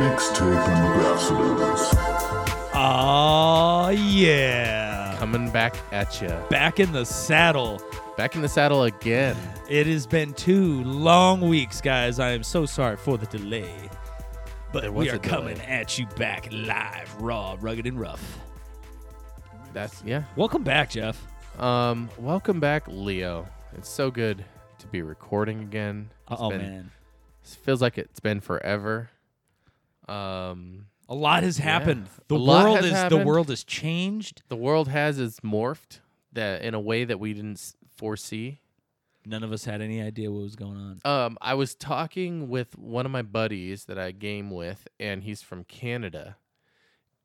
Taking Bastards. Ah, yeah. Coming back at you. Back in the saddle. Back in the saddle again. It has been two long weeks, guys. I am so sorry for the delay. But There was we are a delay. coming at you back live, raw, rugged, and rough. That's yeah. Welcome back, Jeff. Um, welcome back, Leo. It's so good to be recording again. It's Oh, been- man. It feels like it's been forever. Um, A lot has happened. The A lot world has is the happened. world has changed. the world has is morphed that in a way that we didn't s- foresee. None of us had any idea what was going on. Um, I was talking with one of my buddies that I game with, and he's from Canada.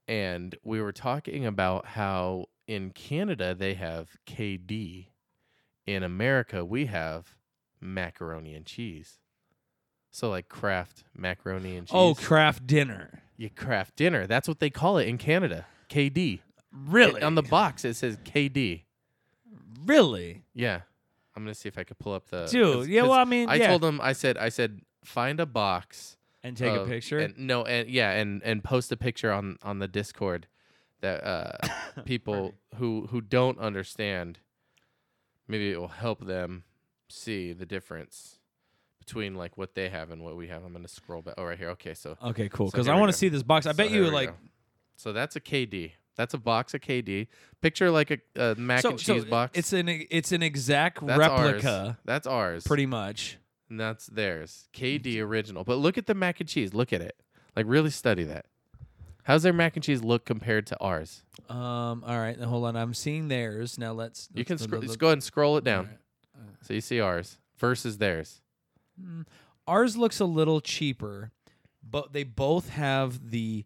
And we were talking about how in Canada they have KD. In America, we have macaroni and cheese. So, like Kraft macaroni and cheese. Oh, craft dinner. you Kraft dinner. That's what they call it in Canada. KD. Really? on the box, it says KD. really? Yeah. I'm going to see if I could pull up the. Dude, 'cause- yeah, 'cause well, I mean, I yeah. told him, I said, I said, find a box and take a of- picture. and- no, and yeah, and and post a picture on on the Discord that uh, people who who don't understand. Maybe it will help them see the difference between like what they have and what we have. I'm gonna scroll back. Oh, right here. Okay, so okay, cool. So Because here I we want to go. see this box. I so bet here you we like go. So that's a KD. That's a box of KD. Picture like a, a mac and cheese box. It's an it's an exact that's replica, Ours. That's ours. pretty much. And that's theirs. KD original. But look at the mac and cheese. Look at it. Like really study that. How's their mac and cheese look compared to ours? Um. All right. Now hold on. I'm seeing theirs. Now let's. You can let's- scro- let's- just go ahead and scroll it down. Alright. So you see ours versus theirs. Ours looks a little cheaper, but they both have the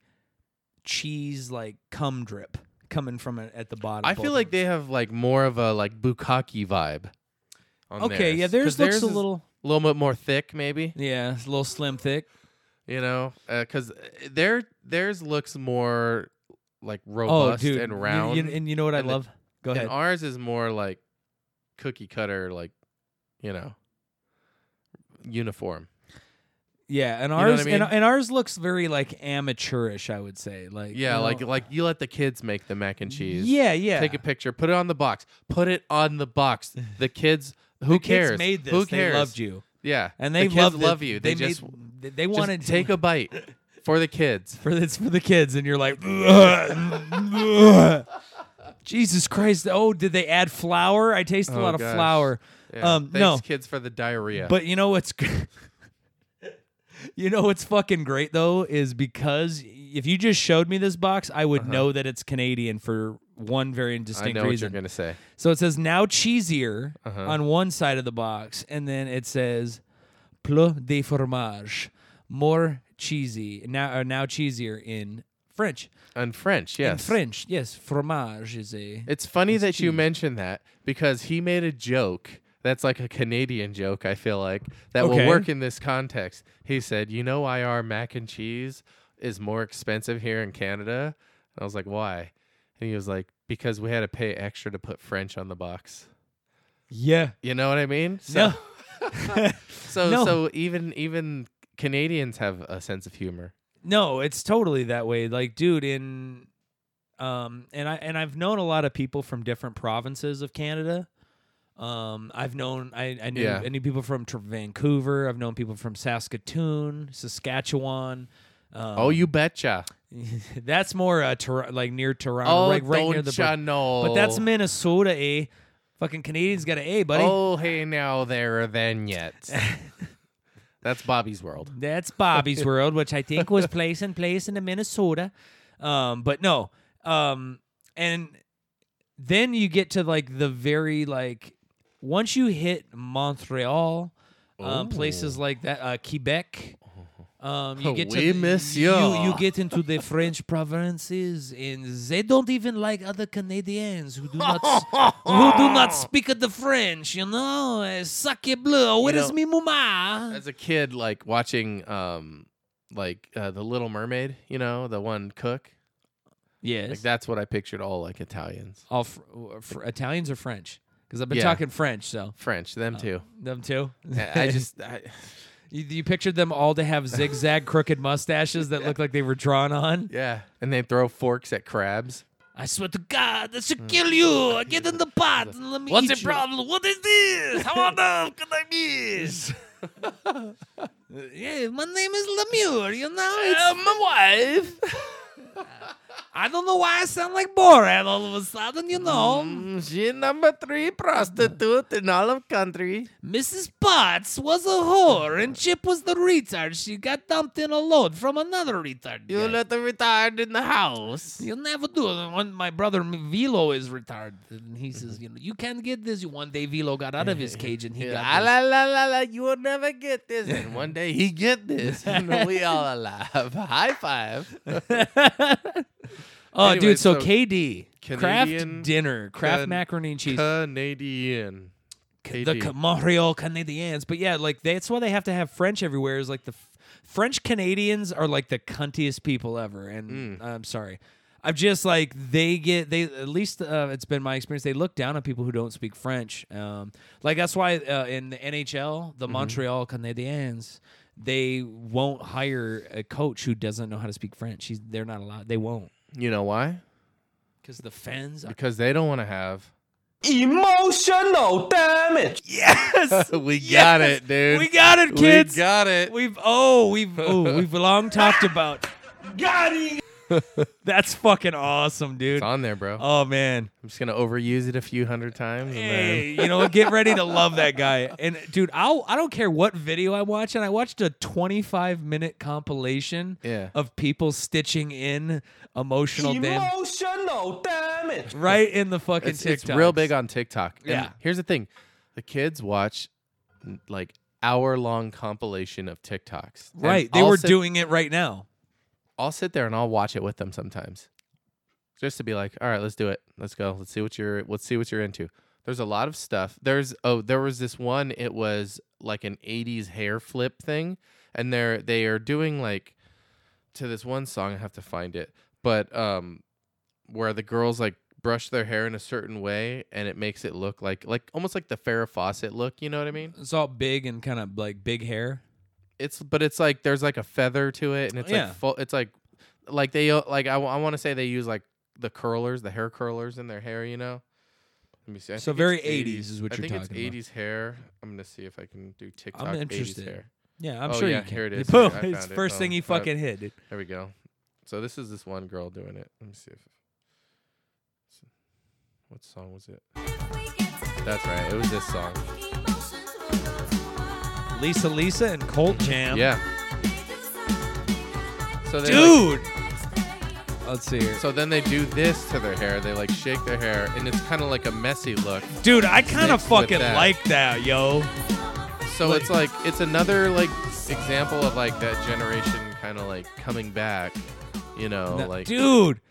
cheese like cum drip coming from it at the bottom. I both feel of like them. they have like more of a like bukkake vibe. On Okay. Yeah. 'Cause Theirs looks a is little. a little bit more thick, maybe. Yeah. It's a little slim thick. You know, because their theirs looks more like robust oh, dude. you- and round, You, and you know what I and the- love? Go and ahead. ours is more like cookie cutter, like you know, uniform. Yeah, and know what I ours and, mean? and ours looks very like amateurish. I would say, like Yeah, you like know- like you let the kids make the mac and cheese. Yeah, yeah. Take a picture, put it on the box. Put it on the box. The kids, who The kids cares? made this. Who cares? They loved you, Yeah, and they the kids loved it. love you. They, made- just they- they just wanted take a bite for the kids. for it's for the kids, and you're like, "Ugh, ugh." Jesus Christ! Oh, did they add flour? I taste a Oh, lot of gosh. flour. Yeah. Um, Thanks, no, kids, for the diarrhea. But you know what's gr- You know what's fucking great though is because if you just showed me this box, I would know that it's Canadian for one very Uh-huh. I distinct know what you're reason. gonna say. so it says now cheesier Uh-huh. on one side of the box, and then it says plat de fromage, more cheesy now or now cheesier in French. In French, In yes. French, yes, fromage is a It's funny that you cheese. mentioned that because he made a joke that's like a Canadian joke, I feel like, that Okay. will work in this context. He said, You know why our mac and cheese is more expensive here in Canada? And I was like, Why? And he was like, Because we had to pay extra to put French on the box. yeah. You know what I mean? So No. so, no. so even even Canadians have a sense of humor. No, it's totally that way. Like, dude, in um and I and I've known a lot of people from different provinces of Canada. Um I've known I, I knew Yeah. I knew people from Tr- Vancouver, I've known people from Saskatoon, Saskatchewan. Um, oh, you betcha. that's more uh, Tor- like near Toronto, Oh, like right near don't the ya bor- know. But that's Minnesota, eh? Fucking Canadians got an A, buddy. Oh, hey now there then yet. That's Bobby's world. That's Bobby's World, which I think was place and place in the Minnesota. Um, but no. Um, and then you get to like the very like once you hit Montreal, um, places like that, uh, Quebec. Um, you get to Oui, the- monsieur. You, you get into the French provinces, and they don't even like other Canadians who do not s- who do not speak the French. You know, Eh, sacre bleu, where is know, me mama? As a kid, like watching um like uh, the Little Mermaid, you know, the one cook. Yes, Like that's what I pictured all like Italians. all fr- or fr- Italians or French? Because I've been Yeah. Oh. talking French, so French, them too. them too. I I just I, You, you pictured them all to have zigzag crooked mustaches that look like they were drawn on. Yeah. And they throw forks at crabs. I swear to God, this should kill you. Get in the pot and let me Mm. What's the problem? What is this? How on earth can I miss? yeah, my name is Lemur. You know, it's Uh, my wife. I don't know why I sound like Borat all of a sudden. You know, Mm, she number three prostitute in all of country. Mrs. Potts was a whore and Chip was the retard. She got dumped in a load from another retard. guy. the retired in the house. You'll never do it. When my brother M- Velo is retarded, and Mm-hmm. he says, "You know, you can't get this." One day Velo got out of his cage, and he La got. la la la la, you will never get this. And one day he get this, and we all alive. High five. this. oh, Anyway, dude! So, so KD Canadian Kraft dinner, Kraft Can- macaroni and cheese, Canadian. the Ca- Montreal Canadiens. But yeah, like that's why they have to have French everywhere. Is like the f- French Canadians are like the cuntiest people ever, and I'm sorry. I'm just like they get they at least uh, it's been my experience they look down on people who don't speak French. Um, like that's why uh, in the NHL the Montreal Canadiens they won't hire a coach who doesn't know how to speak French. She's, they're not allowed. They won't You know why? because the fans. Are- Because they don't want to have. Emotional damage. yes, We Yes! got it, dude. We got it, kids. We got it. We've oh we've oh we've long talked about. Got it. That's fucking awesome, dude. it's on there, bro. Oh man, I'm just gonna overuse it a few hundred times. And hey, you know, get ready to love that guy. And dude, I I don't care what video I'm watching. I watched a 25 minute compilation Yeah. of people stitching in emotional damage Emotional damage. right in the fucking then it's, it's TikTok. real big on TikTok. And Yeah. Here's the thing, the kids watch n- like hour long compilation of TikToks. And right, they I'll were sit- doing it right now. I'll sit there and I'll watch it with them sometimes, just to be like, all right, let's do it. Let's go. Let's see what you're. Let's see what you're into. There's a lot of stuff. There's oh, there was this one. It was like an '80s hair flip thing, and they're they are doing like to this one song. I have to find it, but um, where the girls like brush their hair in a certain way, and it makes it look like like almost like the Farrah Fawcett look. You know what I mean? It's all big and kind of like big hair. it's but it's like there's like a feather to it and it's Yeah. like full, it's like like they uh, like I, want to say they use like the curlers the hair curlers in their hair you know let me see I So think very it's 80s is what I you're think it's talking about. 80s hair I'm gonna see if I can do TikTok 80s interested. hair Yeah, I'm Oh, sure yeah, you can. here it is. Boom! Here, I It's found it. first Oh, thing he uh, fucking hit. dude. there we go so this is this one girl doing it let me see if what song was it that's right it was this song Lisa, Lisa, and Colt Jam. Mm-hmm. yeah so they, like, dude. Let's see here. So then they do this to their hair. They like shake their hair, and it's kind of like a messy look. Dude, I kind of Mixed with fucking that. like that, yo. So it's like it's another like example of like that generation kind of like coming back. You know, No, like dude.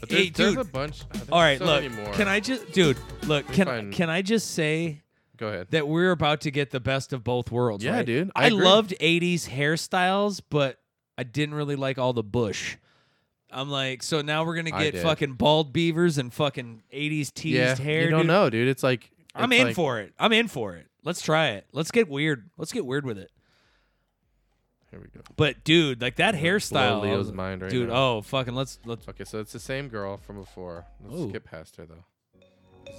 but hey, there's, there's dude. a bunch. oh, there's All right, so look. many more. Can I just, dude? Look, can find- can I just say go ahead? that we're about to get the best of both worlds? Yeah, right? dude, I I, agree. loved '80s hairstyles, but I didn't really like all the bush. I'm like, so now we're gonna I get did. fucking bald beavers and fucking '80s teased yeah, hair. you don't dude. know, dude. It's like I'm it's in like- for it. I'm in for it. Let's try it. Let's get weird. Let's get weird with it. Here we go. But dude, like that hairstyle, Leo's I was- mind right dude. now. Oh fucking, let's let's. Okay, so it's the same girl from before. Let's Ooh. skip past her though.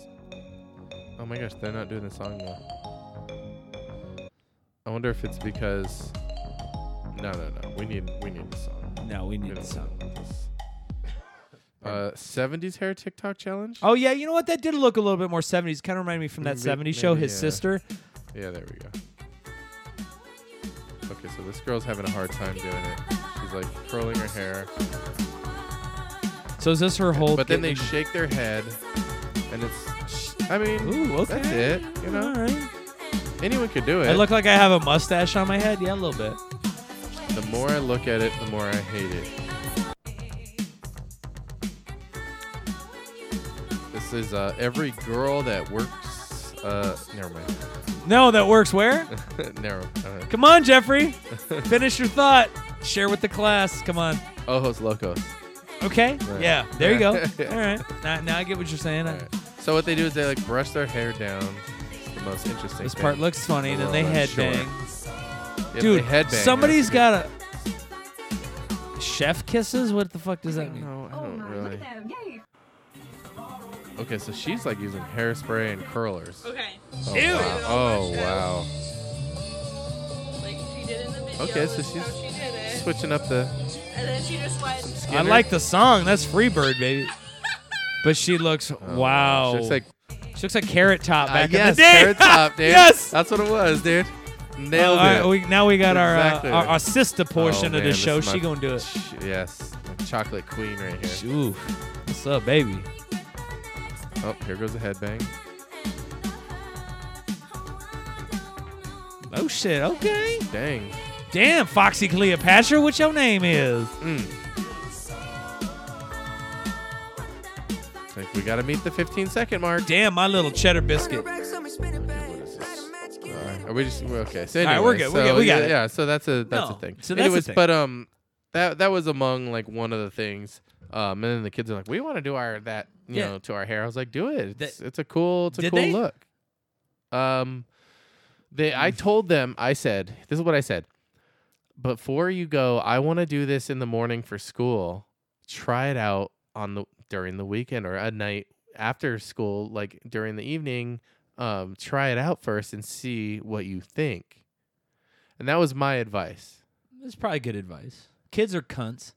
Oh my gosh, they're not doing the song now. I wonder if it's because. No, no, no. We need we need the song. No, we We need don't some. want this. Uh, 70s hair TikTok challenge. Oh yeah, you know what? That did look a little bit more '70s. Kind of reminded me from that Maybe- '70s show. maybe, His yeah. sister. Yeah, there we go. Okay, so this girl's having a hard time doing it. She's like curling her hair, So is this her whole? but then they getting- shake their head, and it's. I mean, Ooh, okay. that's it. You know, All right. anyone could do it. I look like I have a mustache on my head. Yeah, a little bit. The more I look at it, the more I hate it. This is uh, every girl that works. Uh, never mind. No, that works. Where? never. Uh, Come on, Jeffrey. Finish your thought. Share with the class. Come on. Ojos locos. Okay. Right. Yeah. There you go. All Yeah. right. Now, now I get what you're saying. I- All right. So what they do is they like brush their hair down. It's the most interesting. This thing. part looks funny. The Then they world, I'm sure. headbang. If Dude, they headbang, somebody's that's a got a chef kisses. What the fuck does that good- mean? No, I Oh don't my, look really. at them. Yay. Okay, so she's like using hairspray and curlers. Okay. Oh, Ew. Wow. Oh wow. Like she did in the video. Okay, so that's how she's- she did it. Switching up the and then she just went. I Skinner. like the song. That's Freebird, baby. But she looks Oh, wow. She looks like she looks like Carrot Top uh, back in yes, the day. Carrot Top, dude. Yes! Oh, that's what it was, dude. All Nailed it. right, we, now we got our, Exactly. uh, our our sister portion Oh, of man, the this show. is my- She gonna do it. Sh- Yes, my chocolate queen right here. Ooh, what's up, baby? Oh, here goes a headbang. Oh shit. Okay. Dang. Damn, Foxy Cleopatra, what your name is? Mm. Like we gotta meet the 15 second mark. Damn, my little cheddar biscuit. What is this? Uh, are we just we're okay? So All anyway, right, we're good, we're So, good, we got yeah, it. yeah, so that's a that's No, a thing. so that's a Anyways, thing. but um, that that was among like one of the things. Um, and then the kids are like, we want to do our that you Yeah. know to our hair. I was like, do it. It's, That- it's a cool it's a Did cool they? look. Um, they Mm. I told them I said this is what I said. Before you go, I want to do this in the morning for school. Try it out on the during the weekend or at night after school, like during the evening, um, try it out first and see what you think. And that was my advice. That's probably good advice. Kids are cunts.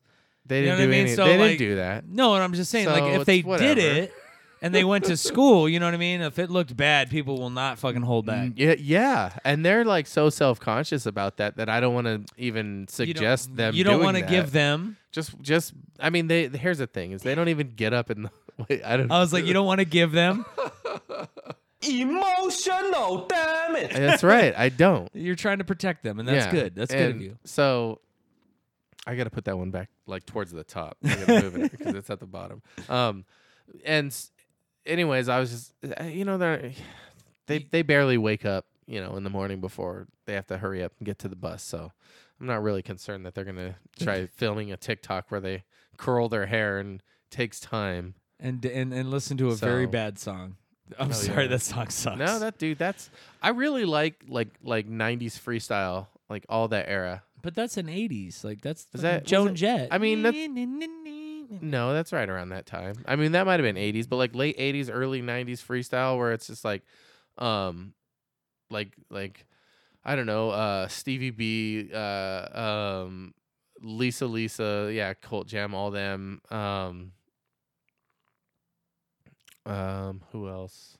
They You know didn't what I do mean? any. So, they like, didn't do that. No, and I'm just saying, So like, if it's they whatever. did it and they went to school, you know what I mean? If it looked bad, people will not fucking hold back. Yeah, yeah, and they're like so self conscious about that that I don't want to even You don't- suggest them. You don't doing wanna that. give them. just, just. I mean, they. Here's the thing: is they don't even get up and. Wait, I don't. I was like, you don't want to give them. Emotional damage. That's right. I don't. You're trying to protect them, and that's Yeah, good. That's good of and you. So I got to put that one back like towards the top. I got to move it because it's at the bottom. Um, and s- anyways, I was just uh, you know they they they barely wake up you know in the morning before they have to hurry up and get to the bus. So I'm not really concerned that they're gonna try filming a TikTok where they curl their hair and takes time. And and and listen to a very So- bad song. I'm Oh, sorry, yeah. that song sucks. No, that dude, that's I really like like like 90s freestyle, like all that era. but that's an '80s. Like that's Is fucking that- was Joan it- Jett. I mean, that's- that's, No, that's right around that time. I mean, that might have been 80s, but like late 80s, early 90s freestyle where it's just like um like like I don't know, uh Stevie B, uh um Lisa Lisa, yeah, Colt Jam, all them. Um um who else?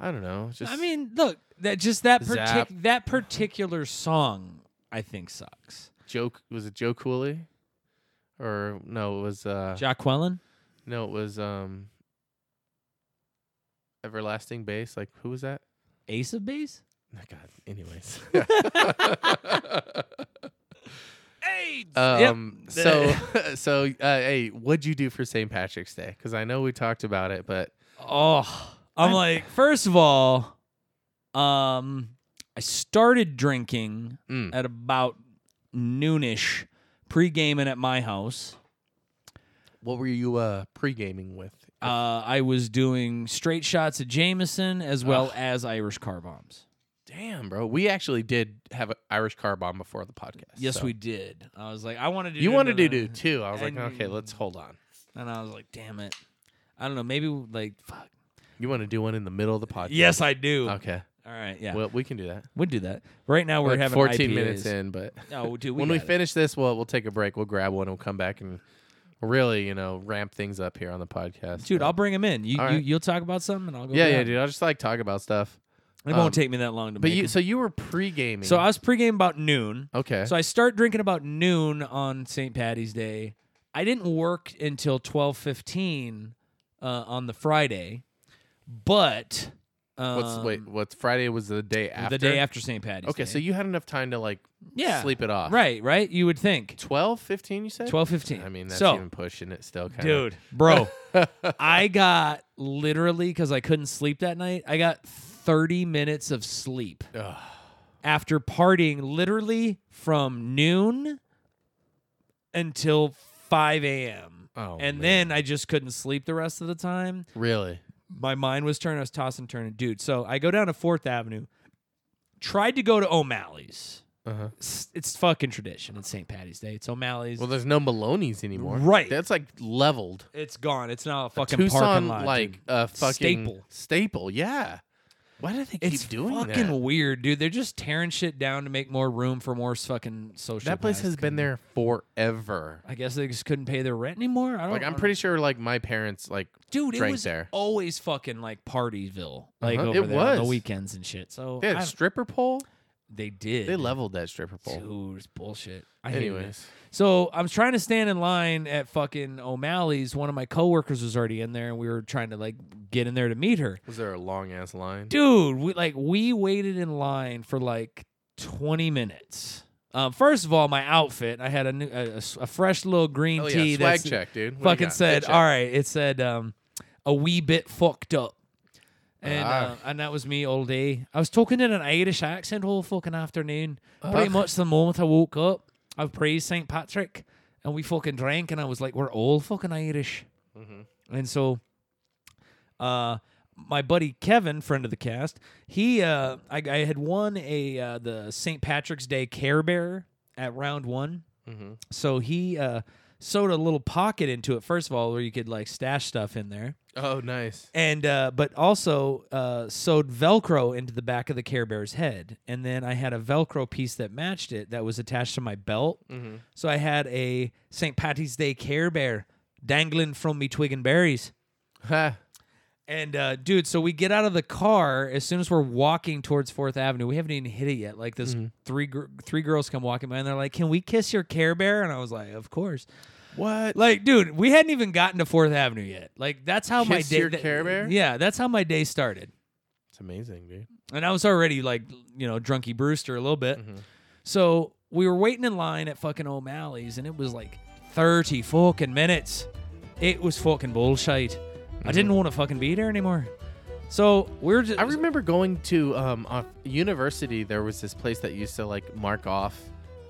I don't know. Just I mean, look, that just that Zap. partic- that particular song, I think sucks. Joe was it Joe Cooley? Or no, it was uh Jacqueline, no, it was um Everlasting Bass. Like who was that? Ace of Base. Oh, God. Anyways. Yep. um. So so uh, hey, what'd you do for St. Patrick's Day? Because I know we talked about it, but Oh, I'm like, first of all, um, I started drinking mm, at about noonish, pre gaming at my house. what were you uh pre gaming with? Uh, I was doing straight shots at Jameson as well Ugh. as Irish car bombs. Damn, bro. We actually did have an Irish car bomb before the podcast. Yes, so- we did. I was like, I wanted to. You do wanted to another- do too. I was like, And- okay, let's hold on. and I was like, damn it. I don't know. Maybe like, fuck. You want to do one in the middle of the podcast? Yes, I do. Okay. All right, yeah, Well, we can do that. we'll do that. Right now we're Like having 14 IPAs. minutes in, but No, dude, we when we got it. finish this, we'll we'll take a break. We'll grab one. We'll come back and really, you know, ramp things up here on the podcast. dude. but- I'll bring them in. You, All you right. you'll talk about something, and I'll go. yeah, grab yeah, 'em. dude. I'll just like talk about stuff. It Um, won't take me that long to But make. you, 'em. so you were pre-gaming. so I was pregame about noon. okay. So I start drinking about noon on St. Patty's Day. I didn't work until twelve fifteen uh, on the Friday, but um, what's wait? What's Friday was the day after. the day after St. Patty's. Okay, Day. so you had enough time to like yeah, sleep it off. right, right. You would think Twelve fifteen. You said twelve fifteen. I mean, that's so even pushing it still, kind dude, bro. I got literally because I couldn't sleep that night. I got 30 minutes of sleep after partying literally from noon until 5 a.m. Oh, and man. then I just couldn't sleep the rest of the time. Really? My mind was turning. I was tossing, turning, dude. So I go down to Fourth Avenue. Tried to go to O'Malley's. Uh-huh. It's, it's fucking tradition. It's St. Patty's Day. It's O'Malley's. Well, there's no Maloney's anymore. Right. That's like leveled. it's gone. It's now a fucking Tucson, parking lot. like dude. a fucking Staple. Staple, yeah. Why do they keep It's doing fucking that? weird, dude. They're just tearing shit down to make more room for more fucking social. That place has been there forever. I guess they just couldn't pay their rent anymore. I don't. Like I'm I don't- pretty sure, like my parents, like dude. It drank was there. always fucking like partyville, like Uh-huh. over It there on the was. weekends and shit. So they had I- a stripper pole. they did. They leveled that stripper pole. Dude, it's bullshit. I hated it. Anyways, So I'm trying to stand in line at fucking O'Malley's. One of my coworkers was already in there, and we were trying to like get in there to meet her. was there a long ass line? Dude, we like we waited in line for like 20 minutes. Um, first of all, my outfit. I had a new, a- a, s- a fresh little green Oh yeah, tee. swag that's check, dude. What do you Fucking got? said, Fit check. all right. It said um, a wee bit fucked up. And Ah. uh, and that was me all day. I was talking in an Irish accent all fucking afternoon. Pretty Ugh. much the moment I woke up, I praised St. Patrick, and we fucking drank, and I was like, we're all fucking Irish. Mm-hmm. And so, uh, my buddy Kevin, friend of the cast, he uh, I, I had won a uh, the St. Patrick's Day Care Bearer at round one. So he uh, sewed a little pocket into it. First of all, where you could like stash stuff in there Oh, nice. and uh, but also uh, sewed Velcro into the back of the Care Bear's head, and then I had a Velcro piece that matched it that was attached to my belt. So I had a St. Patty's Day Care Bear dangling from me twig and berries. Ha. And uh, dude, so we get out of the car as soon as we're walking towards Fourth Avenue. We haven't even hit it yet. Like this, three gr- three girls come walking by, and they're like, "Can we kiss your Care Bear?" And I was like, "Of course." What? Like, dude, we hadn't even gotten to Fourth Avenue yet. Like, that's how my Kiss day. your Care Bear? Yeah, that's how my day started, It's amazing, dude. and I was already like, you know, drunky Brewster a little bit. Mm-hmm. So we were waiting in line at fucking O'Malley's, and it was like thirty fucking minutes. It was fucking bullshit. I didn't want to fucking be there anymore. So we we're just. Mm-hmm. I remember going to um off university. There was this place that used to like mark off,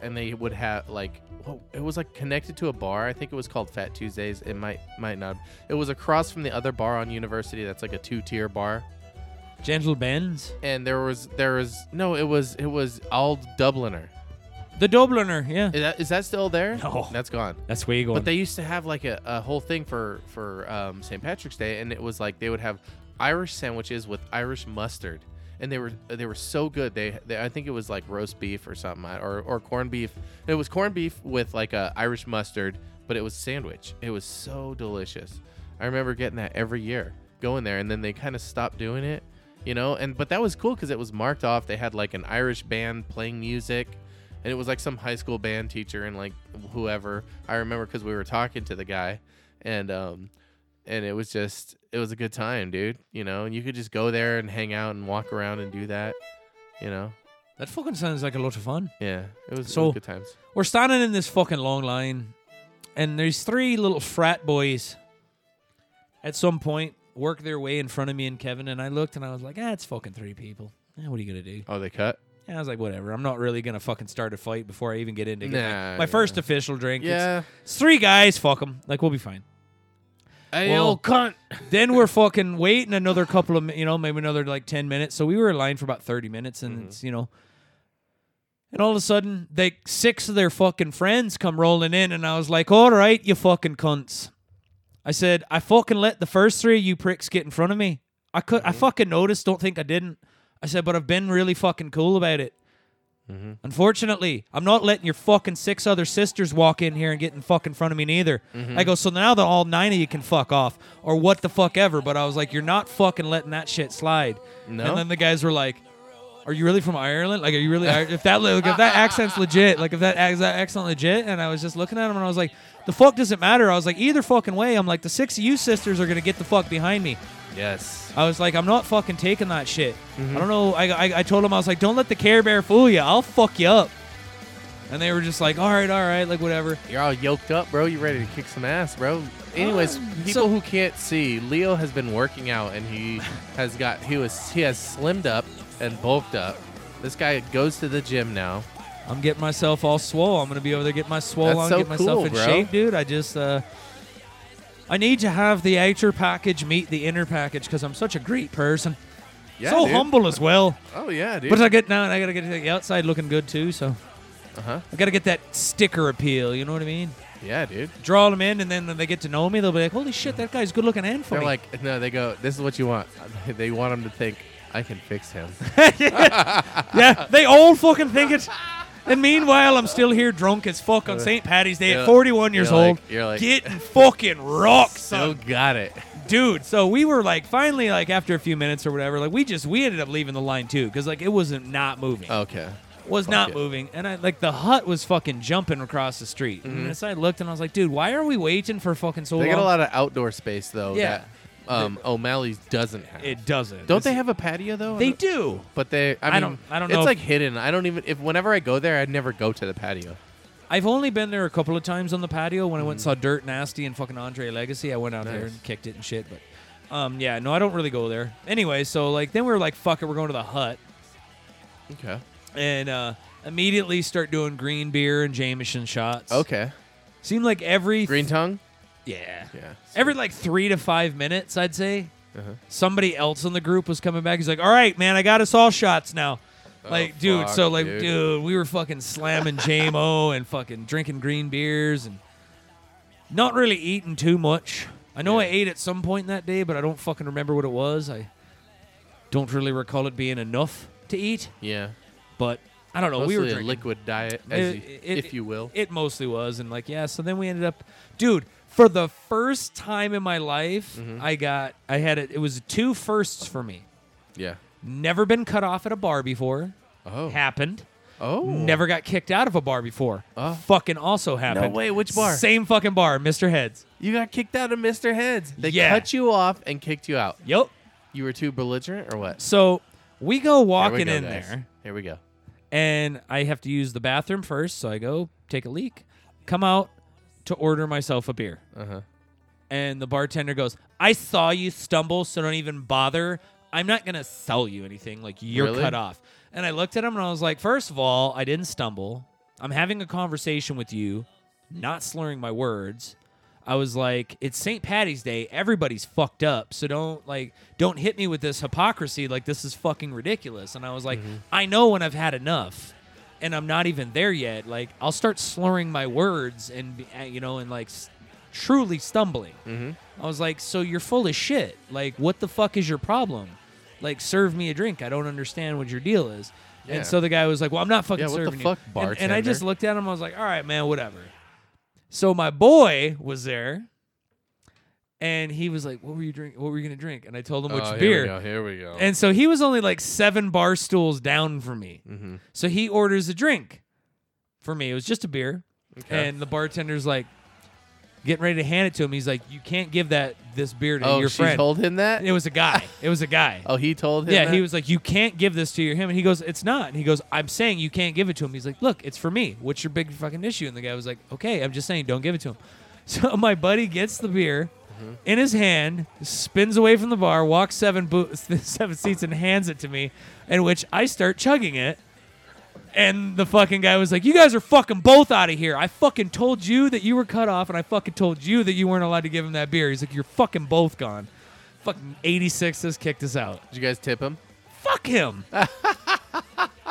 and they would have like well, it was like connected to a bar. I think it was called Fat Tuesdays. It might might not. It was across from the other bar on university. That's like a two tier bar. Gentle Benz, And there was there was no. It was it was Old Dubliner. the Dubliner, yeah, Is that, is that still there? No. that's gone. that's where you go. But they used to have like a, a whole thing for for um, St. Patrick's Day, and it was like they would have Irish sandwiches with Irish mustard, and they were they were so good. They, they I think it was like roast beef or something, I- or or corned beef. It was corned beef with like a Irish mustard, but it was sandwich. It was so delicious. I remember getting that every year, going there, and then they kind of stopped doing it, you know. And but that was cool because it was marked off. They had like an Irish band playing music and it was like some high school band teacher and like whoever I remember because we were talking to the guy, and um, and it was just it was a good time, dude. You know, and you could just go there and hang out and walk around and do that. You know, that fucking sounds like a lot of fun. yeah, it was, it was So- good times. We're standing in this fucking long line, and there's three little frat boys. At some point, work their way in front of me and Kevin, and I looked and I was like, "Ah, it's fucking three people. Eh, what are you gonna do?" Oh, they cut. And I was like, "Whatever. I'm not really gonna fucking start a fight before I even get into get my, Nah, my yeah. first official drink. It's- Yeah, it's, three guys. Fuck them. Like we'll be fine." hey, Well- old cunt. then we're fucking waiting another couple of mi- you know maybe another like 10 minutes so we were in line for about 30 minutes and it's you know and all of a sudden they six of their fucking friends come rolling in and i was like all right you fucking cunts i said i fucking let the first three of you pricks get in front of me i could i fucking noticed don't think i didn't i said but i've been really fucking cool about it Unfortunately, I'm not letting your fucking six other sisters walk in here and get in fucking front of me neither. I go, so now that all nine of you can fuck off or what the fuck ever. But I was like, you're not fucking letting that shit slide. No. And then the guys were like, are you really from Ireland? Like, are you really? Ir- if that like, if that accent's legit, like if that, ac- that accent legit, and I was just looking at him and I was like, the fuck doesn't matter. I was like, either fucking way, I'm like, the six of you sisters are gonna get the fuck behind me. Yes. I was like, I'm not fucking taking that shit. Mm-hmm. I don't know. I, I, I told him, I was like, don't let the Care Bear fool you. I'll fuck you up. And they were just like, all right, all right, like whatever. You're all yoked up, bro. You ready to kick some ass, bro? Anyways, people so- who can't see, Leo has been working out and he has got he was he has slimmed up and bulked up. This guy goes to the gym now. I'm getting myself all swole. I'm gonna be over there getting my swole That's on, so get myself cool, in bro. shape, dude. I just, uh, I need to have the outer package meet the inner package because I'm such a great person, so humble as well. Oh yeah, dude. But I get now, and I gotta get the outside looking good too. So Uh-huh. I gotta get that sticker appeal. You know what I mean? Yeah, dude. Draw them in, and then when they get to know me, they'll be like, "Holy shit, that guy's good looking and They're funny." like, no, they go, this is what you want. They want him to think, I can fix him. yeah, they all fucking think it. And meanwhile, I'm still here drunk as fuck on St. Patty's Day Yeah. at 41 years You're like- old. you're like- getting fucking rocked, so son. got it. dude so we were like finally like after a few minutes or whatever like we just we ended up leaving the line too because like it wasn't not moving Okay. was Oh, fuck not it. moving and i like the hut was fucking jumping across the street and so i looked and i was like dude why are we waiting for fucking so Mm-hmm. They long got a lot of outdoor space though. Yeah. That, um, O'Malley's doesn't have. it doesn't Don't It's- they have a patio though? they do But they, I, mean, don't- I don't It's know if- like hidden. I don't even. If whenever I go there, I never go to the patio. i've only been there a couple of times on the patio when i went and saw dirt nasty and fucking andre legacy i went out there Mm. Nice. and kicked it and shit but um yeah no i don't really go there anyway so like then we were like fuck it we're going to the hut Okay. and uh immediately start doing green beer and jameson shots Okay. Seemed like every Green tongue. yeah. Yeah. Every like three to five minutes, I'd say, Uh-huh. somebody else in the group was coming back. He's like, "All right, man, I got us all shots now." Like, dude, Oh, fuck, so like, dude. dude. we were fucking slamming JMO and fucking drinking green beers and not really eating too much. I know I Yeah. ate at some point that day, but I don't fucking remember what it was. I don't really recall it being enough to eat, Yeah. but I don't know. Mostly we were a drinking. liquid diet, as you, It- it- if you will. It mostly was, and like yeah. So then we ended up, dude. For the first time in my life, Mm-hmm. I got I had it. It was two firsts for me. yeah. Never been cut off at a bar before. Oh. Happened. oh. Never got kicked out of a bar before. Oh. Fucking also happened. way, which bar? Same fucking bar, Mr. Heads. You got kicked out of Mr. Heads. They Yeah. cut you off and kicked you out. Yup. You were too belligerent, or what? So we go Here we walking go, in guys. there, Here we go. and I have to use the bathroom first. So I go take a leak, come out to order myself a beer. Uh huh. and the bartender goes, "I saw you stumble, so don't even bother. I'm not gonna sell you anything. Like you're Really? cut off." And I looked at him and I was like, first of all, I didn't stumble. I'm having a conversation with you, not slurring my words." I was like, "It's St. Patty's Day. Everybody's fucked up, so don't like don't hit me with this hypocrisy. Like this is fucking ridiculous." And I was like, "I know when I've had enough." And I'm not even there yet. Like I'll start slurring my words and be- uh, you know and like s- truly stumbling. I was like, "So you're full of shit. Like, what the fuck is your problem? Like, serve me a drink. I don't understand what your deal is." Yeah. And so the guy was like, "Well, I'm not fucking Yeah, what the serving you." fuck, and, and I just bartender? looked at him. I was like, "All right, man, whatever." So my boy was there, and he was like, "What were you drink? What were you gonna drink?" And I told him which beer. Oh, Here we go. And so he was only like seven bar stools down from me. mm-hmm. So he orders a drink for me. It was just a beer. Okay. And the bartender's like getting ready to hand it to him. He's like, You can't give that this beer to oh, your she friend. told him that. it was a guy. It was a guy. oh, he told him. yeah, that? he was like, You can't give this to your him. And he goes, It's not. And he goes, I'm saying you can't give it to him. He's like, Look, it's for me. What's your big fucking issue? And the guy was like, Okay, I'm just saying, don't give it to him. So my buddy gets the beer Mm-hmm. in his hand, spins away from the bar, walks seven bo- seven seats, and hands it to me. In which I start chugging it, and the fucking guy was like, "You guys are fucking both out of here. I fucking told you that you were cut off, and I fucking told you that you weren't allowed to give him that beer." He's like, "You're fucking both gone." Fucking 86 has kicked us out. Did you guys tip him? Fuck him.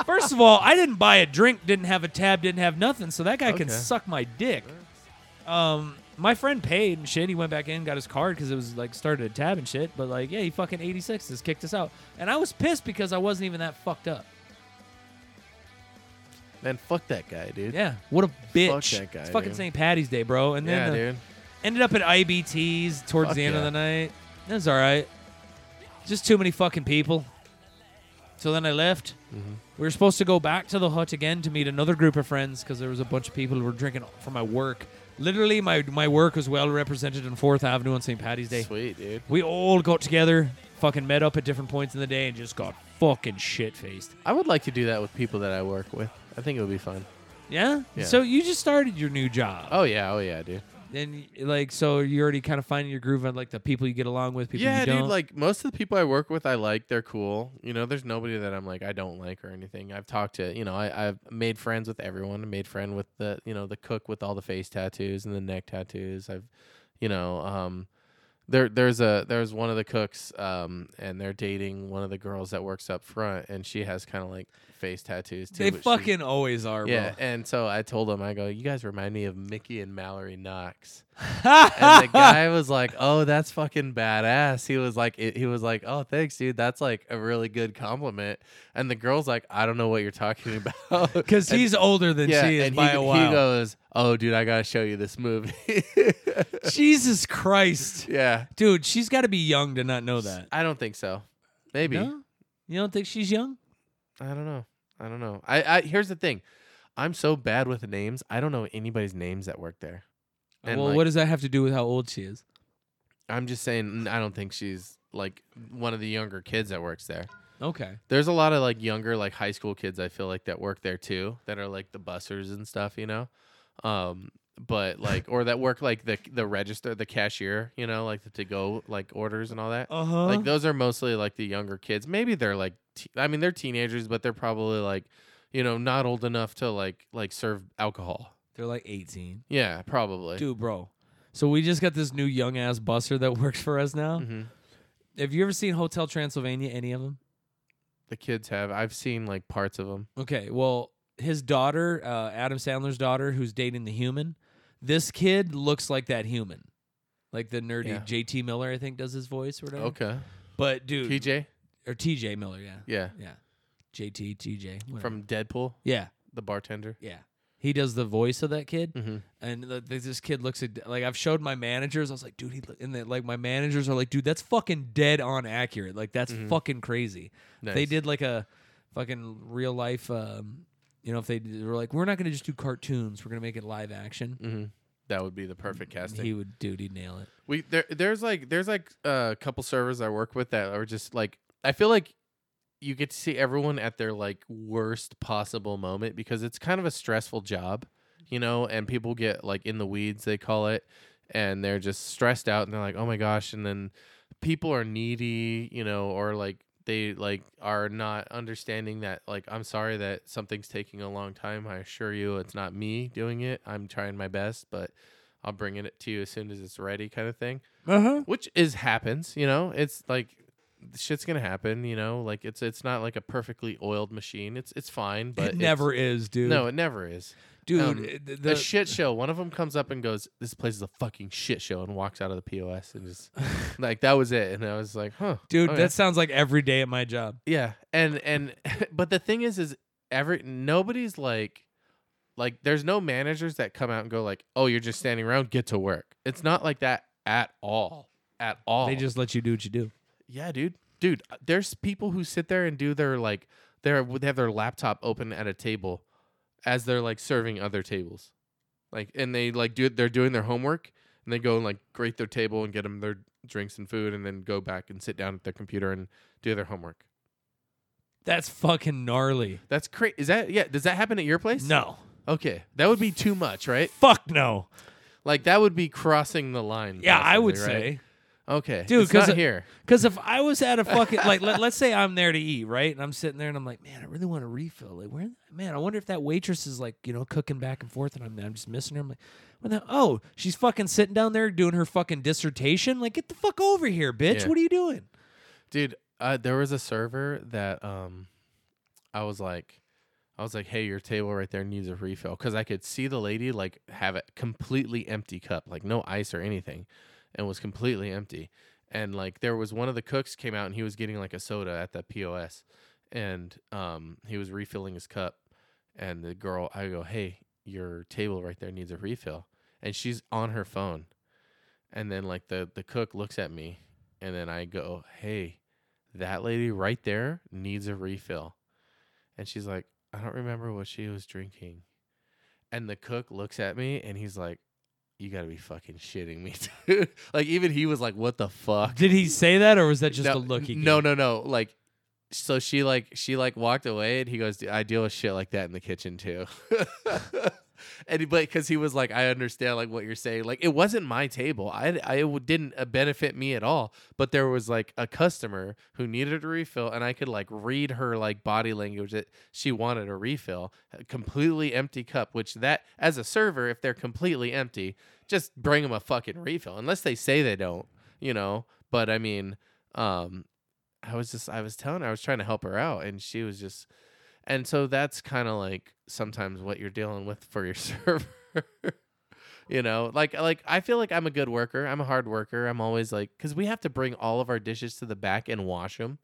First of all, I didn't buy a drink, didn't have a tab, didn't have nothing, so that guy can Okay. suck my dick. Um, my friend paid and shit. He went back in, got his card because it was like started a tab and shit. But like, yeah, he fucking 86 has kicked us out, and I was pissed because I wasn't even that fucked up. Man, fuck that guy, dude. Yeah, what a bitch. that guy, it's fucking dude. St. Patty's Day, bro. And then Yeah, uh, dude. ended up at IBT's towards Fuck the end of yeah. the night. It was all right. Just too many fucking people. So then I left. Mm-hmm. We were supposed to go back to the hut again to meet another group of friends because there was a bunch of people who were drinking from my work. Literally, my, my work was well represented on Fourth Avenue on St. Patty's Day. Sweet, dude. We all got together, fucking met up at different points in the day, and just got fucking shit faced. I would like to do that with people that I work with. I think it would be fun. Yeah? Yeah. So you just started your new job. Oh yeah, oh yeah, dude. And like, so you're already kind of finding your groove on like the people you get along with, people yeah, you don't. dude. Like most of the people I work with, I like. They're cool. You know, there's nobody that I'm like I don't like or anything. I've talked to. You know, I, I've made friends with everyone. I made friend with the you know the cook with all the face tattoos and the neck tattoos. I've, you know, um, there there's a there's one of the cooks um and they're dating one of the girls that works up front and she has kind of like face tattoos too They but she- fucking always are, yeah bro. and so i told them i go you guys remind me of mickey and mallory knox and the Yeah, guy was like oh that's fucking badass he was like it, he was like oh thanks dude that's like a really good compliment and the girl's like i don't know what you're talking about because And- he's older than she is and by he, a he while. goes oh dude i gotta show you this movie Jesus Christ, yeah dude, she's got to be young to not know that. i don't think so maybe No? You don't think she's young? I don't know. I don't know. I, I here's the thing. I'm so bad with names. I don't know anybody's names that work there. And well, like, what does that have to do with how old she is? I'm just saying n- I don't think she's like one of the younger kids that works there. Okay. There's a lot of like younger like high school kids I feel like that work there too that are like the bussers and stuff, you know. Um but like or that work like the the register, the cashier, you know, like the to go like orders and all that. Uh huh. Uh-huh. Like those are mostly like the younger kids. Maybe they're like, te- I mean, they're teenagers, but they're probably like, you know, not old enough to like like serve alcohol. They're like 18. Yeah, probably. Dude, bro. So we just got this new young ass buster that works for us now. hmm Have you ever seen Hotel Transylvania? Any of them? The kids have. I've seen like parts of them. Okay. Well, his daughter, uh, Adam Sandler's daughter, who's dating the human. This kid looks like that human, like the nerdy Yeah. JT Miller. I think does his voice or whatever. Okay. But dude, TJ. or TJ Miller, yeah, Yeah. yeah, JT TJ whatever. From Deadpool, yeah, the bartender. yeah. He does the voice of that kid. Mhm. and the, this this kid looks at like I've showed my managers. I was like, dude, he, lo- and they, like my managers are like, dude, that's fucking dead on accurate. Like that's fucking crazy. They Mm-hmm. Nice. did like a fucking real life. Um, you know, if they, did- they were like, we're not gonna just do cartoons. We're gonna make it live action. hmm That would be the perfect casting. He would, dude, he'd nail it. We there there's like there's like a couple servers I work with that are just like I feel like you get to see everyone at their like worst possible moment because it's kind of a stressful job, you know, and people get like in the weeds they call it and they're just stressed out and they're like, "Oh my gosh." And then people are needy, you know, or like they like are not understanding that like I'm sorry that something's taking a long time. I assure you it's not me doing it. I'm trying my best, but I'll bring it to you as soon as it's ready kind of thing. Uh huh. Which is happens, you know. It's like shit's going to happen, you know. Like it's it's not like a perfectly oiled machine. It's it's fine, but It it's- never is, dude. No, it never is. dude, um, it- the, The, shit show. One of them comes up and goes, "This place is a fucking shit show," and walks out of the POS and just like that was it. And I was like, "Huh, dude, okay." that sounds like every day at my job. Yeah, and and but the thing is, is every nobody's like, like there's no managers that come out and go like, oh, you're just standing around, get to work. It's not like that at all, at all. They just let you do what you do. yeah, dude, dude. uh, There's people who sit there and do their like, their they have their laptop open at a table, as they're like serving other tables, like and they like do they're doing their homework and they go and like grate their table and get them their drinks and food and then go back and sit down at their computer and do their homework. That's fucking gnarly. That's crazy. Is that yeah? Does that happen at your place? No, Okay, that would be too much, right? fuck no. Like that would be crossing the line. Yeah, I would possibly, right? say. Okay, Dude, it's not 'cause, uh, here. Because if I was at a fucking like, let, let's say I'm there to eat, right, and I'm sitting there and I'm like, man, I really want a refill. Like, where, man, I wonder if that waitress is like, you know, cooking back and forth, and I'm, I'm just missing her. I'm like, when the, oh, she's fucking sitting down there doing her fucking dissertation. Like, get the fuck over here, bitch. Yeah. What are you doing? Dude, uh, there was a server that um, I was like, I was like, hey, your table right there needs a refill because I could see the lady like have a completely empty cup, like no ice or anything, and was completely empty. And like there was one of the cooks came out and he was getting like a soda at the POS, and um, he was refilling his cup, and the girl, I go, hey, your table right there needs a refill, and she's on her phone, and then like the the cook looks at me, and then I go, hey, that lady right there needs a refill. And she's like, I don't remember what she was drinking. And the cook looks at me and he's like, You gotta be fucking shitting me, dude. like, even he was like, What the fuck? Did he say that, or was that just no, a look he? No, gave? no, no. Like, so she like she like walked away and he goes, "Dude, I deal with shit like that in the kitchen too. and he- but because he was like, I understand like what you're saying. Like it wasn't my table. I I it didn't uh, benefit me at all. But there was like a customer who needed a refill, and I could like read her like body language that she wanted a refill. A completely empty cup, which that as a server, if they're completely empty, just bring them a fucking refill. Unless they say they don't. you know. But I mean, um, I was just I was telling her I was trying to help her out, and she was just, and so that's kind of like sometimes what you're dealing with for your server. You know, like like I feel like I'm a good worker. I'm a hard worker. I'm always like, because we have to bring all of our dishes to the back and wash them.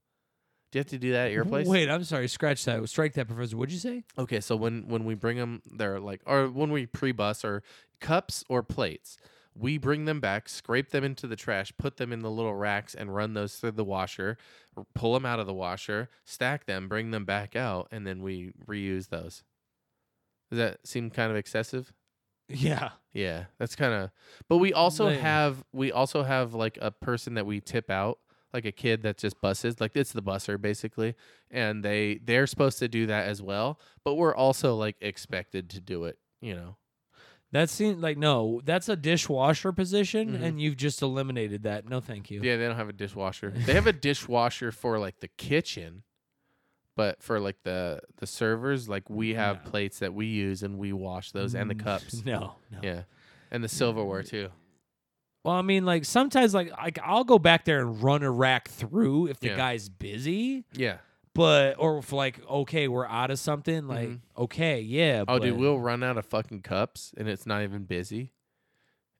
Do you have to do that at your place? Wait, I'm sorry. Scratch that. Strike that, Professor. What'd you say? Okay, so when when we bring them, they're like, or when we pre-bus or cups or plates, we bring them back, scrape them into the trash, put them in the little racks, and run those through the washer, r- pull them out of the washer, stack them, bring them back out, and then we reuse those. Does that seem kind of excessive? Yeah. Yeah, that's kind of. But we also Like- have we also have like a person that we tip out, like a kid that just buses, like it's the busser basically, and they they're supposed to do that as well. But we're also like expected to do it, you know. That seems like no. That's a dishwasher position, Mhm. and you've just eliminated that. No, thank you. Yeah, they don't have a dishwasher. They have a dishwasher for like the kitchen, but for like the the servers, like we have No. plates that we use and we wash those and the cups. Mm. No, no. Yeah, and the silverware too. Well, I mean, like sometimes, like like I'll go back there and run a rack through if the Yeah. guy's busy, Yeah. but or if like okay, we're out of something. Like Mhm. okay, yeah. Oh, dude, but- we'll run out of fucking cups and it's not even busy.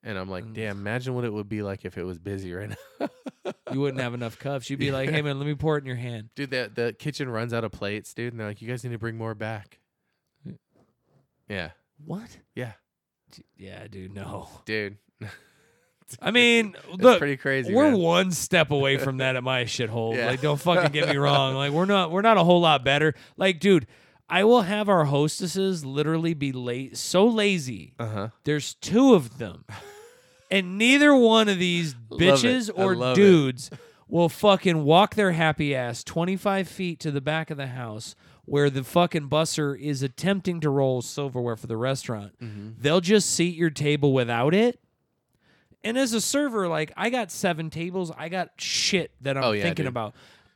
And I'm like, Mm. damn, imagine what it would be like if it was busy right now. you wouldn't have enough cups. You'd be like, Yeah. hey man, let me pour it in your hand. Dude, the, the kitchen runs out of plates, dude. And they're like, you guys need to bring more back. Yeah. What? Yeah. D- Yeah, dude. No. Dude, I mean, it's look, pretty crazy. we're man. one step away from that at my shithole. Yeah. Like, don't fucking get me wrong. Like, we're not we're not a whole lot better. Like, dude, I will have our hostesses literally be late, so lazy. Uh-huh. There's two of them, and neither one of these bitches it. I or love it. dudes will fucking walk their happy ass 25 feet to the back of the house where the fucking busser is attempting to roll silverware for the restaurant. Mm-hmm. They'll just seat your table without it. And as a server, like I got seven tables, I got shit that I'm Oh, yeah, thinking dude. about.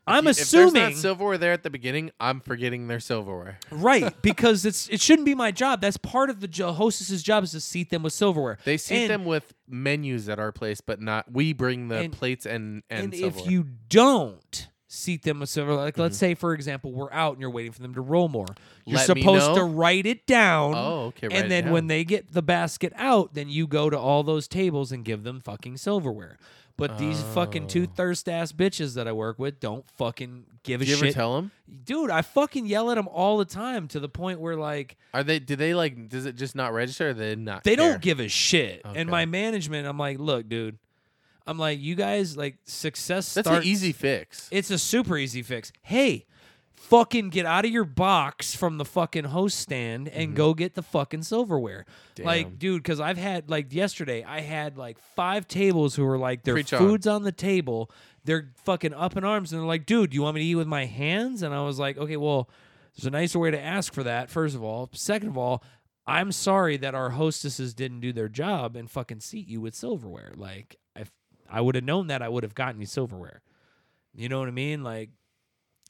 I'm If there's assuming not silverware there at the beginning, I'm forgetting their silverware. right because it's it shouldn't be my job. That's part of the jo- hostess's job is to seat them with silverware. They seat And- them with menus at our place, but not we bring the And- plates and and, and silverware. if you don't seat them with silver like let's say for example we're out and you're waiting for them to roll more you're Let me supposed to know. write it down Oh, okay, write it and then when down. they get the basket out then you go to all those tables and give them fucking silverware but these Oh. fucking two thirst ass bitches that i work with don't fucking give a Do you ever shit tell them? dude i fucking yell at them all the time to the point where like Are they? Do they like? Does it just not register? Or they not. they care? don't give a shit. Okay. And my management, I'm like, look, dude, I'm like, you guys like success. That's starts, an easy fix. It's a super easy fix. Hey, fucking get out of your box from the fucking host stand and go get the fucking silverware. Mm-hmm. Damn. Like, dude, because I've had like yesterday, I had like five tables who were like their Preach on. foods on the table. They're fucking up in arms and they're like, dude, you want me to eat with my hands? And I was like, okay, well, there's a nicer way to ask for that, first of all. Second of all, I'm sorry that our hostesses didn't do their job and fucking seat you with silverware. Like, I, I would have known that, I would have gotten you silverware. You know what I mean? Like,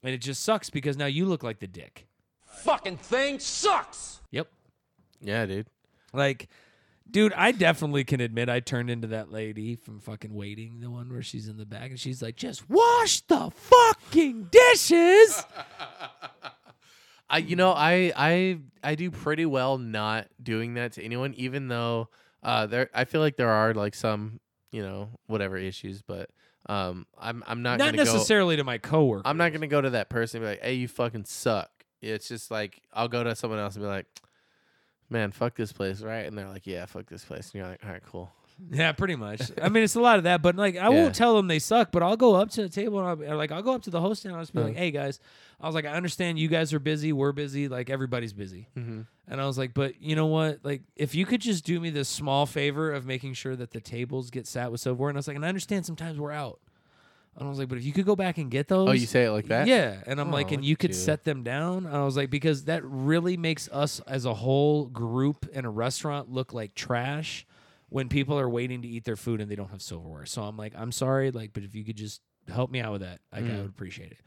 and it just sucks because now you look like the dick. Fucking thing sucks! Yep. yeah, dude. Like, dude, I definitely can admit I turned into that lady from fucking waiting, the one where she's in the back and she's like, just wash the fucking dishes. I you know I I I do pretty well not doing that to anyone, even though uh there I feel like there are like some you know whatever issues, but um I'm I'm not Not, gonna go- necessarily to my coworker. I'm not gonna go to that person and be like, hey, you fucking suck. It's just like I'll go to someone else and be like, man, fuck this place, right? And they're like, yeah, fuck this place, and you're like, all right, cool. Yeah, pretty much. I mean, it's a lot of that, but like, I Yeah. won't tell them they suck. But I'll go up to the table and I'll be, or, like, I'll go up to the host and I'll just be Uh-huh. like, "Hey guys," I was like, "I understand you guys are busy. We're busy. Like everybody's busy." Mhm. And I was like, "But you know what? Like, if you could just do me this small favor of making sure that the tables get sat with silverware." And I was like, "And I understand sometimes we're out." And I was like, "But if you could go back and get those." Oh, you say it like that? Yeah, and I'm like, Oh, and look you at could you. set them down. I was like, because that really makes us as a whole group in a restaurant look like trash when people are waiting to eat their food and they don't have silverware. So I'm like, I'm sorry, like, but if you could just help me out with that, like, Mm. I would appreciate it.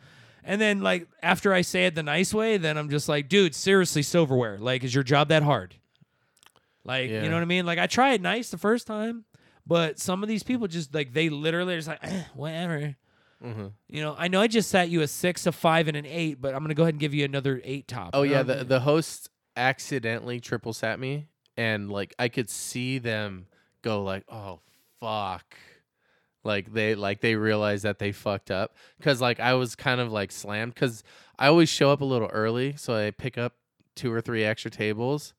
And then like after I say it the nice way, then I'm just like, dude, seriously, silverware. Like, is your job that hard? Like, Yeah. you know what I mean? Like, I try it nice the first time, But some of these people just like they literally are just like "Eh, whatever. Mm-hmm. You know, I know I just sat you a six, a five, and an eight, but I'm gonna go ahead and give you another eight top. Oh yeah, Um, the the host accidentally triple sat me, and like I could see them go like, "Oh fuck." Like they like they realized that they fucked up because like I was kind of like slammed because I always show up a little early, so I pick up two or three extra tables,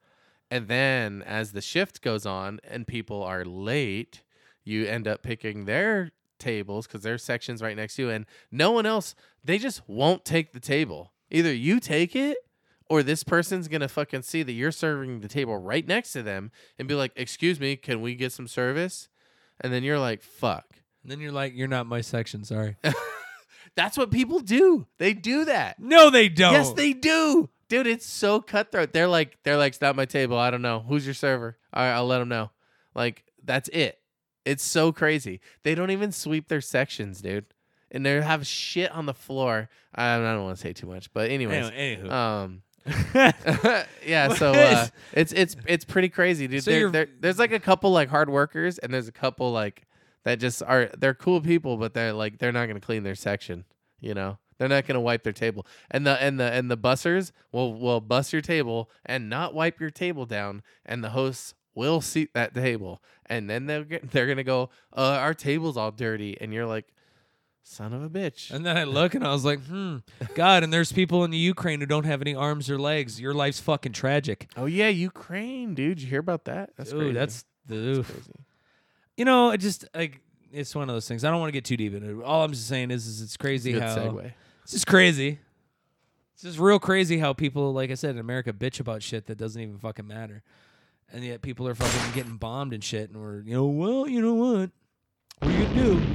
and then as the shift goes on and people are late, you end up picking their tables because their sections right next to you, and no one else they just won't take the table. Either you take it or this person's gonna fucking see that you're serving the table right next to them and be like, "Excuse me, can we get some service?" And then you're like, "Fuck." then you're like, you're not my section. Sorry. That's what people do. They do that. no, they don't. Yes, they do, dude. It's so cutthroat. They're like, they're like, "It's not my table. I don't know who's your server." All right, I'll let them know. Like that's it. It's so crazy. They don't even sweep their sections, dude. And they have shit on the floor. I I don't want to say too much, but anyways, Anyway, anywho. um, yeah, so uh, What? it's it's it's pretty crazy, dude. So There- you're- there- there's like a couple like hard workers, and there's a couple like that just are they're cool people, but they're like they're not gonna clean their section. You know, they're not gonna wipe their table, and the and the and the bussers will will bus your table and not wipe your table down, and the hosts will seat that table, and then they're they're gonna go, uh, our table's all dirty, and you're like, son of a bitch. And then I look and I was like, hmm, God, and there's people in the Ukraine who don't have any arms or legs. Your life's fucking tragic. Oh yeah, Ukraine, dude. You hear about that? Ooh, crazy. that's the That's crazy. You know, I just like it's one of those things. I don't want to get too deep into it. All I'm just saying is, is it's crazy Good how segue. it's just crazy. It's just real crazy how people, like I said, in America bitch about shit that doesn't even fucking matter. And yet people are fucking getting bombed and shit and we're, you know, well, you know what? What are you gonna do?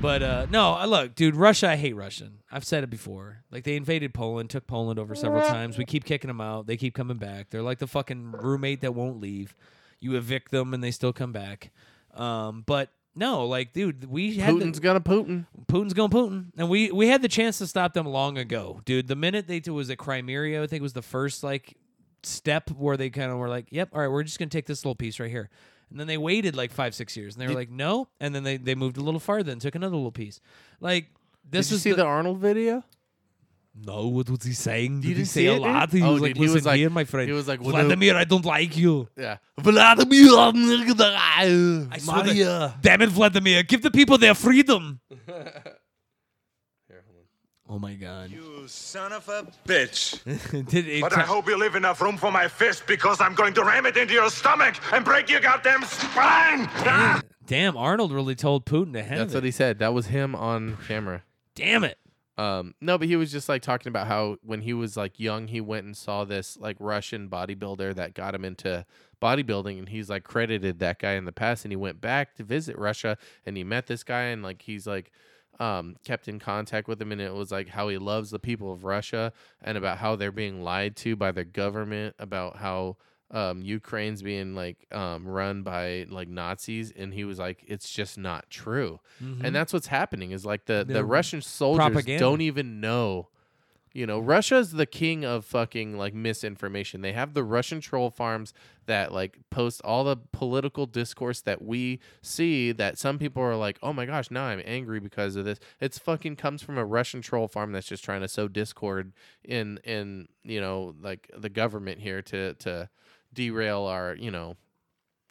But uh no, I look, dude, Russia, I hate Russian. I've said it before. Like they invaded Poland, took Poland over several times. We keep kicking them out. They keep coming back. They're like the fucking roommate that won't leave. You evict them and they still come back. Um, but no, like, dude, we had the- Putin's gonna Putin. Putin's going Putin, and we we had the chance to stop them long ago, dude. The minute they it was at Crimea, I think it was the first like step where they kind of were like, "Yep, all right, we're just gonna take this little piece right here," and then they waited like five six years, and they were like, "No," and then they they moved a little farther and took another little piece. Like this Did you is see the, the, Arnold video? no. What was he saying? Did You he didn't say see a it, dude? lot? He Oh, was like, dude, he was "Listen like- here, my friend. he was like, what do- Vladimir, I don't like you." Yeah, Vladimir I swear to- Damn it, Vladimir! Give the people their freedom. Oh my god! You son of a bitch. Did it But I hope you leave enough room for my fist because I'm going to ram it into your stomach and break your goddamn spine. Ah! Damn, Arnold really told Putin to have That's what he said. That was him on camera. Damn it. Um, no, but he was just like talking about how when he was like young, he went and saw this like Russian bodybuilder that got him into bodybuilding, and he's like credited that guy in the past, and he went back to visit Russia, and he met this guy, and like he's like um kept in contact with him and it was like how he loves the people of Russia and about how they're being lied to by their government about how um Ukraine's being like um run by like Nazis and he was like it's just not true. And that's what's happening is like the The the Russian soldiers propaganda. don't even know you know, Russia's the king of fucking like misinformation. They have the Russian troll farms that like post all the political discourse that we see that some people are like, "Oh my gosh, now I'm angry because of this." It's fucking comes from a Russian troll farm that's just trying to sow discord in in, you know, like the government here to to derail our, you know,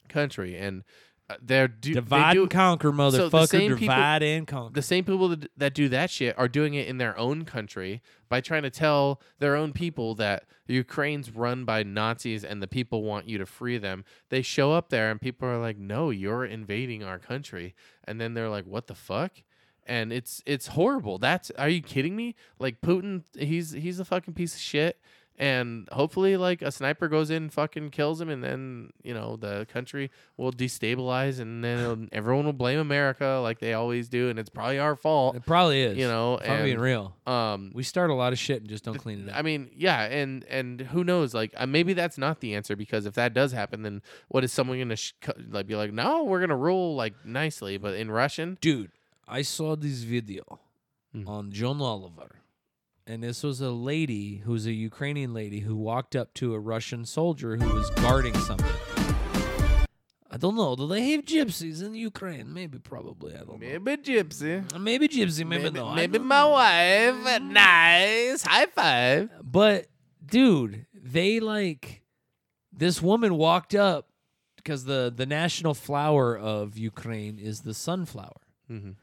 country and uh, they're do, they Divide do, and conquer, the motherfucker. same people- Divide and conquer. the same people that, that do that shit are doing it in their own country by trying to tell their own people that Ukraine's run by Nazis and the people want you to free them. They show up there and people are like, "No, you're invading our country," and then they're like, "What the fuck?" And it's it's horrible. That's are you kidding me? Like Putin, he's he's a fucking piece of shit. And hopefully, like a sniper goes in, and fucking kills him, and then you know the country will destabilize, and then it'll- everyone will blame America like they always do, and it's probably our fault. it probably is. you know, if I'm being and- real. Um, We start a lot of shit and just don't clean it up. I mean, yeah, and and who knows? Like, uh, maybe that's not the answer because if that does happen, then what is someone gonna sh- co- like be like? No, we're gonna rule like nicely, but in Russian, Dude, I saw this video on John Oliver. And this was a lady who was a Ukrainian lady who walked up to a Russian soldier who was guarding something. I don't know. Do they have gypsies in Ukraine? Maybe, probably. I don't know. Maybe gypsy. Maybe gypsy, maybe, no. I maybe don't my know. wife. Nice. High five. But dude, they like this woman walked up because the the national flower of Ukraine is the sunflower. Mhm.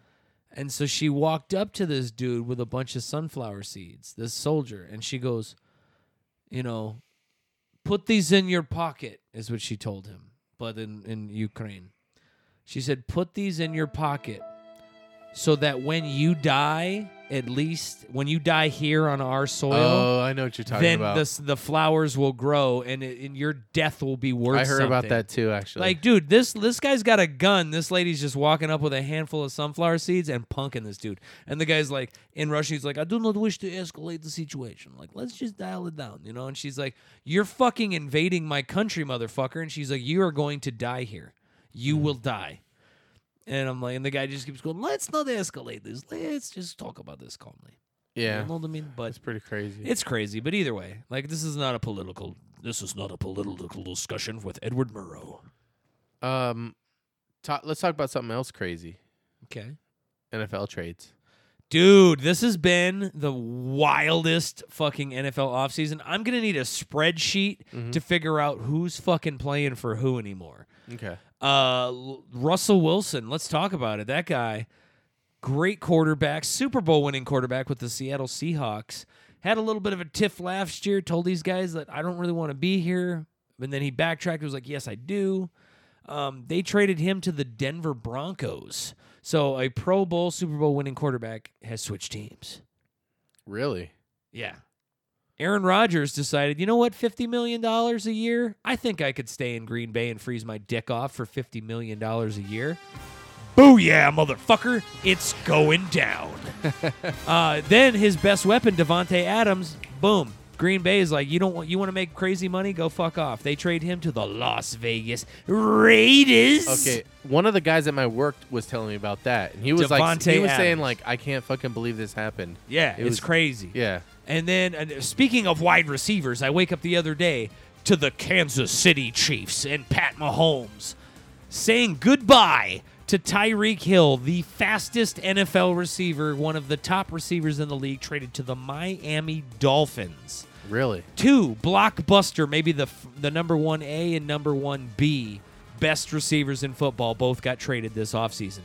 And so she walked up to this dude with a bunch of sunflower seeds, this soldier, and she goes, you know, put these in your pocket is what she told him, but in in Ukraine. She said, "Put these in your pocket." So that when you die, at least when you die here on our soil, Oh, I know what you're talking then about. the s- the flowers will grow and it, and your death will be worth. I heard about something. that too, actually. Like, dude, this this guy's got a gun. This lady's just walking up with a handful of sunflower seeds and punking this dude. And the guy's like, in Russian, he's like, "I do not wish to escalate the situation. Like, let's just dial it down, you know." And she's like, "You're fucking invading my country, motherfucker." And she's like, "You are going to die here. You Hmm. will die." And I'm like, and the guy just keeps going, "Let's not escalate this. Let's just talk about this calmly." yeah, You know what I mean? But it's pretty crazy. it's crazy, but either way, like this is not a political. This is not a political discussion with Edward Murrow. um, ta- let's talk about something else crazy. Okay, NFL trades. dude, this has been the wildest fucking NFL offseason. I'm gonna need a spreadsheet to figure out who's fucking playing for who anymore. Okay. Uh, L- Russell Wilson, let's talk about it. That guy, great quarterback, Super Bowl winning quarterback with the Seattle Seahawks. Had a little bit of a tiff last year, told these guys that I don't really want to be here. And then he backtracked and was like, Yes, I do. Um, they traded him to the Denver Broncos. So a Pro Bowl, Super Bowl winning quarterback has switched teams. Really? Yeah. Aaron Rodgers decided, you know what, $50 million a year? I think I could stay in Green Bay and freeze my dick off for $50 million a year. Booyah, motherfucker. It's going down. uh, then his best weapon, Devontae Adams, boom. Green Bay is like, you don't want you want to make crazy money? Go fuck off. They trade him to the Las Vegas Raiders. Okay. One of the guys at my work was telling me about that, and he was like, Devontae he was saying Adams. like, I can't fucking believe this happened. Yeah, It it's was- crazy. Yeah. And then, uh, speaking of wide receivers, I wake up the other day to the Kansas City Chiefs and Pat Mahomes saying goodbye to Tyreek Hill, the fastest NFL receiver, one of the top receivers in the league, traded to the Miami Dolphins. Really? Two, blockbuster, maybe the f- the number one A and number one B best receivers in football, both got traded this offseason.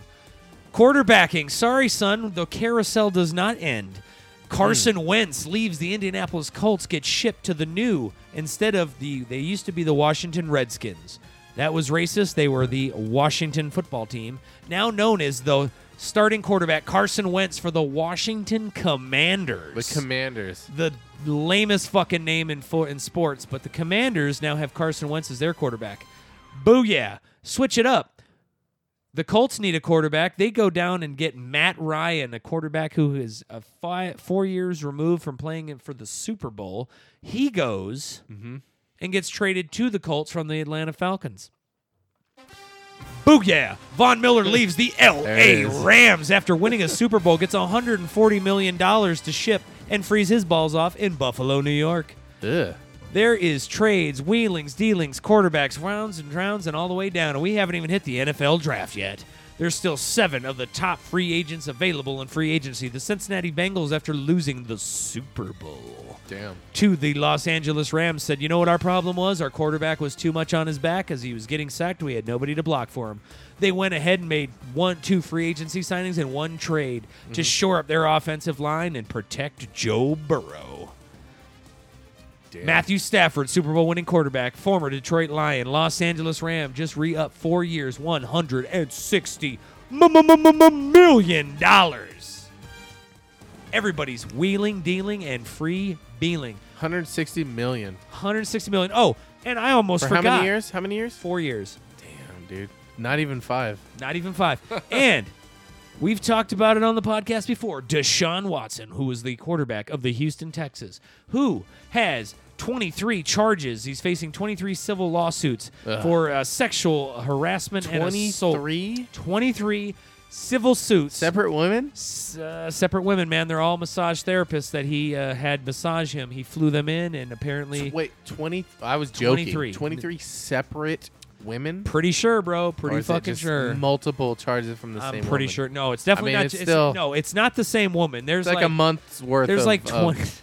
Quarterbacking, sorry son, the carousel does not end. Carson Wentz leaves the Indianapolis Colts, gets shipped to the new instead of the they used to be the Washington Redskins. That was racist. They were the Washington football team, now known as the starting quarterback Carson Wentz for the Washington Commanders The Commanders. the lamest fucking name in fo- in sports, but the Commanders now have Carson Wentz as their quarterback. Booyah! Switch it up. The Colts need a quarterback. They go down and get Matt Ryan, a quarterback who is a fi- four years removed from playing in- for the Super Bowl. He goes Mm-hmm. and gets traded to the Colts from the Atlanta Falcons. Booyah! Von Miller leaves the it L.A. is. Rams after winning a Super Bowl, gets 140 million dollars to ship and freeze his balls off in Buffalo, New York. Ugh. There is trades, wheelings, dealings, quarterbacks, rounds and rounds, and all the way down. And we haven't even hit the NFL draft yet. There's still seven of the top free agents available in free agency. The Cincinnati Bengals, after losing the Super Bowl Damn. to the Los Angeles Rams said, "You know what our problem was? Our quarterback was too much on his back as he was getting sacked. We had nobody to block for him." They went ahead and made one, two free agency signings and one trade to shore up their offensive line and protect Joe Burrow. Damn. Matthew Stafford, Super Bowl winning quarterback, former Detroit Lion, Los Angeles Ram, just re up four years, one hundred and sixty million dollars. Everybody's wheeling, dealing, and free dealing. 160 million. 160 million. Oh, and I almost For forgot. how many years? How many years? Four years. Damn, dude. Not even five. Not even five. and we've talked about it on the podcast before. Deshaun Watson, who is the quarterback of the Houston Texans, who has 23 charges. He's facing 23 civil lawsuits for uh, sexual harassment and assault. 23 23 civil suits. separate women? s- uh, separate women, man. They're all massage therapists that he uh, had massage him. He flew them in, and apparently Wait, 20. I was joking. 23. 23 separate women? Pretty sure, bro. Or Pretty is it fucking just sure. multiple charges from the I'm same pretty woman? sure. No, it's definitely mean, not. it's it's- still- no, it's not the same woman. There's It's like, a month's worth There's of, like of- twenty.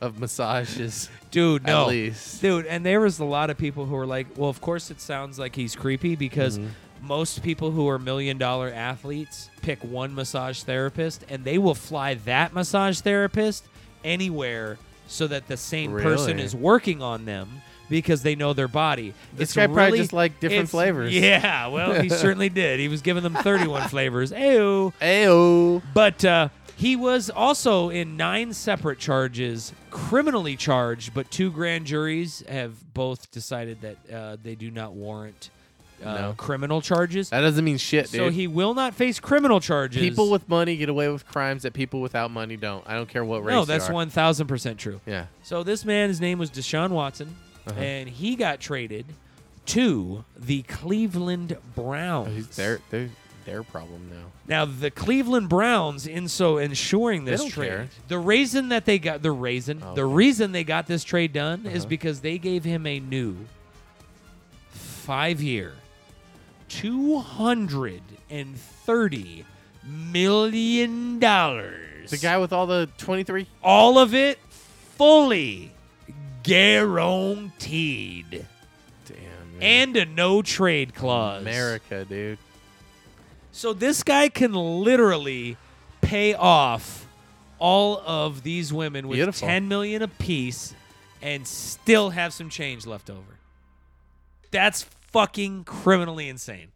of massages. Dude, at no. least. Dude, and there was a lot of people who were like, well, of course it sounds like he's creepy because Mm-hmm. most people who are million dollar athletes pick one massage therapist and they will fly that massage therapist anywhere so that the same person Really? is working on them because they know their body. This it's guy really, probably just liked different it's- flavors. Yeah, well, he certainly did. He was giving them 31 flavors. Ew. Ayo. But uh, he was also in nine separate charges, criminally charged, but two grand juries have both decided that uh, they do not warrant uh, No. criminal charges. That doesn't mean shit, dude. so he will not face criminal charges. people with money get away with crimes that people without money don't. I don't care what race. no, you that's are. one thousand percent true. Yeah. Uh-huh. So this man, his name was Deshaun Watson, and he got traded to the Cleveland Browns. Oh, he's their their their problem now. Now the Cleveland Browns, in so ensuring this don't trade, care. Oh. the reason that they got the reason the reason they got this trade done Uh-huh. is because they gave him a new five-year, two hundred and thirty million dollars. The guy with all the twenty three. all of it fully guaranteed, Damn. Man. and a no trade clause. America, dude. So this guy can literally pay off all of these women with Beautiful. 10 million apiece and still have some change left over. That's fucking criminally insane.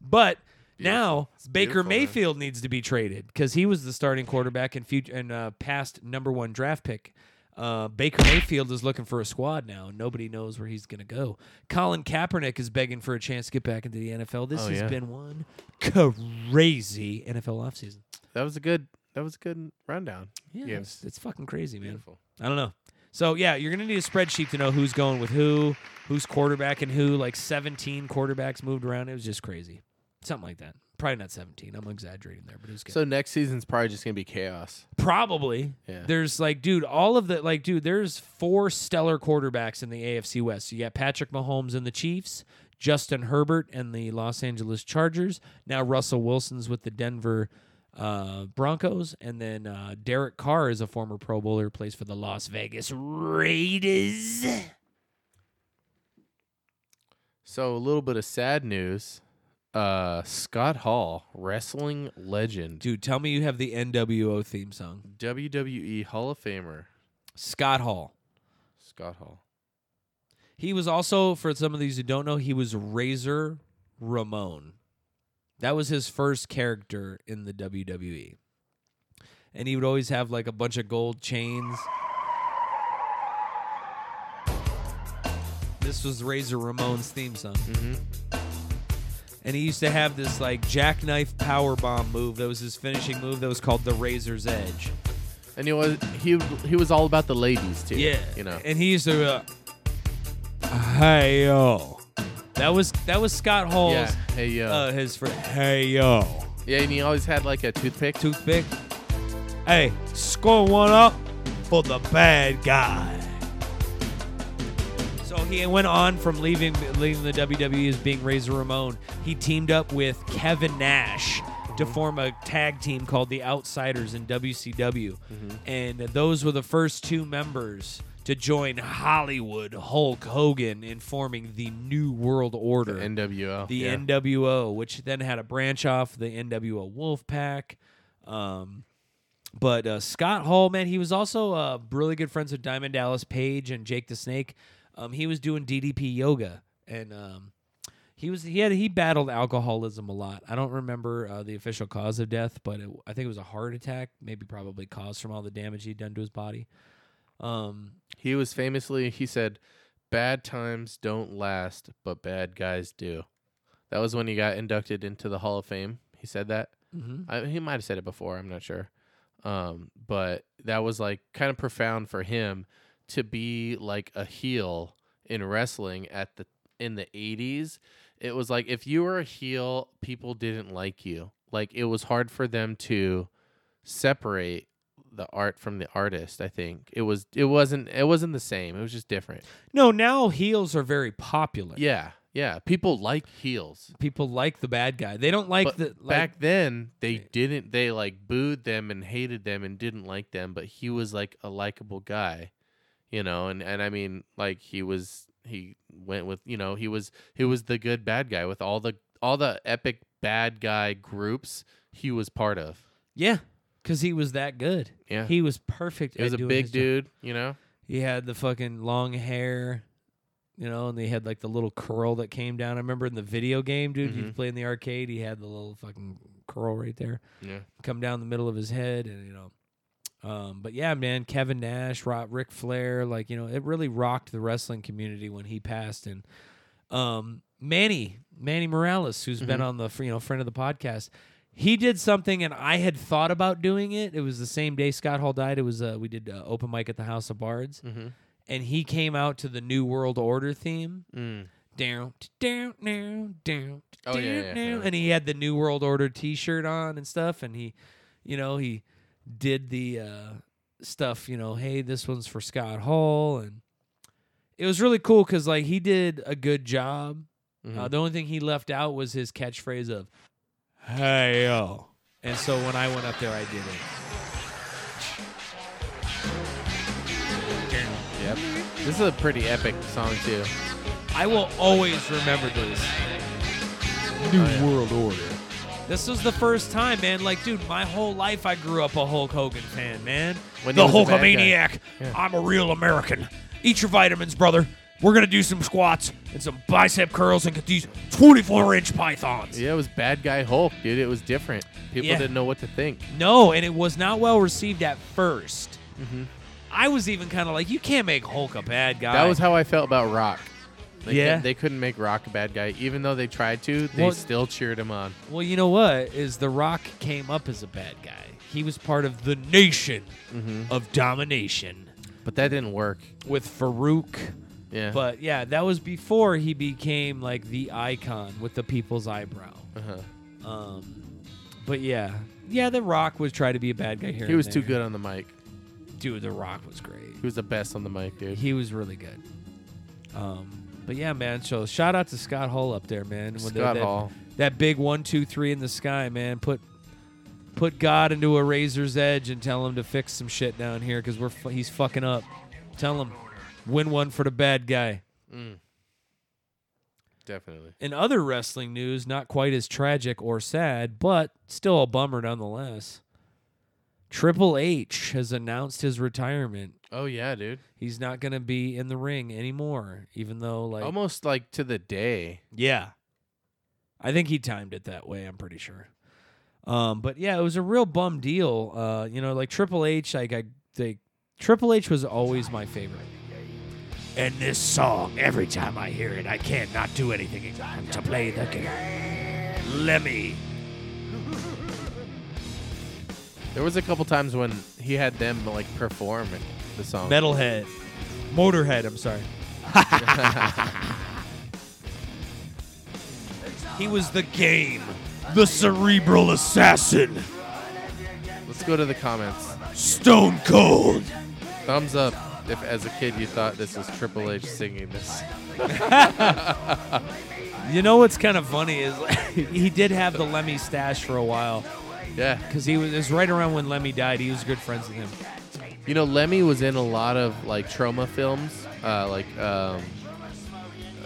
But now Baker beautiful, man. Mayfield needs to be traded because he was the starting quarterback and future and uh, past number one draft pick. Uh, Baker Mayfield is looking for a squad now, and nobody knows where he's going to go. Colin Kaepernick is begging for a chance to get back into the NFL. This Oh, has yeah. been one crazy NFL offseason. That was a good. That was a good rundown. Yeah, Yes. it's, it's fucking crazy, man. Beautiful. I don't know. So yeah, you're gonna need a spreadsheet to know who's going with who, who's quarterbacking who. Like 17 quarterbacks moved around. It was just crazy, something like that. Probably not 17. I'm exaggerating there, but it was good. So next season's probably just gonna be chaos. Probably. Yeah. There's like, dude, all of the like, dude, there's four stellar quarterbacks in the AFC West. You got Patrick Mahomes and the Chiefs, Justin Herbert and the Los Angeles Chargers. Now Russell Wilson's with the Denver uh, Broncos, and then uh, Derek Carr is a former Pro Bowler, plays for the Las Vegas Raiders. So a little bit of sad news. Uh, Scott Hall, wrestling legend, Dude, tell me you have the NWO theme song, WWE E Hall of Famer, Scott Hall. Scott Hall. He was also, for some of these who don't know, he was Razor Ramon. That was his first character in the WWE. And he would always have like a bunch of gold chains. This was Razor Ramon's theme song. And he used to have this like jackknife power bomb move. That was his finishing move that was called the Razor's Edge. And he was he he was all about the ladies too. Yeah, you know. And he used to, be like, hey yo, that was that was Scott Hall's Yeah. Hey yo. uh, his friend. Hey yo, yeah, and he always had like a toothpick. toothpick. Hey, score one up for the bad guy. So he went on from leaving leaving the WWE as being Razor Ramon. He teamed up with Kevin Nash to form a tag team called the Outsiders in WCW, and those were the first two members to join Hollywood Hulk Hogan in forming the New World Order NWO. the yeah. NWO, which then had a branch off the NWO Wolfpack. Um, but uh, Scott Hall, man, he was also uh, really good friends with Diamond Dallas Page and Jake the Snake. Um, he was doing DDP yoga, and um, he was he had he battled alcoholism a lot. I don't remember uh, the official cause of death, but it, I think it was a heart attack, maybe probably caused from all the damage he'd done to his body. Um, He was famously he said, "Bad times don't last, but bad guys do." That was when he got inducted into the Hall of Fame. He said that. mhm. I, he might have said it before. I'm not sure. Um, but that was like kind of profound for him to be like a heel in wrestling at the in the 80s. It was like if you were a heel, people didn't like you. Like it was hard for them to separate the art from the artist. I think it was it wasn't it wasn't the same. It was just different. No, now heels are very popular. Yeah, Yeah, people like heels. People like the bad guy. They don't like but the like, back then they didn't they like booed them and hated them and didn't like them but he was like a likable guy you know and and i mean like he was he went with you know he was he was the good bad guy with all the all the epic bad guy groups he was part of Yeah, because he was that good. Yeah. he was perfect. it was at a doing big his job. dude you know He had the fucking long hair, you know, and they had like the little curl that came down. I remember in the video game, dude, Mm-hmm. you play in the arcade. He had the little fucking curl right there, yeah come down the middle of his head, and you know. Um, but yeah, man, Kevin Nash, Rock, Ric Flair, like you know, it really rocked the wrestling community when he passed. And um, Manny, Manny Morales, who's Mm-hmm. been on the fr- you know friend of the podcast, he did something, and I had thought about doing it. It was the same day Scott Hall died. It was uh, we did uh, open mic at the House of Bards, Mm-hmm. and he came out to the New World Order theme. Down, t- down, down, down, t- Mm. Oh, down, yeah, yeah, yeah. down. and he had the New World Order T-shirt on and stuff, and he, you know, he did the uh, stuff, you know, hey, this one's for Scott Hall, and it was really cool because like he did a good job. Mm-hmm. Uh, the only thing he left out was his catchphrase of "Hey yo," and so when I went up there, I did it. yep this is a pretty epic song too I will always remember this. New World Order. This was the first time, man. Like, dude, my whole life I grew up a Hulk Hogan fan, man. When he the was a bad guy. Hulkamaniac. I'm a real American. Eat your vitamins, brother. We're gonna do some squats and some bicep curls and get these 24-inch pythons. yeah it was bad guy hulk dude it was different people Yeah. didn't know what to think No, and it was not well received at 1st Mm-hmm. I was even kind of like, you can't make Hulk a bad guy. That was how I felt about Rock. They Yeah. couldn't- they couldn't make Rock a bad guy, even though they tried to. They Well- still cheered him on. well, you know what? Is The Rock came up as a bad guy. He was part of the Nation Mm-hmm. of Domination But that didn't work. with Farouk. Yeah. But yeah, that was before he became like the icon with the people's eyebrow. uh Um, but yeah, yeah, The Rock was try to be a bad guy here. he and was too there. good on the mic. Dude, The Rock was great. He was the best on the mic, dude. He was really good. Um, but yeah, man. So shout out to Scott Hall up there, man. When the- Scott that, Hall. That big one, two, three in the sky, man. Put put God into a razor's edge and tell him to fix some shit down here because we're fu- he's fucking up. Tell him win one for the bad guy. Definitely. In other wrestling news, not quite as tragic or sad, but still a bummer nonetheless. Triple H has announced his retirement. Oh yeah, dude. He's not going to be in the ring anymore, even though like Almost like to the day. Yeah. I think he timed it that way, I'm pretty sure. Um, but yeah, it was a real bum deal. Uh, you know, like Triple H, like I they Triple H was always my favorite. And this song, every time I hear it, I can't not do anything except to play the game. Lemmy. There was a couple times when he had them like perform the song. Metalhead. Motorhead, I'm sorry. he was the game. The cerebral assassin. Let's go to the comments. Stone Cold. Thumbs up if, as a kid, you thought this was Triple H singing this. You know what's kind of funny is he did have the Lemmy stash for a while Yeah. because he was, it was right around when Lemmy died. He was good friends with him. You know, Lemmy was in a lot of like trauma films, uh, like um,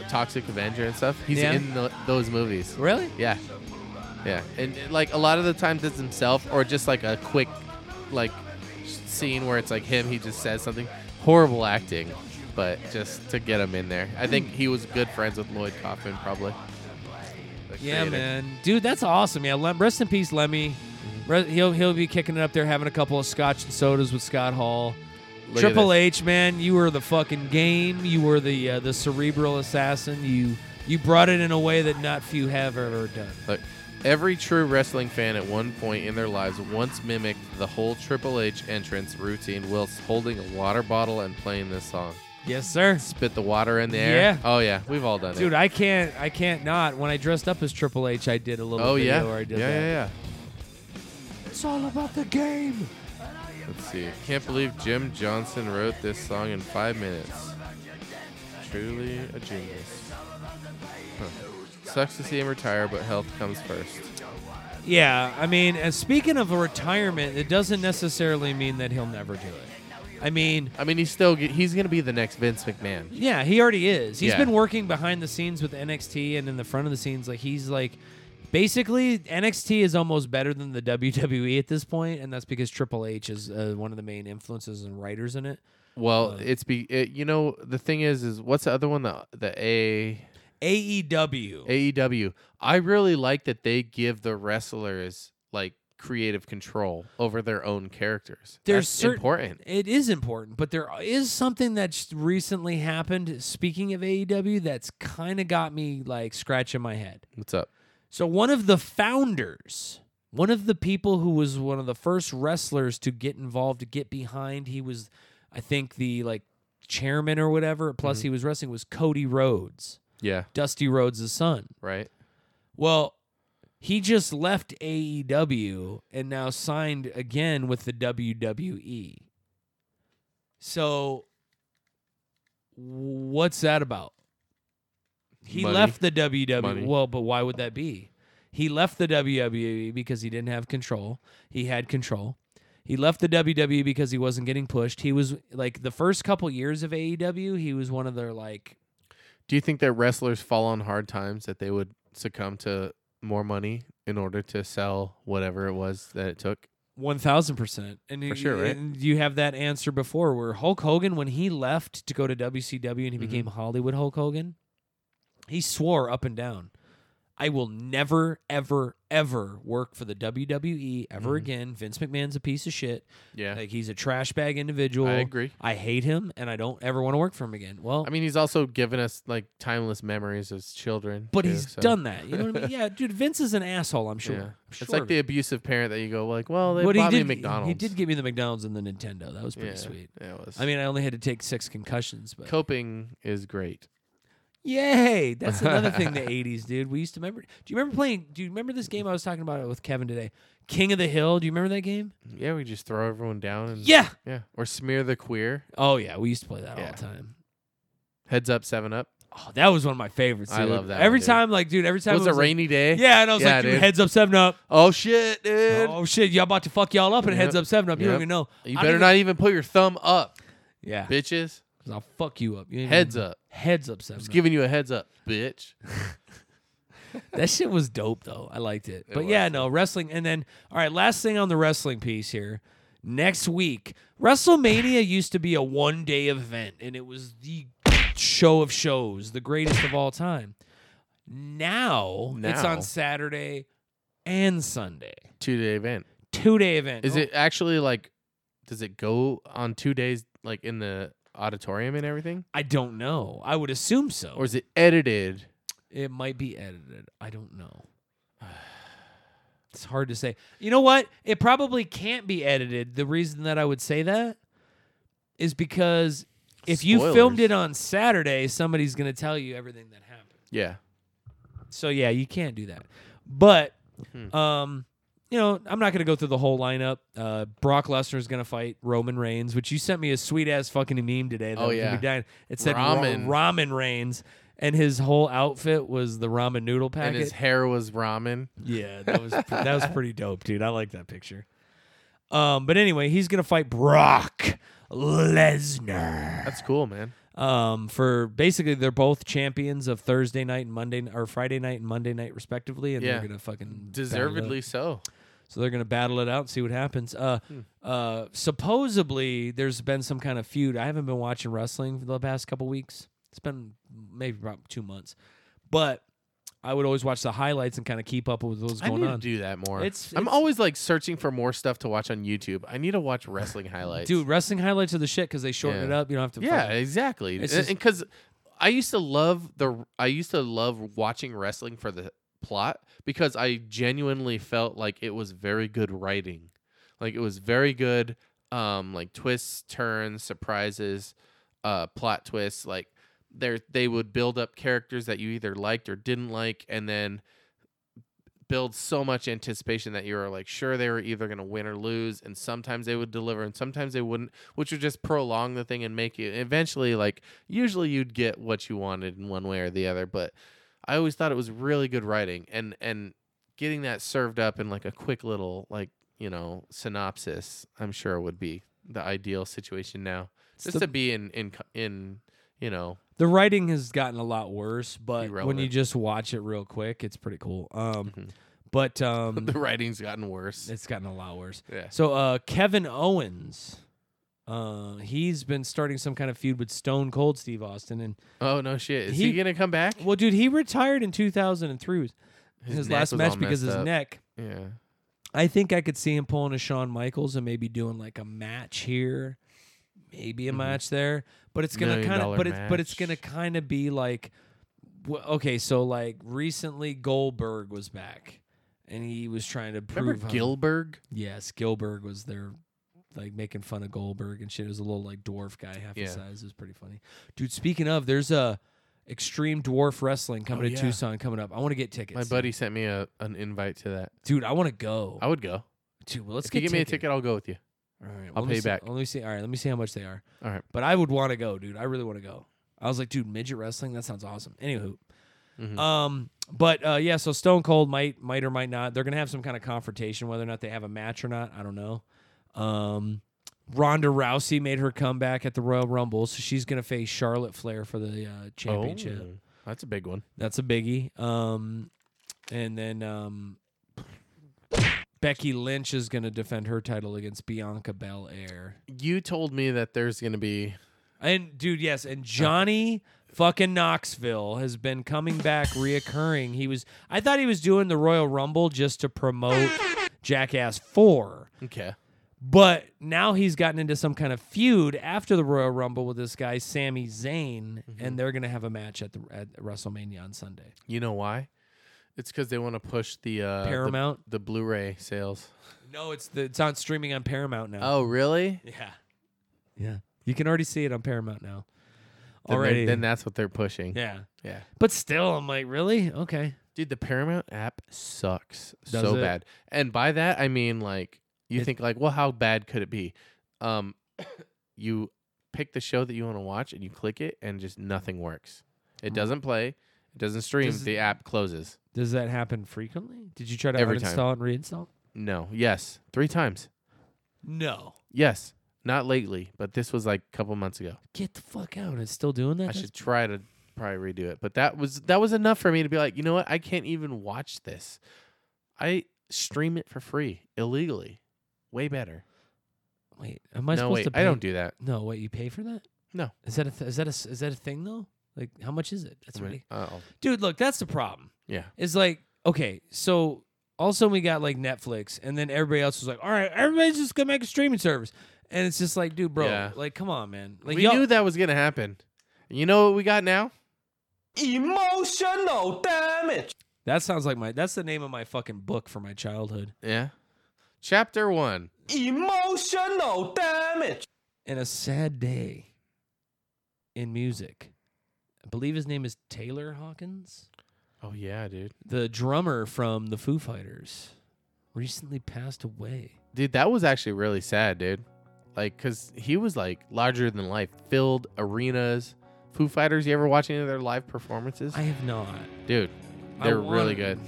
Toxic Avenger and stuff. He's Yeah. in tho- those movies. Really? Yeah, yeah, and like a lot of the times it's himself or just like a quick, like scene where it's like him. He just says something. Horrible acting, but just to get him in there. I think he was good friends with Lloyd Kaufman, probably. The Yeah, creator. man, dude, that's awesome. Yeah, Lem- rest in peace, Lemmy. Mm-hmm. Re- he'll he'll be kicking it up there, having a couple of scotch and sodas with Scott Hall. Look at Triple this. H, man, you were the fucking game. You were the uh, the cerebral assassin. You you brought it in a way that not few have ever done. Look, every true wrestling fan at one point in their lives once mimicked the whole Triple H entrance routine whilst holding a water bottle and playing this song. Yes, sir. Spit the water in the air. Yeah. Oh yeah, we've all done Dude, it. I can't I can't not. When I dressed up as Triple H, I did a little oh video yeah. where I yeah, did that. yeah, yeah. It's all about the game. Let's see. Can't believe Jim Johnson wrote this song in five minutes. Truly a genius. Huh. Sucks to see him retire, but health comes first. Yeah, I mean, as speaking of a retirement, it doesn't necessarily mean that he'll never do it. I mean, I mean, he's still ge- he's gonna be the next Vince McMahon. yeah, he already is. He's Yeah. been working behind the scenes with NXT and in the front of the scenes. Like he's like, basically, NXT is almost better than the WWE at this point, and that's because Triple H is uh, one of the main influences and writers in it. Well, it's be it, you know the thing is is what's the other one the the A E AEW. AEW. I really like that they give the wrestlers like creative control over their own characters. there's That's certain, important. It is important, but there is something that's recently happened. Speaking of AEW, that's kind of got me like scratching my head. What's up? So one of the founders, one of the people who was one of the first wrestlers to get involved, to get behind, he was, I think, the like chairman or whatever. Mm-hmm. Plus, he was wrestling was Cody Rhodes, Yeah. Dusty Rhodes' son. Right. Well, he just left AEW and now signed again with the WWE. So, what's that about? He Money. left the WWE. Money. Well, but why would that be? He left the WWE because he didn't have control. He had control. He left the WWE because he wasn't getting pushed. He was like the first couple years of AEW, he was one of their like Do you think that wrestlers fall on hard times that they would succumb to more money in order to sell whatever it was that it took? One thousand percent, and you- sure, right? and you have that answer before, where Hulk Hogan, when he left to go to WCW and he Mm-hmm. became Hollywood Hulk Hogan, he swore up and down, "I will never, ever, ever work for the WWE ever again." Vince McMahon's a piece of shit. Mm-hmm. Yeah. like he's a trash bag individual. I agree. I hate him, and I don't ever want to work for him again. Well, I mean, he's also given us like timeless memories as children. but too, he's so- done that. You know what I mean? Yeah, dude, Vince is an asshole. I'm sure. Yeah. I'm It's sure like of the it. abusive parent that you go like, well, they But bought he me did, McDonald's. He did give me the McDonald's and the Nintendo. That was pretty Yeah, sweet. yeah, it was. I mean, I only had to take six concussions, but coping is great. yay! That's another thing. The '80s, dude. We used to remember. Do you remember playing? Do you remember this game I was talking about with Kevin today? King of the Hill. Do you remember that game? Yeah, we just throw everyone down and Yeah. yeah, or smear the queer. Oh yeah, we used to play that all Yeah. the time. Heads up, seven up. Oh, that was one of my favorites. I dude. love that one, Every dude. time, like, dude, every time It was it a like- rainy day. yeah, and I was Yeah, like, dude, dude. heads up, seven up. Oh shit, dude. Oh shit, y'all about to fuck y'all up and heads Yep. up, seven up. You don't Yep. even know. I You don't better even- not even put your thumb up, Yeah, bitches. 'cause I'll fuck you up. You ain't Heads even- up. Heads up, seven. Just up. giving you a heads up, bitch. that shit was dope though. I liked it. But was yeah, no, wrestling and then all right, last thing on the wrestling piece here. Next week, WrestleMania used to be a one-day event and it was the show of shows, the greatest of all time. Now, it's Now. on Saturday and Sunday. Two day event. Two-day event. Is Oh, it actually like? Does it go on two days, like in the auditorium and everything, I don't know. I would assume so. or is it edited? It might be edited. I don't know. It's hard to say. You know what? It probably can't be edited. The reason that I would say that is because if you filmed Spoilers. it on Saturday, somebody's going to tell you everything that happened. Yeah. So yeah, you can't do that. But Hmm. um you know, I'm not going to go through the whole lineup. Uh, Brock Lesnar is going to fight Roman Reigns, which you sent me a sweet ass fucking meme today. That Oh, was gonna yeah. be dying. it said Ra- Ramen. ramen Reigns, and his whole outfit was the ramen noodle packet. And his hair was ramen. Yeah, that was that was pretty dope, dude. I like that picture. Um, but anyway, he's gonna fight Brock Lesnar. That's cool, man. Um, for basically they're both champions of Thursday night and Monday or Friday night and Monday night respectively, and Yeah. they're gonna fucking battle it Deservedly so. so they're gonna battle it out and see what happens. Uh, Hmm. uh, supposedly there's been some kind of feud. I haven't been watching wrestling for the past couple weeks. It's been maybe about two months, but I would always watch the highlights and kind of keep up with what was I going need on. to do that more. It's- I'm it's- always like searching for more stuff to watch on YouTube. I need to watch wrestling highlights. Dude, wrestling highlights are the shit because they shorten it Yeah. up. You don't have to. Yeah, fucking- exactly. It's just- Because I used to love the I used to love watching wrestling for the plot because I genuinely felt like it was very good writing. Like it was very good um like twists, turns, surprises, uh plot twists like there they would build up characters that you either liked or didn't like and then build so much anticipation that you were like sure they were either going to win or lose and sometimes they would deliver and sometimes they wouldn't which would just prolong the thing and make you eventually like usually you'd get what you wanted in one way or the other but i always thought it was really good writing and and getting that served up in like a quick little like you know synopsis i'm sure would be the ideal situation now just the- to be in in co- in you know The writing has gotten a lot worse, but when you Irrelevant. just watch it real quick, it's pretty cool. Um, But um, Mm-hmm. the writing's gotten worse it's gotten a lot worse. yeah So uh, Kevin Owens, uh, he's been starting some kind of feud with Stone Cold Steve Austin, and oh no shit is he, He- gonna come back well, dude, he retired in 2003 was his, His neck last was all match because messed his up. neck. yeah I think I could see him pulling a Shawn Michaels and maybe doing like a match here, maybe a match there. But it's gonna Million kind of, dollar but it's but it's Mm-hmm. match. gonna kind of be like, wh- okay, so like recently Goldberg was back, and he was trying to prove. remember how- gilberg yes, Goldberg was there, like making fun of Goldberg and shit. It was a little like dwarf guy, half Yeah. his size. It was pretty funny, dude. Speaking of, there's a Extreme Dwarf Wrestling coming Oh, to yeah. Tucson coming up. I want to get tickets, my buddy sent me a, an invite to that dude. I want to go. i would go Dude, well, let's if get you give me a tickets. ticket i'll go with you All right, I'll let pay me you see- back. Let me see. All right, let me see how much they are. all right But I would want to go, dude. I really want to go. I was like, dude, midget wrestling. That sounds awesome. Anywho, Mm-hmm. um, but uh, yeah. So Stone Cold might, might or might not. They're gonna have some kind of confrontation, whether or not they have a match or not. I don't know. Um, Ronda Rousey made her comeback at the Royal Rumble, so she's gonna face Charlotte Flair for the uh, championship. Oh, that's a big one That's a biggie. Um, and then um, Becky Lynch is gonna defend her title against Bianca Belair. you told me that there's gonna be And dude, yes, Uh, and Johnny fucking Knoxville has been coming back reoccurring. He was I thought he was doing the Royal Rumble just to promote Jackass 4. okay But now he's gotten into some kind of feud after the Royal Rumble with this guy Sami Zayn Mm-hmm. and they're going to have a match at the at WrestleMania on Sunday. you know why it's because they want to push the uh the- Paramount? the blu-ray sales No, it's the, it's on streaming on Paramount now. oh really yeah. Yeah. You can already see it on Paramount now. then, they- Already. then that's what they're pushing. yeah. Yeah. But still I'm like, really? Okay. Dude, the Paramount app sucks Does so it? bad. And by that I mean like you It- think like, well, how bad could it be? Um you pick the show that you want to watch and you click it and just nothing works. It doesn't play, it doesn't stream, Mm. Does- the app closes. Does that happen frequently? Did you try to Every uninstall and reinstall? No. Yes. Three times. No. Yes. Not lately, but this was like a couple months ago. Get the fuck out. It's still doing that? I should try to probably redo it. But that was that was enough for me to be like, you know what? I can't even watch this. I stream it for free illegally. Way better. wait, am I no, supposed wait, to pay? I don't do that. No, wait, you pay for that? No. Is that a th- is that a s- is that a thing though? Like how much is it? That's I mean, really uh-oh. Dude, look, that's the problem. Yeah. Is like, okay, so also we got like Netflix and then everybody else was like, "All right, everybody's just going to make a streaming service." And it's just like, dude, bro, Yeah. like come on, man. Like we y'all- knew that was gonna happen. You know what we got now? Emotional damage. that sounds like my that's the name of my fucking book for my childhood. Yeah. Chapter one. Emotional damage. and a sad day in music. I believe his name is Taylor Hawkins, Oh yeah, dude. the drummer from the Foo Fighters, recently passed away. Dude, that was actually really sad, dude. Like, cause he was like larger than life, filled arenas. Foo Fighters, you ever watch any of their live performances? I have not. dude I they're really wanna- good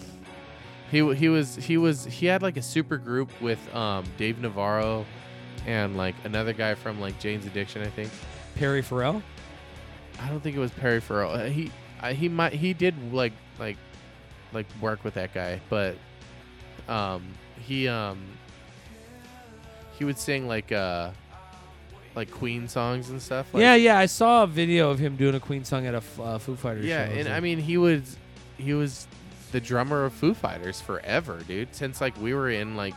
he w- he was he was he had like a super group with um dave navarro and like another guy from like jane's addiction i think Perry Farrell? i don't think it was perry farrell Uh, he I, he might he did like like like work with that guy but um he um he would sing like uh like queen songs and stuff like yeah, yeah. I saw a video of him doing a Queen song at a F- uh, Foo Fighters Yeah, show. and like, I mean he was he was the drummer of Foo Fighters forever, dude. Since like we were in like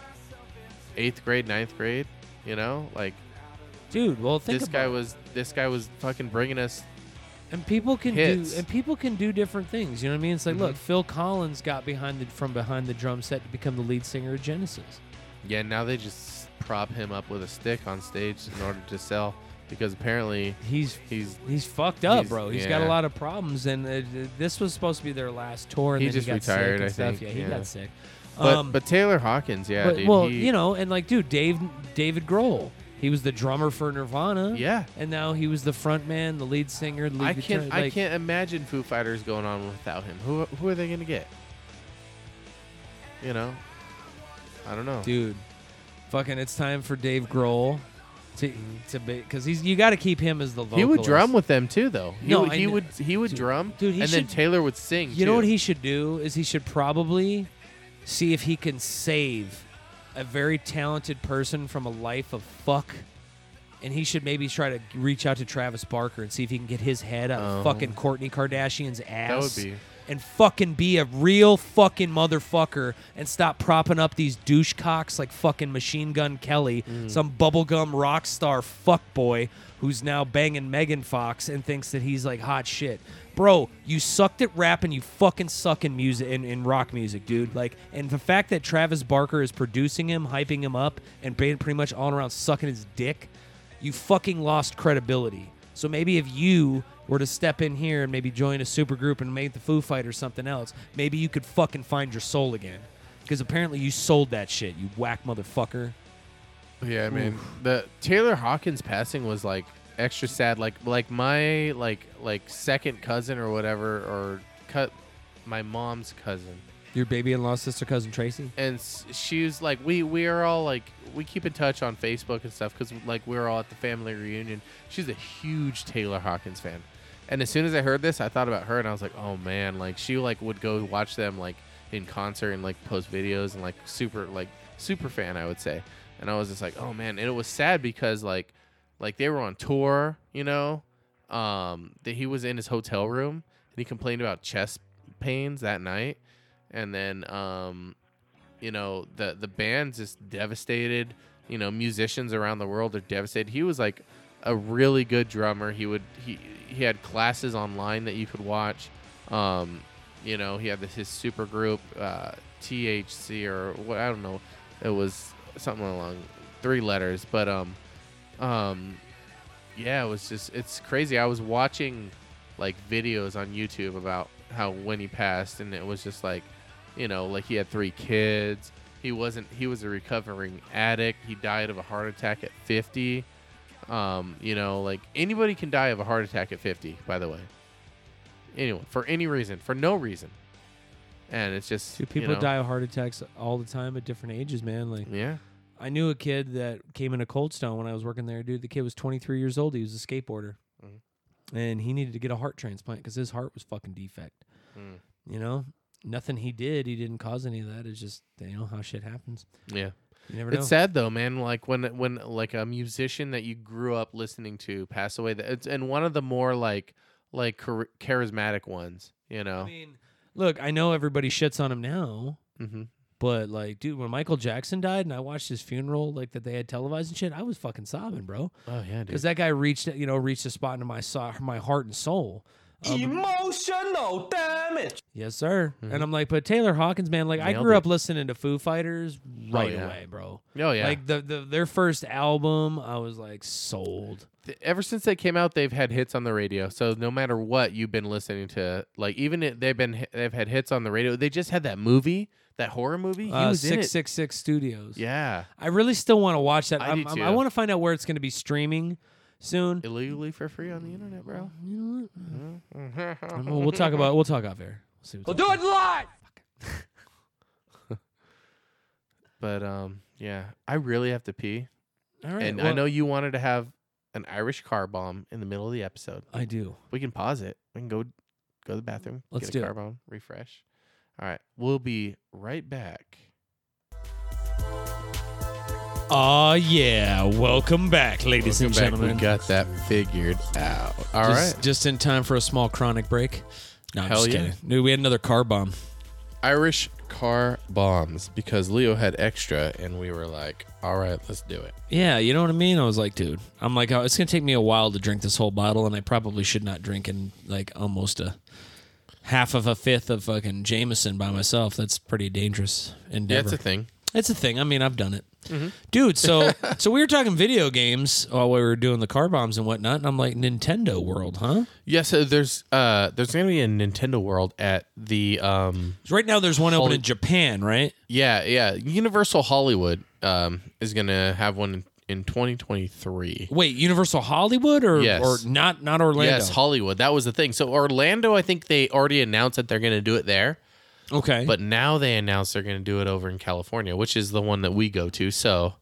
eighth grade, ninth grade, you know, like dude, well, think this about guy it. was this guy was fucking bringing us. and people can hits. Mm-hmm. do and people can do different things. You know what I mean? It's like, look, Phil Collins got behind the from behind the drum set to become the lead singer of Genesis. Yeah, now they just prop him up with a stick on stage in order to sell. because apparently He's he's he's fucked up, He's- bro. He's got a yeah. lot of problems, and uh, this was supposed to be their last tour. And He then just he got retired, Sick and I stuff. think, Yeah, he yeah. got sick. but, um, but Taylor Hawkins, yeah, but- dude. well, he- you know, and like, dude, Dave David Grohl, he was the drummer for Nirvana. Yeah. and now he was the front man, the lead singer. The lead I can't guitar- I like- can't imagine Foo Fighters going on without him. Who who are they gonna get? You know, I don't know. dude. Fucking, it's time for Dave Grohl to to be because he's you got to keep him as the vocalist. He would drum with them too, though. He No, would, I he kn- would he would dude- drum, dude, he and then should- Taylor would sing. You know what too. he should do is he should probably see if he can save a very talented person from a life of fuck. And he should maybe try to reach out to Travis Barker and see if he can get his head on Oh. fucking Courtney Kardashian's ass. be- And fucking be a real fucking motherfucker and stop propping up these douche cocks like fucking Machine Gun Kelly, Mm. some bubblegum rock star fuckboy who's now banging Megan Fox and thinks that he's like hot shit. Bro, you sucked at rap and you fucking suck in music in, in rock music, dude. Like, and the fact that Travis Barker is producing him, hyping him up, and being pretty much all around sucking his dick you fucking lost credibility. So maybe if you were to step in here and maybe join a supergroup and make the Foo Fighters something else, maybe you could fucking find your soul again. Because apparently you sold that shit, you whack motherfucker. Yeah, I mean, the Taylor Hawkins passing was like extra sad. Like like my like like second cousin or whatever, or cut my mom's cousin, Your baby in law sister cousin Tracy. and s- she was like, we we are all like we keep in touch on Facebook and stuff because like we were all at the family reunion. She's a huge Taylor Hawkins fan, and as soon as I heard this, I thought about her and I was like, oh man, like she like would go watch them like in concert and like post videos and like super like super fan I would say, and I was just like, oh man, and it was sad because like like they were on tour, you know, um that he was in his hotel room and he complained about chest pains that night. And then um you know the the band's just devastated you know musicians around the world are devastated he was like a really good drummer he would he he had classes online that you could watch um you know he had this, his super group uh thc or what i don't know it was something along three letters but um um yeah it was just it's crazy i was watching like videos on youtube about how when he passed and it was just like you know like he had three kids he wasn't he was a recovering addict he died of a heart attack at 50 um you know like anybody can die of a heart attack at 50 by the way anyone for any reason for no reason and it's just Dude, you people know, die of heart attacks all the time at different ages, man. Like yeah I knew a kid that came into Cold Stone when I was working there, dude. The kid was 23 years old. He was a skateboarder. Mm-hmm. And he needed to get a heart transplant because his heart was fucking defect. Mm. You know, nothing he did, he didn't cause any of that. It's just, you know, how shit happens. yeah You never know. It's sad though, man. Like when when like a musician that you grew up listening to pass away, that it's and one of the more like like char- charismatic ones, you know. I mean, look, I know everybody shits on him now, hmm but like, dude, when Michael Jackson died and I watched his funeral, like that they had televised and shit, I was fucking sobbing, bro. Oh yeah, dude. Because that guy reached, you know, reached a spot into my, so- my heart and soul. Um, emotional damage. Yes, sir. And I'm like, but Taylor Hawkins, man, like I Mm-hmm. Nailed grew it. up listening to Foo Fighters right yeah. away, bro. oh yeah. Like the, the their first album, I was like sold. Th- ever since they came out, they've had hits on the radio. So no matter what, you've been listening to. Like even if they've been hi- they've had hits on the radio. They just had that movie, that horror movie. He Uh, was in Six it. Six Six Studios. Yeah, I really still want to watch that. I I, I'm, do I'm- too. I want to find out where it's going to be streaming soon. illegally for free on the internet, bro. Mm-hmm. And we'll, we'll talk about we'll talk off air. We'll see. What's Do it live. But um, yeah, I really have to pee. All right. and I well, know you wanted to have an Irish car bomb in the middle of the episode. I do. We can pause it. We can go go to the bathroom. Let's get do a it. car bomb. Refresh. All right, we'll be right back. Oh yeah. Welcome back, ladies and gentlemen. We got that figured out. All right, just, just in time for a small chronic break. No, I'm Hell just yeah. kidding. Dude, we had another car bomb. Irish car bombs because Leo had extra, and we were like, "All right, let's do it." Yeah, you know what I mean. I was like, dude, I'm like, oh, it's gonna take me a while to drink this whole bottle, and I probably should not drink in like almost a half of a fifth of fucking Jameson by myself. That's pretty dangerous endeavor. That's a thing. it's a thing. I mean, I've done it. dude. So so we were talking video games while we were doing the car bombs and whatnot, and I'm like Nintendo World, huh? Yeah, so there's uh there's gonna be a Nintendo World at the um 'Cause right now there's one open in Japan, right? yeah yeah Universal Hollywood um is gonna have one in, in 2023. Wait, Universal Hollywood or Yes. or not not Orlando? Yes, Hollywood. That was the thing. So Orlando, I think they already announced that they're gonna do it there, okay, but now they announced they're gonna do it over in California, which is the one that we go to. So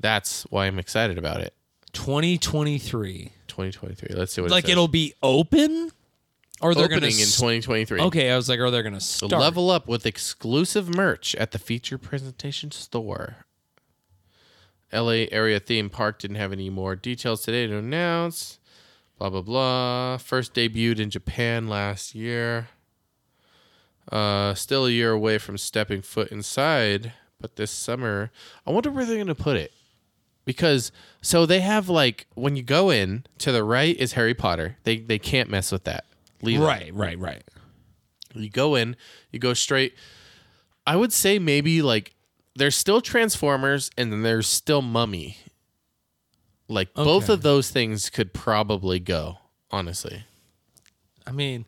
that's why I'm excited about it. 2023. 2023. Let's see what Like it says. it'll be open, or they're opening gonna in s- 2023. Okay, I was like, are they gonna start? Level up with exclusive merch at the feature presentation store. LA area theme park didn't have any more details today to announce. Blah blah blah. First debuted in Japan last year. Uh, still a year away from stepping foot inside, but this summer, I wonder where they're gonna put it. Because so they have like when you go in to the right is Harry Potter. They they can't mess with that. Leave it. right, right, right. You go in, you go straight. I would say maybe like there's still Transformers and then there's still Mummy. Like both Okay. of those things could probably go, honestly. I mean,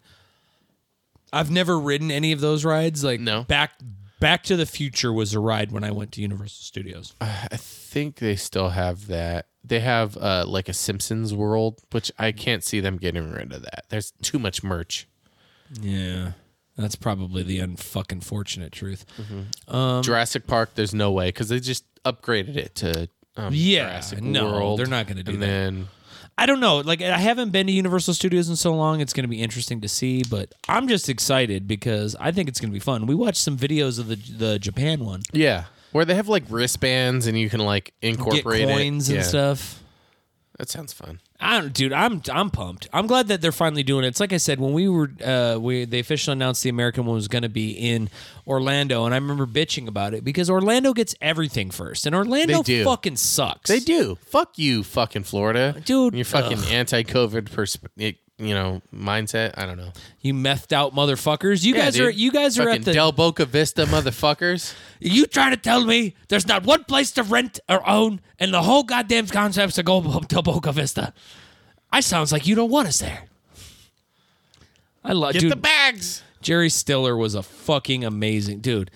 I've never ridden any of those rides. Like No. back Back to the Future was a ride when I went to Universal Studios. I think they still have that. They have uh like a Simpsons world, which I can't see them getting rid of that. There's too much merch. Yeah, that's probably the unfucking fortunate truth. Mm-hmm. Jurassic Park, there's no way because they just upgraded it to um, Yeah, Jurassic no, World. they're not gonna do and that. Then I don't know. Like I haven't been to Universal Studios in so long. It's going to be interesting to see, but I'm just excited because I think it's going to be fun. We watched some videos of the the Japan one. yeah, where they have like wristbands and you can like Get incorporate it. coins and Yeah. stuff. That sounds fun. I don't, dude. I'm I'm pumped. I'm glad that they're finally doing it. It's like I said when we were uh, we they officially announced the American one was going to be in Orlando, and I remember bitching about it because Orlando gets everything first, and Orlando do. fucking sucks. They do. Fuck you, fucking Florida, Dude, Your fucking anti-COVID persp- you know mindset. I don't know. You methed out motherfuckers. You Yeah, guys are dude. you guys are fucking at the. Del Boca Vista, motherfuckers. you trying to tell me there's not one place to rent or own, and the whole goddamn concept's to go to Boca Vista? I sounds like you don't want us there. I love Get dude. the bags. Jerry Stiller was a fucking amazing dude.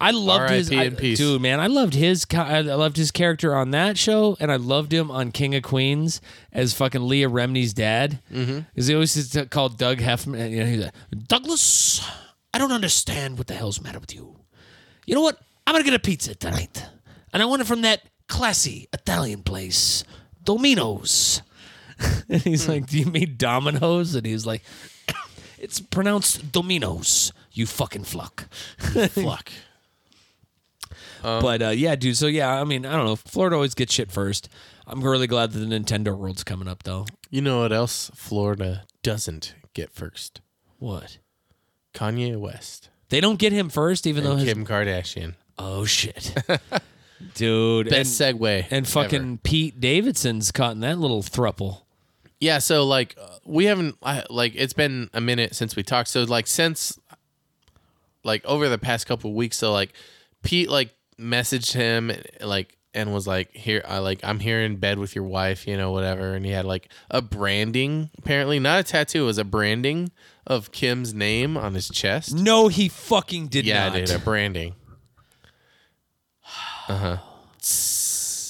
I loved his R.I.P. I- in peace. dude, man. I loved his co- I loved his character on that show, and I loved him on King of Queens as fucking Leah Remney's dad. Because Mm-hmm. he always used to call Doug Heffman. You know, he's like, Douglas. I don't understand what the hell's the matter with you. You know what? I'm gonna get a pizza tonight, and I want it from that classy Italian place, Domino's. and he's Hmm. like, "Do you mean Domino's?" And he's like, it's pronounced Dominoes. You fucking fuck. Fuck. but uh, yeah, dude. So yeah, I mean, I don't know. Florida always gets shit first. I'm really glad that the Nintendo World's coming up though. You know what else Florida doesn't get first? What? Kanye West They don't get him first, even though and his Kim Kardashian. oh shit, dude. Best and, segue. and fucking ever. Pete Davidson's caught in that little thruple. yeah. So like uh, we haven't I- like it's been a minute since we talked. So like since like over the past couple weeks, so like Pete like messaged him like and was like here I like I'm here in bed with your wife, you know, whatever. And he had like a branding, apparently not a tattoo, it was a branding of Kim's name on his chest. No, he fucking did yeah, not, dude, a branding.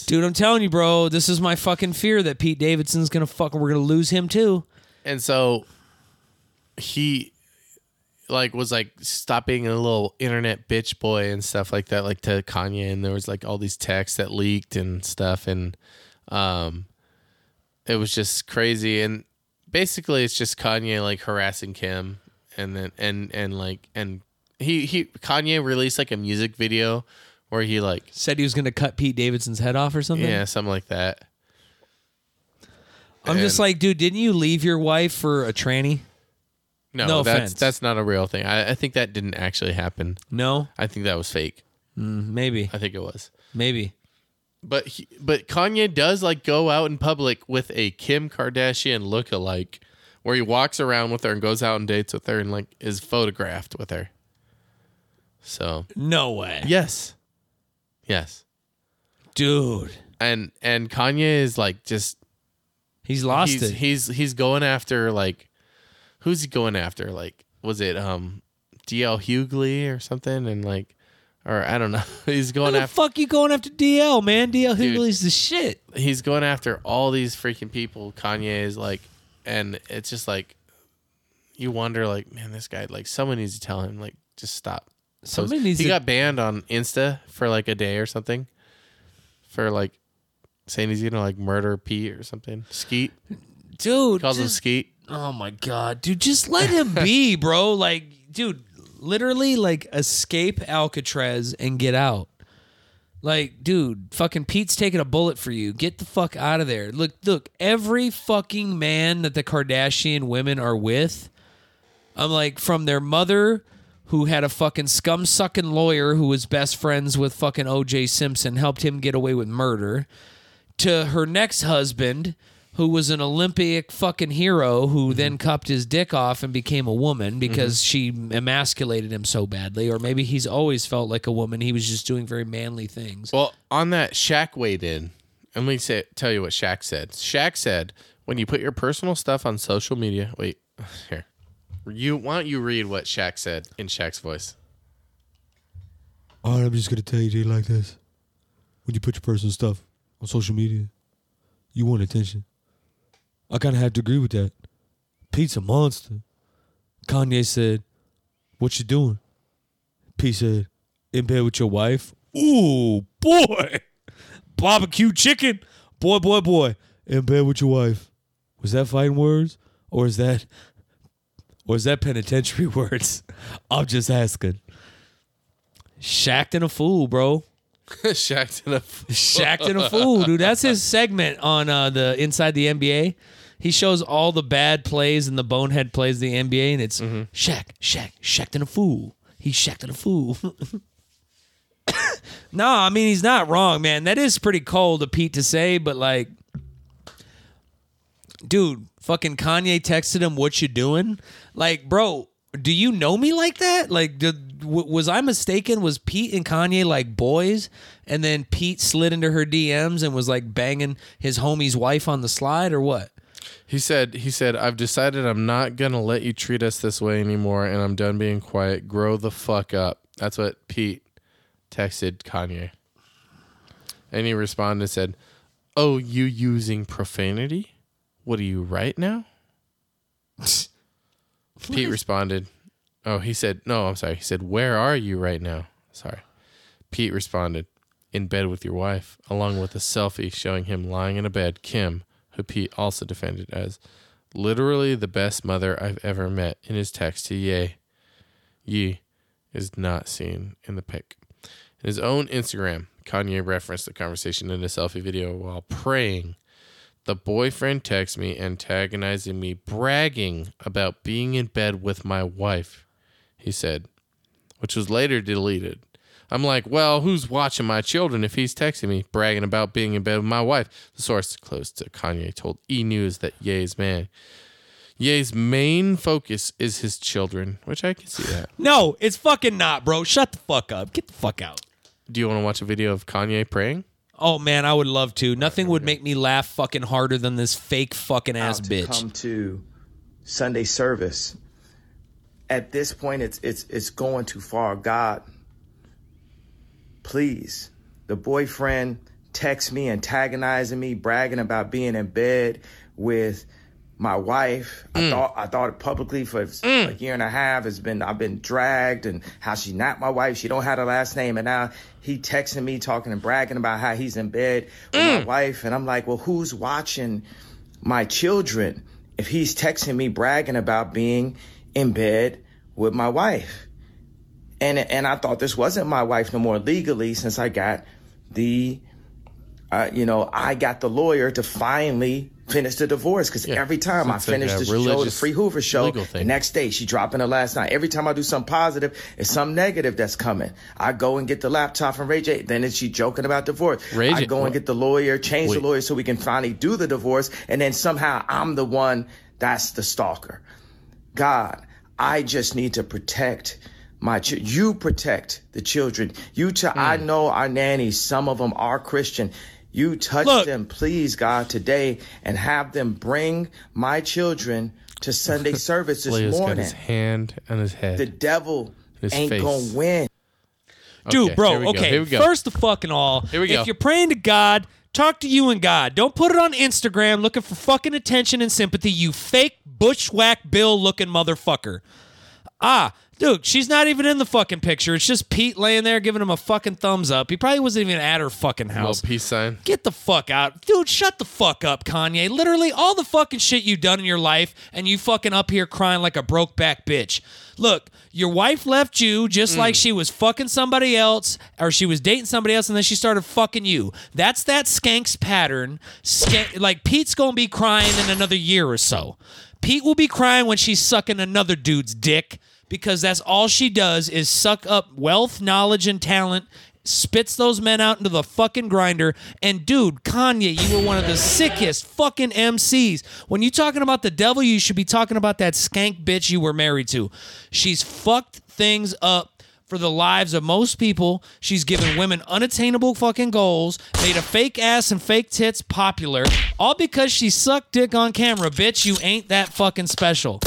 dude. I'm telling you, bro. This is my fucking fear that Pete Davidson's gonna fuck. We're gonna lose him too. And so he like was like stop being a little internet bitch boy and stuff like that, like to Kanye. And there was like all these texts that leaked and stuff, and um, it was just crazy. And basically, it's just Kanye like harassing Kim, and then and and like and he he Kanye released like a music video where he like Said he was gonna cut Pete Davidson's head off or something. yeah something like that. I'm just And- like, dude, didn't you leave your wife for a tranny? No, No that's offense. that's not a real thing. I, I think that didn't actually happen. No, I think that was fake. maybe, I think it was. maybe. But he, but Kanye does like go out in public with a Kim Kardashian lookalike, where he walks around with her and goes out and dates with her and like is photographed with her. So No way. yes, yes, dude. and and Kanye is like just He's lost he's, it. he's he's going after like who's he going after? Like was it um DL Hughley or something? And like or I don't know. he's Why going the after fuck you going after DL, man? DL Dude. Hughley's the shit. he's going after all these freaking people. Kanye is like, and it's just like, you wonder, like, man, this guy, like, someone needs to tell him, like, just stop. So Somebody needs he to- got banned on Insta for like a day or something, for like saying he's gonna like murder Pete or something. Skeet Dude, calls him just- Skeet. oh my god, dude, just let him be, bro. Like, dude, literally, like, escape Alcatraz and get out. Like, dude, fucking Pete's taking a bullet for you. Get the fuck out of there. Look, look, every fucking man that the Kardashian women are with, I'm like, from their mother, who had a fucking scum sucking lawyer who was best friends with fucking OJ Simpson, helped him get away with murder, to her next husband, who was an Olympic fucking hero who Mm-hmm. then cupped his dick off and became a woman because she emasculated him so badly. Or maybe he's always felt like a woman. He was just doing very manly things. Well, on that, Shaq weighed in. And let me say, tell you what Shaq said. Shaq said, when you put your personal stuff on social media, wait, here. You why don't you read what Shaq said in Shaq's voice? All right, I'm just gonna tell you to like this. When you put your personal stuff on social media, you want attention. I kind of have to agree with that. Pete's a monster. Kanye said, "What you doing?" Pete said, "In bed with your wife." Ooh, boy, barbecue chicken, boy, boy, boy. In bed with your wife. Was that fighting words, or is that, or is that penitentiary words? I'm just asking. Shacked and a fool, bro. Shaq's in a Shacked and a fool, dude. That's his segment on uh, the Inside the NBA. He shows all the bad plays and the bonehead plays of the NBA, and it's Shaq, Shaq, Shacked and a fool. He's Shacked and a fool. no, I mean he's not wrong, man. That is pretty cold of Pete to say, but like, dude, fucking Kanye texted him, "What you doing?" Like, bro, do you know me like that? Like, did, w- was I mistaken? Was Pete and Kanye like boys? And then Pete slid into her DMs and was like banging his homie's wife on the slide, or what? He said he said, I've decided I'm not gonna let you treat us this way anymore and I'm done being quiet. Grow the fuck up. That's what Pete texted Kanye. And he responded and said, Oh, you using profanity? What are you right now? Pete responded, Oh, he said, No, I'm sorry. He said, Where are you right now? Sorry. Pete responded, In bed with your wife, along with a selfie showing him lying in a bed. Kim, who Pete also defended as literally the best mother I've ever met, in his text to Ye. Ye is not seen in the pic. In his own Instagram, Kanye referenced the conversation in a selfie video while praying. The boyfriend texts me, antagonizing me, bragging about being in bed with my wife, he said, which was later deleted. I'm like, well, who's watching my children if he's texting me, bragging about being in bed with my wife? The source close to Kanye told E! News that Ye's man. Ye's main focus is his children, which I can see that. No, it's fucking not, bro. Shut the fuck up. Get the fuck out. Do you want to watch a video of Kanye praying? Oh man, I would love to. Nothing would make me laugh fucking harder than this fake fucking ass out to bitch. come to Sunday service. At this point, it's it's it's going too far. God, please. The boyfriend texts me, antagonizing me, bragging about being in bed with my wife. I thought I thought it publicly for a year and a half. It's been I've been dragged and how she's not my wife. She don't have her last name, and now he texting me, talking and bragging about how he's in bed with my wife. And I'm like, well, who's watching? my children if he's texting me bragging about being in bed with my wife. And and I thought this wasn't my wife no more legally since I got the uh, you know, I got the lawyer to finally finish the divorce because every time I It's like finish a the show, the religious Free Hoover show, legal the thing. next day she dropping her last night. Every time I do something positive, it's some negative that's coming. I go and get the laptop from Ray J. Then it's she joking about divorce. Ray I J- go and get the lawyer, change the lawyer so we can finally do the divorce. And then somehow I'm the one that's the stalker. God, I just need to protect my ch- you protect the children you t- i Hmm. know our nannies some of them are christian you touch Look. them please god today and have them bring my children to sunday service Blaze this got morning his hand on his head. the devil His ain't face. gonna win Okay, Dude, here we bro, go, okay. here we go. First of fucking all, Here we if go. you're praying to God, talk to you and God. Don't put it on Instagram looking for fucking attention and sympathy, you fake bushwhack bill looking motherfucker. Ah, dude, she's not even in the fucking picture. It's just Pete laying there giving him a fucking thumbs up. He probably wasn't even at her fucking little house. peace sign. Get the fuck out. Dude, shut the fuck up, Kanye. Literally, all the fucking shit you've done in your life, and you fucking up here crying like a broke back bitch. Look, your wife left you just like she was fucking somebody else, or she was dating somebody else, and then she started fucking you. That's that skank's pattern. Skank, like, Pete's gonna be crying in another year or so. Pete will be crying when she's sucking another dude's dick because that's all she does is suck up wealth, knowledge, and talent, spits those men out into the fucking grinder. And dude, Kanye, you were one of the sickest fucking MCs. When you talking about the devil, you should be talking about that skank bitch you were married to. She's fucked things up for the lives of most people. She's given women unattainable fucking goals, made a fake ass and fake tits popular, all because she sucked dick on camera. Bitch, you ain't that fucking special.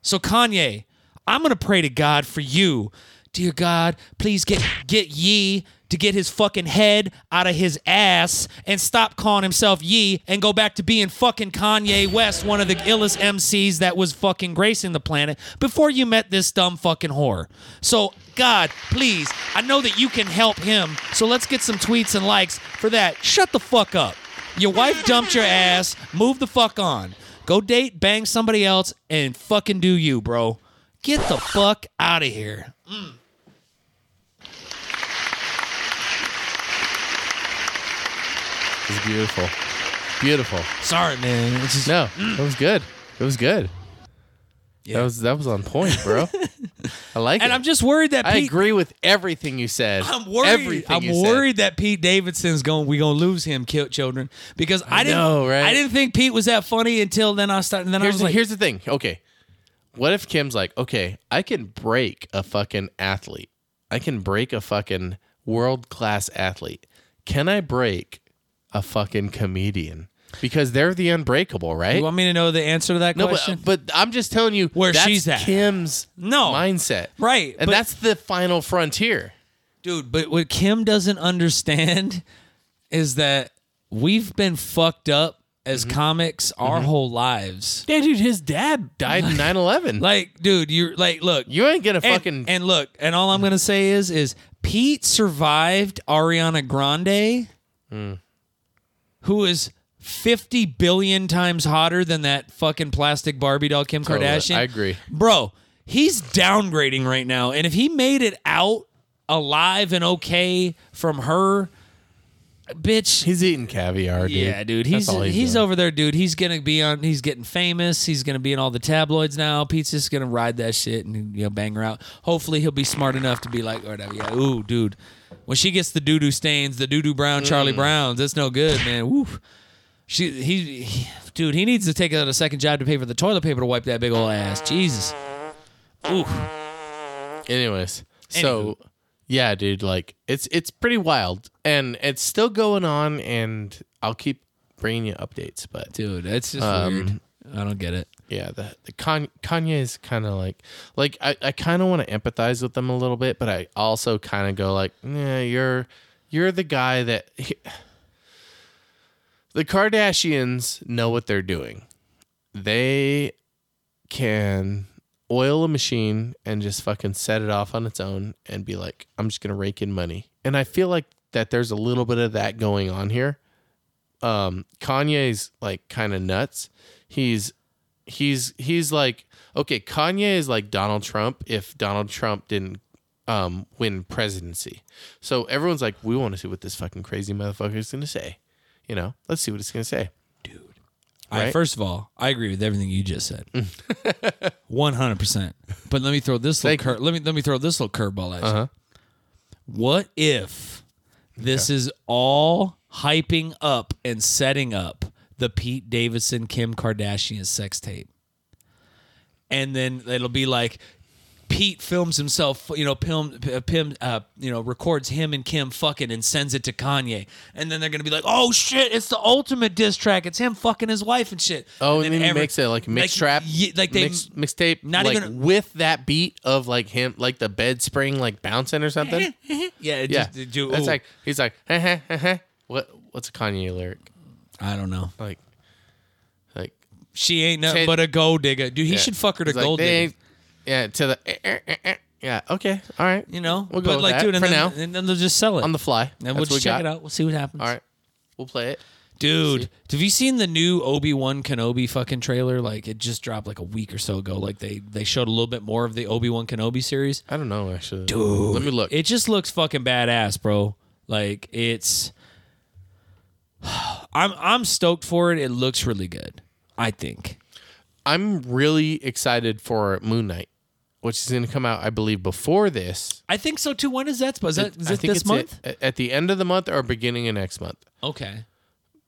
So Kanye, I'm gonna pray to God for you, dear God. Please get get Ye to get his fucking head out of his ass and stop calling himself Ye and go back to being fucking Kanye West, one of the illest MCs that was fucking gracing the planet before you met this dumb fucking whore. So God, please, I know that you can help him. So let's get some tweets and likes for that. Shut the fuck up. Your wife dumped your ass. Move the fuck on. Go date, bang somebody else, and fucking do you, bro. Get the fuck out of here. It's beautiful. Beautiful. Sorry, man. It's just, No, that was good. It was good. That was that was on point, bro. I like and it. I'm just worried that I Pete. agree with everything you said. I'm worried. Everything I'm you said. worried that Pete Davidson's going. We gonna lose him, kill children, because I, didn't. know, right? I didn't think Pete was that funny until then. I started. And then I Here's was the, like, here's the thing. Okay, what if Kim's like, okay, I can break a fucking athlete. I can break a fucking world class athlete. Can I break a fucking comedian? Because they're the unbreakable, right? "You want me to know the answer to that No, question?" but, uh, but I'm just telling you Where that's she's at. Kim's No. mindset, Right, And but- that's the final frontier. Dude, but what Kim doesn't understand is that we've been fucked up as comics our whole lives. Mm-hmm. Yeah, dude, his dad died in 9/11. Like, dude, you're like, look, you ain't gonna and, fucking and look, and all I'm gonna say is, is Pete survived Ariana Grande, who is 50 billion times hotter than that fucking plastic Barbie doll Kim Totally. Kardashian. I agree. bro. He's downgrading right now, and if he made it out alive and okay from her, bitch, He's eating caviar, dude. yeah, dude. That's He's all he's, doing. over there, dude. He's gonna be on. He's getting famous. He's gonna be in all the tabloids now. Pete's just gonna ride that shit and you know bang her out. Hopefully, he'll be smart enough to be like, or whatever. Yeah, ooh, dude. When she gets the doo doo stains, the doo doo brown Charlie Mm. Browns, that's no good, man. Woo. She he, he dude. He needs to take out a second job to pay for the toilet paper to wipe that big old ass. Jesus. Ooh. Anyways, so yeah, dude, like it's it's pretty wild, and it's still going on, and I'll keep bringing you updates, but Dude, that's just Um, weird. I don't get it. yeah, the, the Kan- Kanye is kind of like like I, I kind of want to empathize with them a little bit, but I also kind of go like, yeah, you're you're the guy that the Kardashians know what they're doing. They can oil a machine and just fucking set it off on its own and be like, I'm just gonna rake in money. And I feel like that there's a little bit of that going on here. Um, Kanye's like kind of nuts. He's he's he's like okay kanye is like donald trump if donald trump didn't um, win presidency so everyone's like we want to see what this fucking crazy motherfucker is going to say you know let's see what it's going to say I- Right? first of all, I agree with everything you just said, one hundred percent. But let me throw this little cur- let me let me throw this little curveball at you. Uh-huh. What if this is all hyping up and setting up the Pete Davidson Kim Kardashian sex tape, and then it'll be like Pete films himself, you know, film, uh, Pim, uh, you know, records him and Kim fucking and sends it to Kanye, and then they're gonna be like, "Oh shit, it's the ultimate diss track. It's him fucking his wife and shit." Oh, and, then, he every- makes it like a mix trap, ye- like they mix, mixtape, not like even- with that beat of like him, like the bed spring, like bouncing or something. yeah, it yeah, Just, it do- that's ooh. like he's like, "Uh-huh, what? What's a Kanye lyric? I don't know. Like, like She ain't nothing Ted- but a gold digger, dude. He yeah. should fuck her to He's like, gold "They digger. ain't- Yeah, to the. eh, eh, eh, eh." Yeah. Okay. All right. You know, we'll go but with like, that dude, and for then, now. and then they'll just sell it on the fly. and we'll That's what just we check got. it out. We'll see what happens. All right, we'll play it. Dude, have you seen the new Obi Wan Kenobi fucking trailer? Like it just dropped like a week or so ago. Like they they showed a little bit more of the Obi Wan Kenobi series. I don't know actually. Dude, let me look. It just looks fucking badass, bro. Like it's I'm I'm stoked for it. It looks really good. I think. I'm really excited for Moon Knight, which is going to come out, I believe, before this. I think so too. When is that supposed? Is that, is I it think this it's month? at- at the end of the month or beginning of next month. Okay.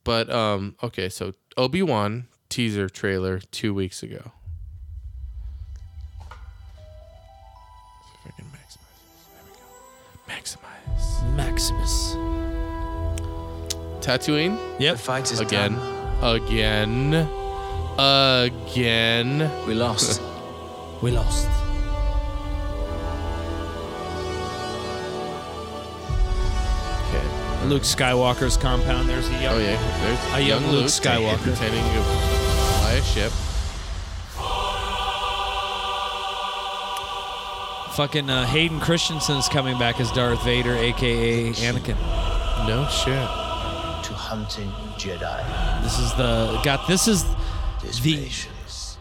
But um, okay, so Obi Wan teaser trailer two weeks ago. See if I can maximize this. There we go. Maximize. Maximus. Tatooine Yep. Fight is again, done. again, again. We lost. We lost. Okay. Luke Skywalker's compound. There's uh, a young Oh yeah, there's A young Luke Skywalker. pretending to fly a ship. Fucking uh, Hayden Christensen's coming back as Darth Vader, aka Anakin. No shit. to hunting Jedi. This is the got. This is His The- patience.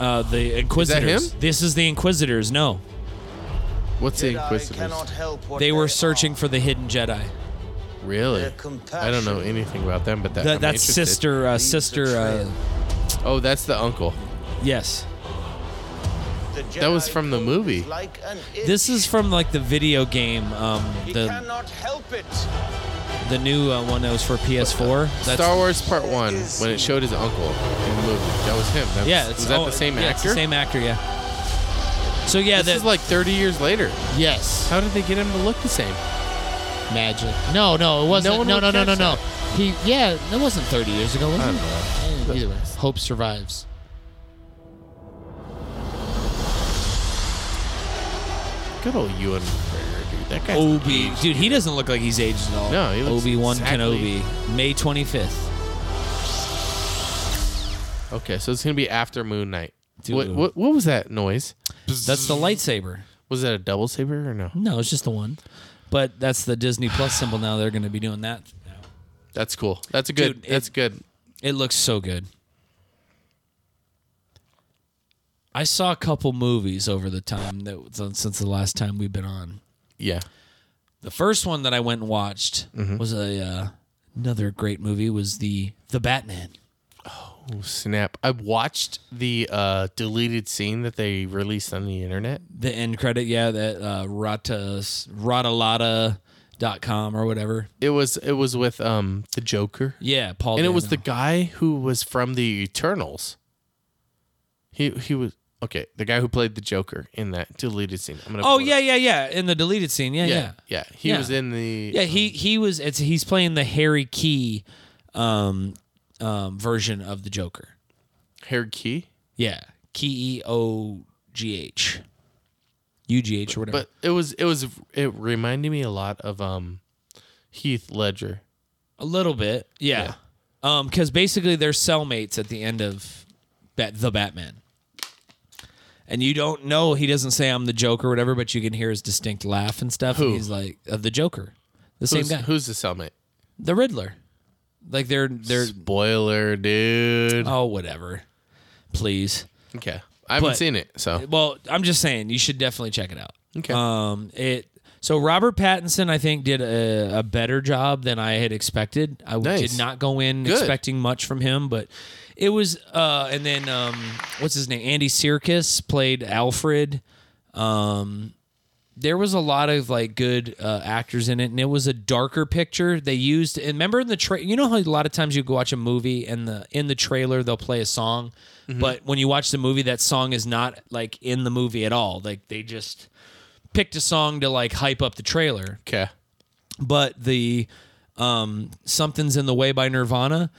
uh, the Inquisitors. him? This is the Inquisitors. No, What's the Jedi Inquisitors? cannot help what they were are. searching for the hidden Jedi. Really? Their compassion I don't know anything about them, but that, That, I'm that's interested. sister. Uh, leaves a sister. Uh, trail. Oh, that's the uncle. yes. The That was Jedi from the code movie. is Like an This is from like the video game. Um, He the cannot help it. the new uh, one that was for PS4. That's, Star Wars Part One, when it showed his uncle in the movie, that was him. That was, Yeah. It's, was that oh, the same yeah, it's actor? the same actor. Yeah. So yeah, this that, is like 30 years later. Yes. How did they get him to look the same? Magic. No, no, it wasn't. No one No, would no, no, no, catch no. He, yeah, that wasn't 30 years ago, was I it? don't know. Eh, Either way, hope survives. Good old Ewan McGregor, dude. That guy's Obi. Dude, he doesn't look like he's aged at all. No, he looks Obi Wan exactly- Kenobi, May 25th. Okay, so it's gonna be after Moon Knight. Dude. What, what what was that noise? That's the lightsaber. Was that a double saber or no? No, it's just the one. But that's the Disney Plus symbol now. They're going to be doing that. now. That's cool. That's a good. Dude, it- that's good. It looks so good. I saw a couple movies over the time that since the last time we've been on. Yeah. The first one that I went and watched Mm-hmm. was a uh, another great movie was the the Batman. Oh snap! I watched the uh, deleted scene that they released on the internet. the end credit yeah that uh rata com or whatever It was it was with um the Joker, yeah paul and it was the Dano. guy who was from the Eternals. He he was okay. The guy who played the Joker in that deleted scene. I'm gonna oh pull it yeah up. yeah yeah in the deleted scene yeah yeah yeah yeah. He Yeah. was in the yeah he he was it's he's playing the harry key um um version of the joker Hair Key, yeah E k-e-o-g-h u-g-h or whatever but it was it was it reminded me a lot of um Heath Ledger. a little bit yeah, um because basically they're cellmates at the end of Bat- the batman and you don't know he doesn't say i'm the joker or whatever but you can hear his distinct laugh and stuff Who? and he's like of the joker the same Who's, guy who's the cellmate? the riddler like they're they're Spoiler, dude. oh whatever please Okay. I haven't But- seen it, so well i'm just saying you should definitely check it out okay. Um, it so Robert Pattinson, I think, did a, a better job than I had expected. I Nice. did not go in Good. expecting much from him, but it was. Uh, and then um, what's his name? Andy Serkis played Alfred. Um, there was a lot of like good uh, actors in it, and it was a darker picture they used. And remember in the tra- you know how a lot of times you go watch a movie and the in the trailer they'll play a song, but when you watch the movie, that song is not like in the movie at all. Like they just picked a song to like hype up the trailer Okay. but the um, "Something's in the Way" by Nirvana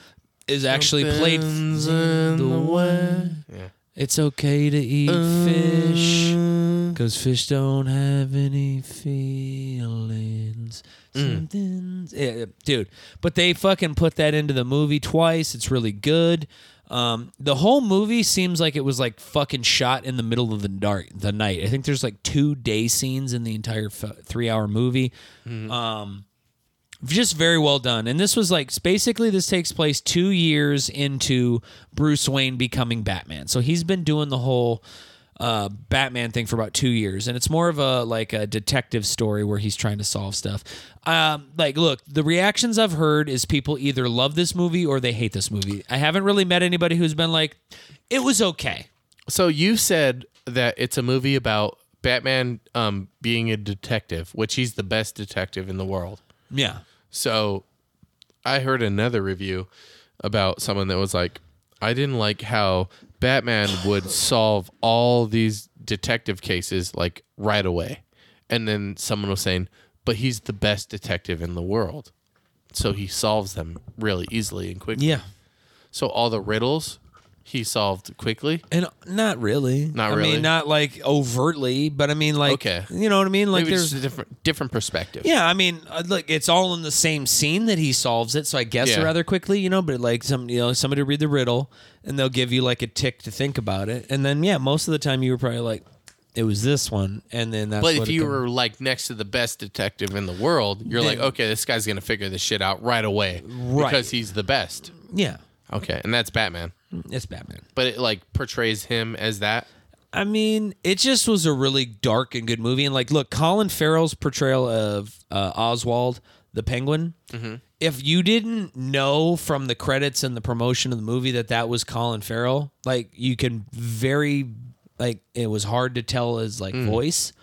is actually played. Something's in the way. Yeah. It's okay to eat fish Mm. because fish don't have any feelings. Mm. Something's yeah, dude, but they fucking put that into the movie twice. It's really good. Um, the whole movie seems like it was like fucking shot in the middle of the dark the night. I think there's like two day scenes in the entire f- three hour movie just very well done. And this was like basically this takes place two years into Bruce Wayne becoming Batman. So he's been doing the whole uh, Batman thing for about two years, and it's more of a like a detective story where he's trying to solve stuff. Um, like, look, the reactions I've heard is people either love this movie or they hate this movie. I haven't really met anybody who's been like, it was okay. So you said that it's a movie about Batman um, being a detective, which he's the best detective in the world. Yeah. So I heard another review about someone that was like, I didn't like how Batman would solve all these detective cases like right away. And then someone was saying, but he's the best detective in the world. So he solves them really easily and quickly. Yeah. So all the riddles he solved quickly. And not really. Not I really? mean, not like overtly, but I mean, like, Okay. you know what I mean? Like, Maybe there's just a different different perspective. Yeah, I mean, uh, look, it's all in the same scene that he solves it, so I guess Yeah. rather quickly, you know. But like some, you know, somebody read the riddle, and they'll give you like a tick to think about it, and then yeah, most of the time you were probably like, it was this one, and then that's. But what if it you come- were like next to the best detective in the world, you're like, Then- okay, this guy's gonna figure this shit out right away Right. because he's the best. yeah, Okay, and that's Batman, it's Batman. but it like portrays him as that. I mean, it just was a really dark and good movie. And like, look, Colin Farrell's portrayal of uh, Oswald the Penguin. If you didn't know from the credits and the promotion of the movie that that was Colin Farrell, like you can very like it was hard to tell his like voice,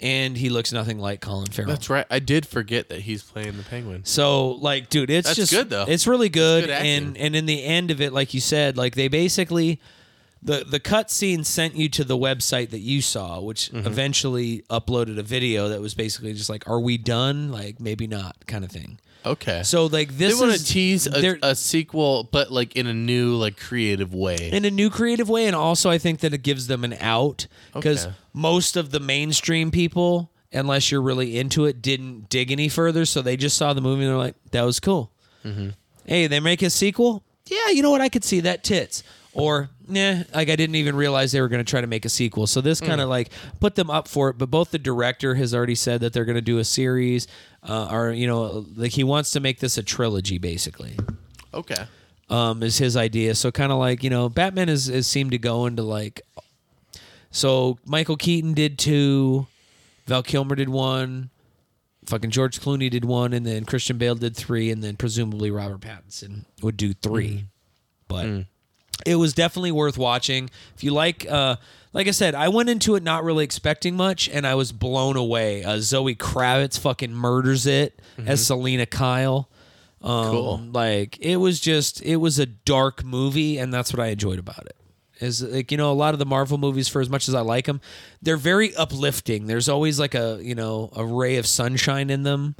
and he looks nothing like Colin Farrell. That's right. I did forget that he's playing the Penguin. So like, dude, it's That's just good, though. It's really good, good acting. and and in the end of it, like you said, like they basically the the cut scene sent you to the website that you saw, which Mm-hmm. eventually uploaded a video that was basically just like, "Are we done? Like maybe not," kind of thing. Okay, So like they this want to is tease a, they're- a sequel, but like in a new, like creative way. in a new creative way, and also I think that it gives them an out because Okay. most of the mainstream people, unless you're really into it, didn't dig any further, so they just saw the movie and they're like, "That was cool." Hey, they make a sequel? Yeah, you know what? I could see that tits. Or nah, like I didn't even realize they were going to try to make a sequel. So this kind of like put them up for it. But both the director has already said that they're going to do a series, uh, or you know, like he wants to make this a trilogy, basically okay, um, is his idea. So kind of like you know, Batman is, is seemed to go into like. So Michael Keaton did two, Val Kilmer did one, fucking George Clooney did one, and then Christian Bale did three, and then presumably Robert Pattinson would do three. But it was definitely worth watching. If you like, uh, like I said, I went into it not really expecting much, and I was blown away. Uh, Zoe Kravitz fucking murders it as Selena Kyle. Um, Cool. Like it was just it was a dark movie, and that's what I enjoyed about it. Is like you know a lot of the Marvel movies, for as much as I like them, they're very uplifting. There's always like a you know a ray of sunshine in them.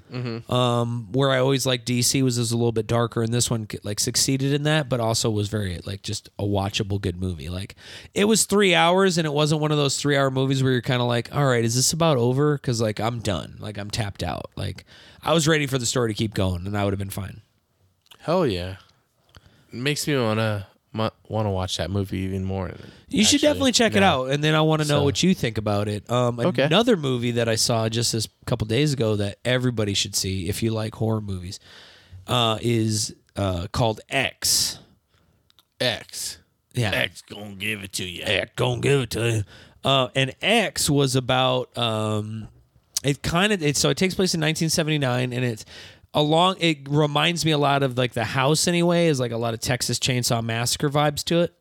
Um, where I always like DC was is a little bit darker, and this one like succeeded in that, but also was very like just a watchable good movie. Like it was three hours, and it wasn't one of those three hour movies where you're kind of like, all right, is this about over? Because like I'm done, like I'm tapped out. Like I was ready for the story to keep going, and I would have been fine. hell yeah, makes me wanna want to watch that movie even more. You should actually. definitely check it Yeah. out, and then I want to know So- what you think about it. Um, Okay. Another movie that I saw just this couple days ago that everybody should see if you like horror movies uh, is uh, called X. X. Yeah, X gonna give it to you. X gonna give it to you. Uh, and X was about um, it kind of it, so it takes place in 1979, and it's along. It reminds me a lot of like the house anyway is like a lot of Texas Chainsaw Massacre vibes to it,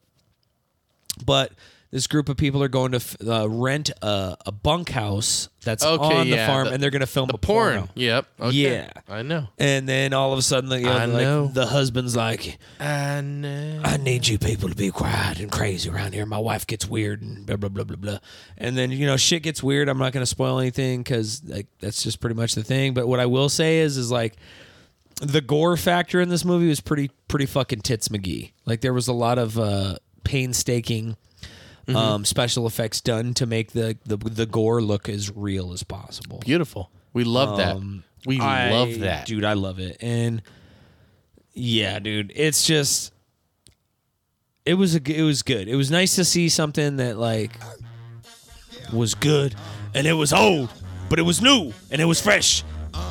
but This group of people are going to f- uh, rent a, a bunkhouse that's Okay, on the yeah, farm, the- and they're going to film the a porn. porno. Yep. Okay. Yeah. I know. And then all of a sudden, you know, I like, know. the husband's like, I know. I need you people to be quiet and crazy around here. My wife gets weird and blah blah blah blah blah. And then you know shit gets weird. I'm not going to spoil anything because like that's just pretty much the thing. But what I will say is is like the gore factor in this movie was pretty pretty fucking tits McGee. Like there was a lot of uh, painstaking um, special effects done to make the, the the gore look as real as possible. Beautiful. We love Um, that. We I- love that. dude. I love it, and yeah, dude, it's just it was a g- it was good. It was nice to see something that like was good, and it was old, but it was new and it was fresh.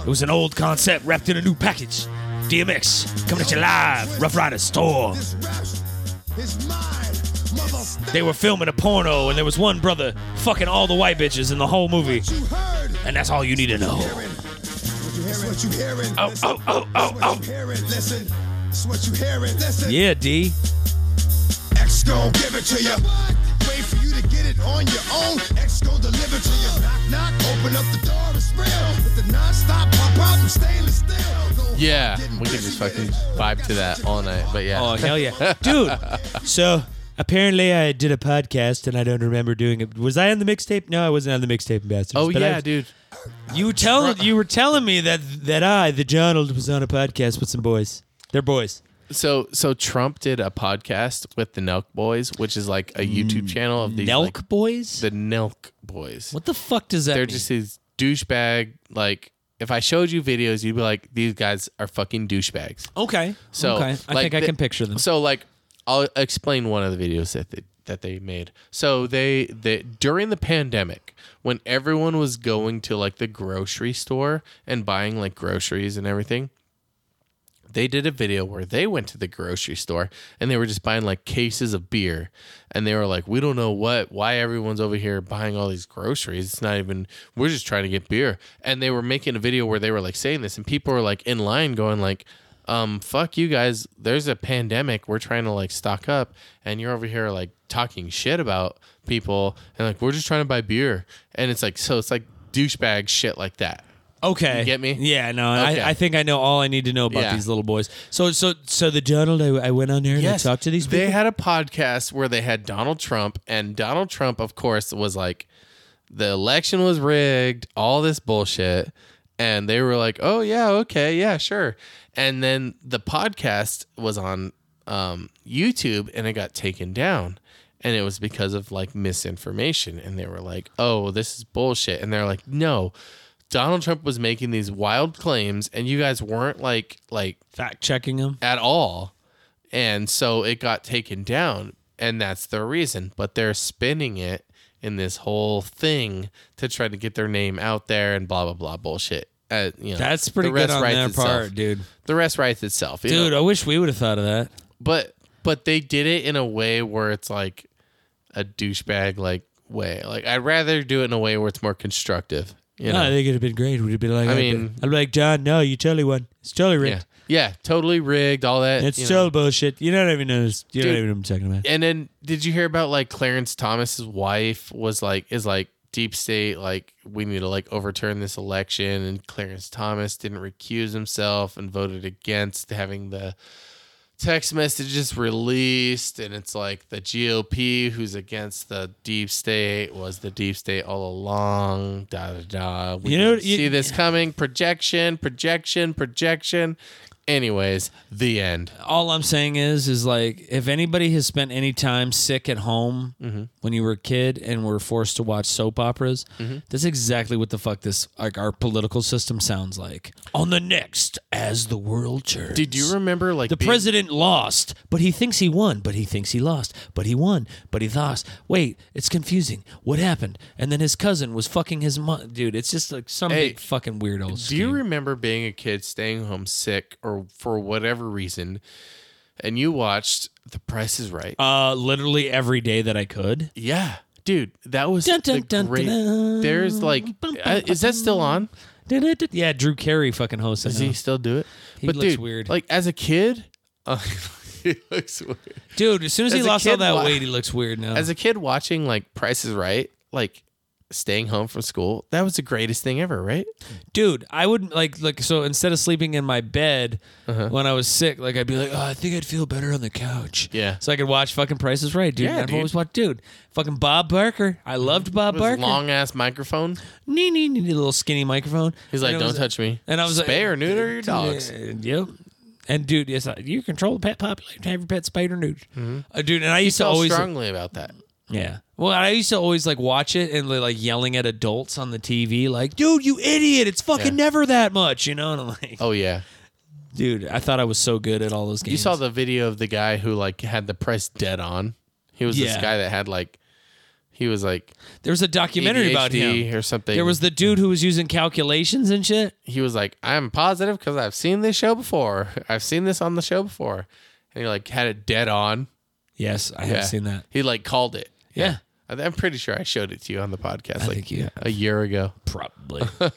It was an old concept wrapped in a new package. DMX coming at you live, Rough Riders store. They were filming a porno, and there was one brother fucking all the white bitches in the whole movie, and that's all you need to know. Oh, oh, oh, oh, oh. Listen, it's what you hearing. Listen, Yeah, D. X gon' give it to you. Wait for you to get it on your own. X gon' deliver to you. Knock, knock, open up the door, it's real. With the non-stop pop out and stainless steel. Go yeah. We can just fucking vibe to that all night. But yeah. Oh hell yeah, dude! So apparently, I did a podcast and I don't remember doing it. Was I on the mixtape? No, I wasn't on the mixtape ambassadors. Oh, but I yeah, was- dude. You tell you were telling me that that I, the Jonald, was on a podcast with some boys. They're boys. So so Trump did a podcast with the Nelk Boys, which is like a YouTube channel of these Nelk like, boys. the Nelk Boys. what the fuck does that? They're mean? just these douchebag like if I showed you videos, you'd be like, these guys are fucking douchebags. okay. So okay. I like, think I the- can picture them. So like I'll explain one of the videos that they, that they made. So they they during the pandemic when everyone was going to like the grocery store and buying like groceries and everything, they did a video where they went to the grocery store and they were just buying like cases of beer and they were like we don't know what why everyone's over here buying all these groceries it's not even we're just trying to get beer and they were making a video where they were like saying this and people were like in line going like um fuck you guys there's a pandemic we're trying to like stock up and you're over here like talking shit about people and like we're just trying to buy beer and it's like so it's like douchebag shit like that Okay. You get me? Yeah, no, Okay. I, I think I know all I need to know about Yeah. these little boys. So, so, so the Donald, I, I went on there and I talked to these people. They had a podcast where they had Donald Trump, and Donald Trump, of course, was like, the election was rigged, all this bullshit. And they were like, oh, yeah, okay, yeah, sure. And then the podcast was on um, YouTube and it got taken down. And it was because of like misinformation. And they were like, oh, this is bullshit. And they're like, no. Donald Trump was making these wild claims, and you guys weren't like like fact checking them. at all. And so it got taken down. And that's the reason. But they're spinning it in this whole thing to try to get their name out there and blah, blah, blah bullshit. Uh, you know, That's pretty the good rest on writes their itself. part, dude. The rest writes itself. you Dude, know? I wish we would have thought of that. But, but they did it in a way where it's like a douchebag like way. Like, I'd rather do it in a way where it's more constructive. You No, know? I think it'd have been great. Would have been like, I I mean- mean, I'm like John. No, you totally won. It's totally yeah. rigged. Yeah. Totally rigged, all that. It's you know. total bullshit. You don't even know. this- You Dude. don't even know what I'm talking about. And then did you hear about like Clarence Thomas's wife was like is like deep state like we need to like overturn this election and Clarence Thomas didn't recuse himself and voted against having the text messages released and it's like the GOP who's against the deep state was the deep state all along da da da we You know, didn't you- see this coming projection projection projection anyways the end All I'm saying is, is like, if anybody has spent any time sick at home when you were a kid and were forced to watch soap operas, that's exactly what the fuck this like our political system sounds like. On the next, as the world turns. did you remember like Um, The being- president lost, but he thinks he won, but he thinks he lost, but he won, but he lost. Wait, it's confusing. What happened? And then his cousin was fucking his mom. Dude, it's just like some Hey, big fucking weirdo. Do you remember being a kid, staying home sick, or for whatever reason, and you watched The Price Is Right? uh, literally every day that I could. yeah, dude, that was Dun, dun, the dun, great. dun. There's like, Bum, bum, uh, is that still on? Yeah, Drew Carey fucking hosts it. Does he now. still do it? He but looks dude, weird. Like as a kid, uh, he looks weird. Dude, as soon as he a lost all kid that wa- weight, he looks weird now. As a kid watching like Price is Right, like staying home from school, that was the greatest thing ever, right? Dude, I would like like so instead of sleeping in my bed Uh-huh. when I was sick, like I'd be like, oh, I think I'd feel better on the couch. Yeah. So I could watch fucking Price is Right, dude. Yeah, I've dude. always watched, dude. Fucking Bob Barker. I loved Bob Barker. Long ass microphone. Nee, nee, nee, nee, little skinny microphone. He's like, And I "Don't was- touch me." And I was like, Spay or neuter your dogs. Uh, Yep. And dude, it's like you control the pet population. Have your pet spayed or neutered. Mm-hmm. Uh, dude, and I used to Felt always strongly about that. yeah. Well, I used to always like watch it and like yelling at adults on the TV, like, "Dude, you idiot! It's fucking Yeah. never that much," you know. And I'm like, Oh yeah. dude, I thought I was so good at all those games. You saw the video of the guy who like had the price dead on. He was this Yeah. guy that had like he was like there was a documentary about ADHD him. or something. There was the dude who was using calculations and shit. he was like, I'm positive because I've seen this show before. I've seen this on the show before. And he like had it dead on. Yes, I have seen that. He like called it. Yeah. I- I'm pretty sure I showed it to you on the podcast I like think you have. a year ago. Probably.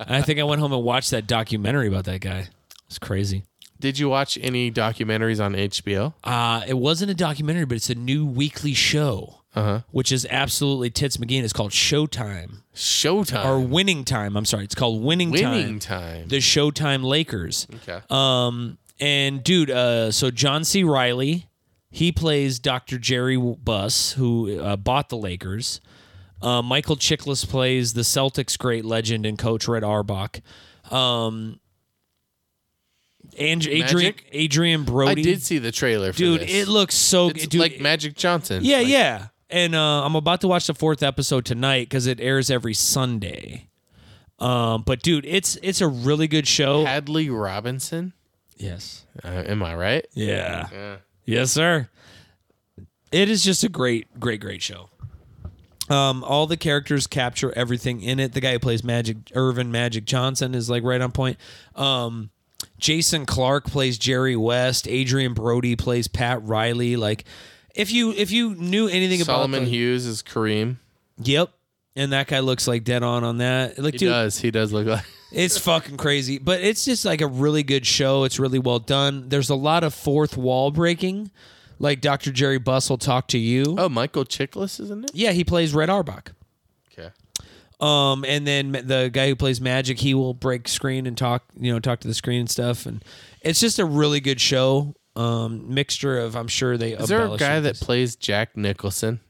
I think I went home and watched that documentary about that guy. It's crazy. Did you watch any documentaries on HBO? Uh, it wasn't a documentary, but it's a new weekly show, Uh-huh. which is absolutely tits McGee. It's called Showtime Showtime. or Winning Time. I'm sorry, it's called Uh-huh. Winning, Time. Mm-hmm. Winning time. The Showtime Lakers. Okay. Um, and dude, uh, so John C. Riley, he plays Dr. Jerry Buss, who uh, bought the Lakers. Uh, Michael Chiklis plays the Celtics great legend and coach Red Arbach. Um, and Adrian, Magic? Adrian Brody. I did see the trailer for dude, this. it looks so It's good. Dude, like Magic Johnson. yeah, Like, yeah. And uh, I'm about to watch the fourth episode tonight because it airs every Sunday. Um, but dude, it's it's a really good show. Hadley Robinson. yes. Uh, am I right? Yeah. Yeah. Yes, sir. It is just a great, great, great show. Um, all the characters capture everything in it. The guy who plays Magic Irvin Magic Johnson is like right on point. Um, Jason Clark plays Jerry West. Adrian Brody plays Pat Riley. Like, if you if you knew anything Solomon about the- Hughes is Kareem. yep. And that guy looks like dead on on that. Like, He dude, does. He does look like. it's fucking crazy, but it's just like a really good show. It's really well done. There's a lot of fourth wall breaking, like Dr. Jerry Buss will talk to you. Oh, Michael Chiklis, isn't it? Yeah, he plays Red Arbach. Okay. Um, and then ma- the guy who plays Magic, he will break screen and talk, you know, talk to the screen and stuff. And it's just a really good show. Um, mixture of I'm sure they Is there a embellish guy with that this. plays Jack Nicholson?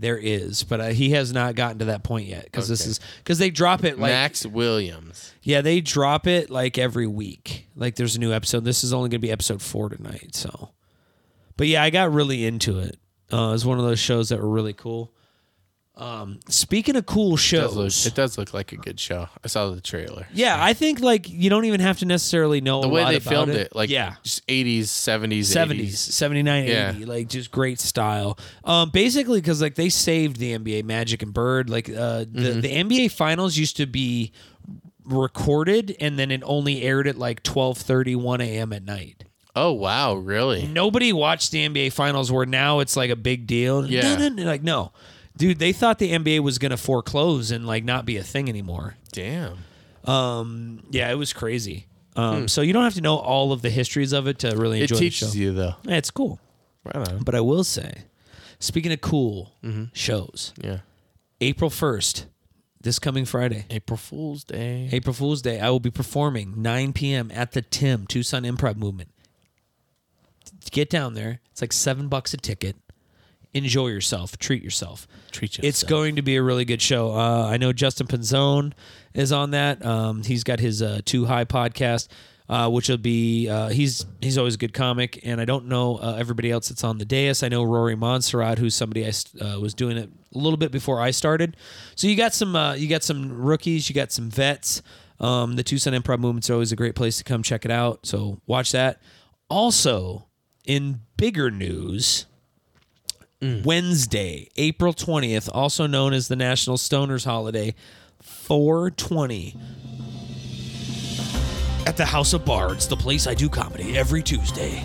there is, but uh, he has not gotten to that point yet because this is because they drop it like Max Williams. Yeah, they drop it like every week. Like there's a new episode. This is only going to be episode four tonight. So, but yeah, I got really into it. Uh, it's one of those shows that were really cool. Um, speaking of cool It does, look, shows, it does look like a good show. I saw the trailer. yeah, I think like you don't even have to necessarily know The a way lot they about filmed it, it. like yeah, just 80s, 70s, 70s, 80s. 79, Yeah. 80, like just great style. Um, basically, because like they saved the NBA Magic and Bird. Like uh, the, Mm-hmm. the NBA Finals used to be recorded and then it only aired at like 12:30, 1 a.m. at night. Oh, wow. Really? Nobody watched the NBA Finals where now it's like a big deal. Yeah. Dun-dun. Like, no. Dude, they thought the NBA was going to foreclose and like not be a thing anymore. Damn. Um, yeah, it was crazy. Um, So you don't have to know all of the histories of it to really Hmm. It enjoy the teaches show. you, though. Yeah, it's cool. Right on. But I will say, speaking of cool shows, Yeah. April 1st, this coming Friday, April Fool's Day. April Fool's Day, I will be performing 9 p.m. at the Tim Tucson Improv Movement. Get down there. It's like seven bucks a ticket. Enjoy yourself. Treat yourself. Treat It's yourself. going to be a really good show. Uh, I know Justin Pinzone is on that. Um, he's got his uh, Too High podcast, uh, which will be uh, he's he's always a good comic. And I don't know uh, everybody else that's on the dais. I know Rory Montserrat, who's somebody I uh, was doing it a little bit before I started. So you got some uh, you got some rookies, you got some vets. Um, the Tucson Improv Movement's always a great place to come check it out. So watch that. Also, in bigger news. Wednesday, April 20th, also known as the National Stoners Holiday, 420. At the House of Bards, the place I do comedy every Tuesday,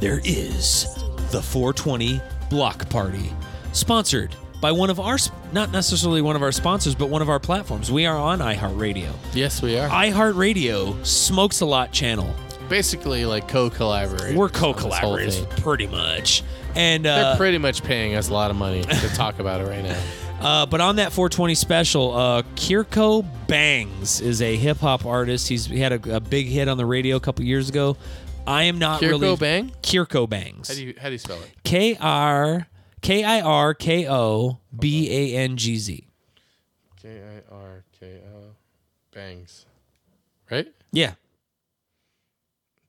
there is the 420 Block Party, sponsored by one of our, sp- not necessarily one of our sponsors, but one of our platforms. We are on iHeartRadio. Yes, we are. iHeartRadio Smokes a Lot channel. Uh, basically like co-collaborators. We're on this whole co-collaborators, thing. pretty much. And uh, They're pretty much paying us a lot of money to talk about it right now. Uh, but on that 420 special, uh, Kirko Bangs is a hip hop artist. He's he had a, a big hit on the radio a couple years ago. I am not Kirko really Bang? Kirko Bangs. How do you how do you spell it? K R K I R K O B A N G Z. K I R K O bangs. Right? Yeah.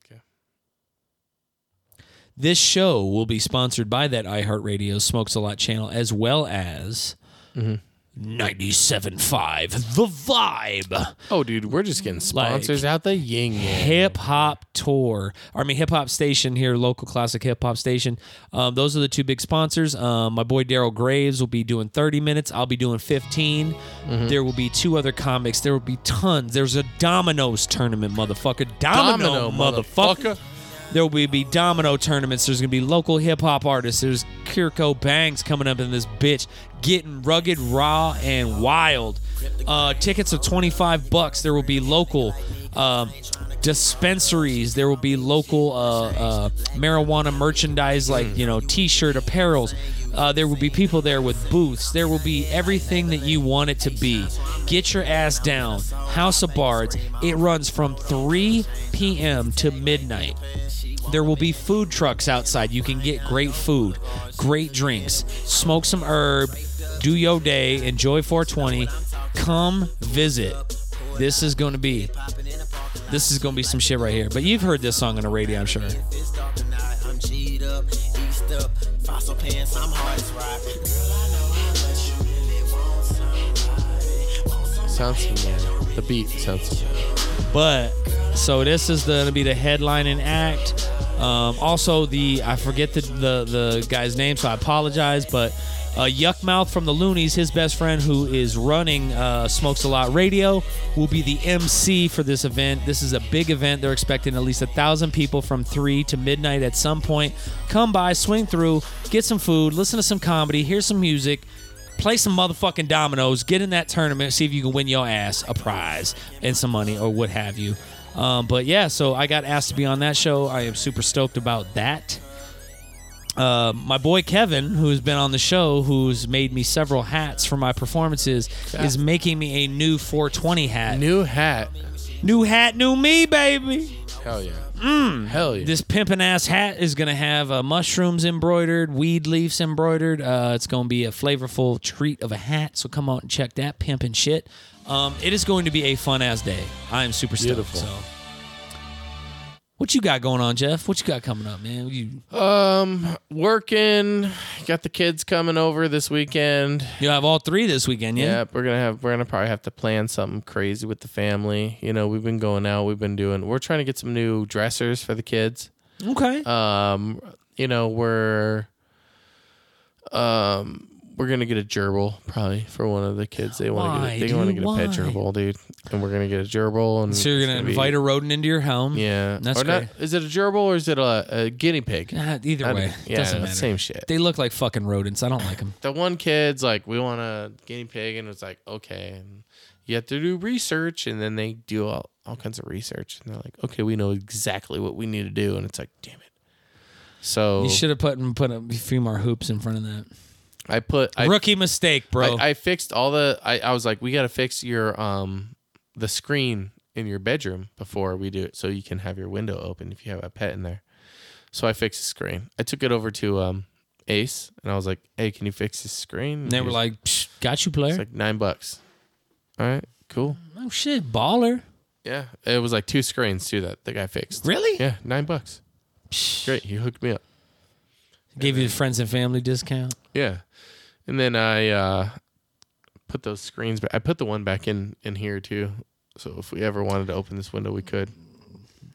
Okay. This show will be sponsored by that iHeartRadio Smokes a Lot channel as well as Mm-hmm. 97.5 The Vibe. Oh, dude, we're just getting sponsors out the ying yang. hip hop tour. I mean, hip hop station here, local classic hip hop station. Um, those are the two big sponsors. Um, my boy Daryl Graves will be doing 30 minutes. I'll be doing 15. There will be two other comics. There will be tons. There's a dominoes tournament, motherfucker. Domino, Domino, motherfucker. motherfucker. There will be domino tournaments. There's gonna be local hip hop artists. There's Kirko Bangs coming up in this bitch, getting rugged, raw, and wild. Uh, tickets are 25 bucks. There will be local um, dispensaries. There will be local uh, uh, marijuana merchandise, like you know, T-shirt apparels. Uh, there will be people there with booths. There will be everything that you want it to be. Get your ass down. House of Bards. It runs from 3 p.m. to midnight. There will be food trucks outside. You can get great food, great drinks, smoke some herb, do your day, enjoy 420. Come visit. This is going to be this is going to be some shit right here. But you've heard this song on the radio, I'm sure. It's dark tonight, I'm G'd up, eased up, fossil pants, I'm hard as rock. Girl, I know how much you really want somebody. Want some- Sounds familiar. The beat sounds familiar. But so this is going to be the headline and act. Um, also, the I forget the, the the guy's name, so I apologize. But uh, Yuck Mouth from the Loonies, his best friend who is running uh, Smokes a Lot Radio, will be the MC for this event. This is a big event. They're expecting at least a thousand people from three to midnight at some point. Come by, swing through, get some food, listen to some comedy, hear some music play some motherfucking dominoes, get in that tournament, see if you can win your ass a prize and some money or what have you. Um, but yeah, so I got asked to be on that show. I am super stoked about that. Uh, my boy Kevin, who's been on the show, who's made me several hats for my performances, is making me a new 420 hat. New hat. New hat, new me, baby. Hell yeah. Mm. Hell yeah. This pimpin' ass hat is gonna have uh, mushrooms embroidered, weed leaves embroidered. Uh, it's gonna be a flavorful treat of a hat. So come out and check that pimpin' shit. Um, it is going to be a fun ass day. I am super stoked. Beautiful. So. What you got going on, Jeff? What you got coming up, man? You Um, working. Got the kids coming over this weekend. you have all three this weekend, yeah? Yep, we're gonna have we're gonna probably have to plan something crazy with the family. You know, we've been going out, we've been doing. We're trying to get some new dressers for the kids. Okay. Um, you know, we're um we're gonna get a gerbil probably for one of the kids. They want to Why, get a, they want to dude? get a pet Why? gerbil, dude. And we're gonna get a gerbil. And so you're it's gonna, be- invite a rodent into your home? Yeah, That's or not, great. Is it a gerbil or is it a, a guinea pig? Ah, either I way, don't- yeah, doesn't no, matter. same shit. They look like fucking rodents. I don't like them. the one kid's like, we want a guinea pig, and it's like, okay, and you have to do research, and then they do all, all kinds of research, and they're like, okay, we know exactly what we need to do, and it's like, damn it. So You should have put put a few more hoops in front of that. I put I, Rookie mistake, bro. I, I fixed all the. I, I was like, we got to fix your um the screen in your bedroom before we do it, so you can have your window open if you have a pet in there. So I fixed the screen. I took it over to um Ace, and I was like, hey, can you fix this screen? And they were He's- like, "Psh, "Got you, player." It's like nine bucks. All right, cool. oh shit, baller. Yeah, it was like two screens too that the guy fixed. Really? Yeah, nine bucks. Great, he hooked me up. Gave you the friends and family discount. Yeah, and then I uh, put those screens back. I put the one back in in here too. So if we ever wanted to open this window, we could.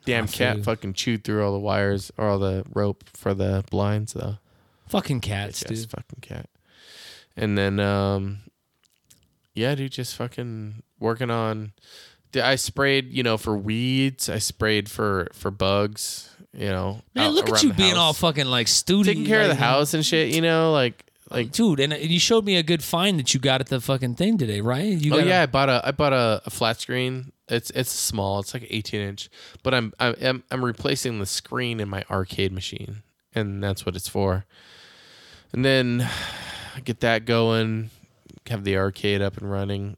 Damn I feel cat you. fucking chewed through all the wires or all the rope for the blinds though. Fucking cats, Yes, dude. fucking cat. And then, um, yeah, dude, just fucking working on. d- I sprayed, you know, for weeds. I sprayed for for bugs. You know, Man, out look at around you the being all house. fucking like studio, taking care of the house and shit. You know, like Like, dude, and uh, you showed me a good find that you got at the fucking thing today, right? You oh got a- yeah, I bought a I bought a, a flat screen. It's it's small. It's like 18 inch, but I'm I'm I'm- I'm replacing the screen in my arcade machine, and that's what it's for. And then get that going, have the arcade up and running.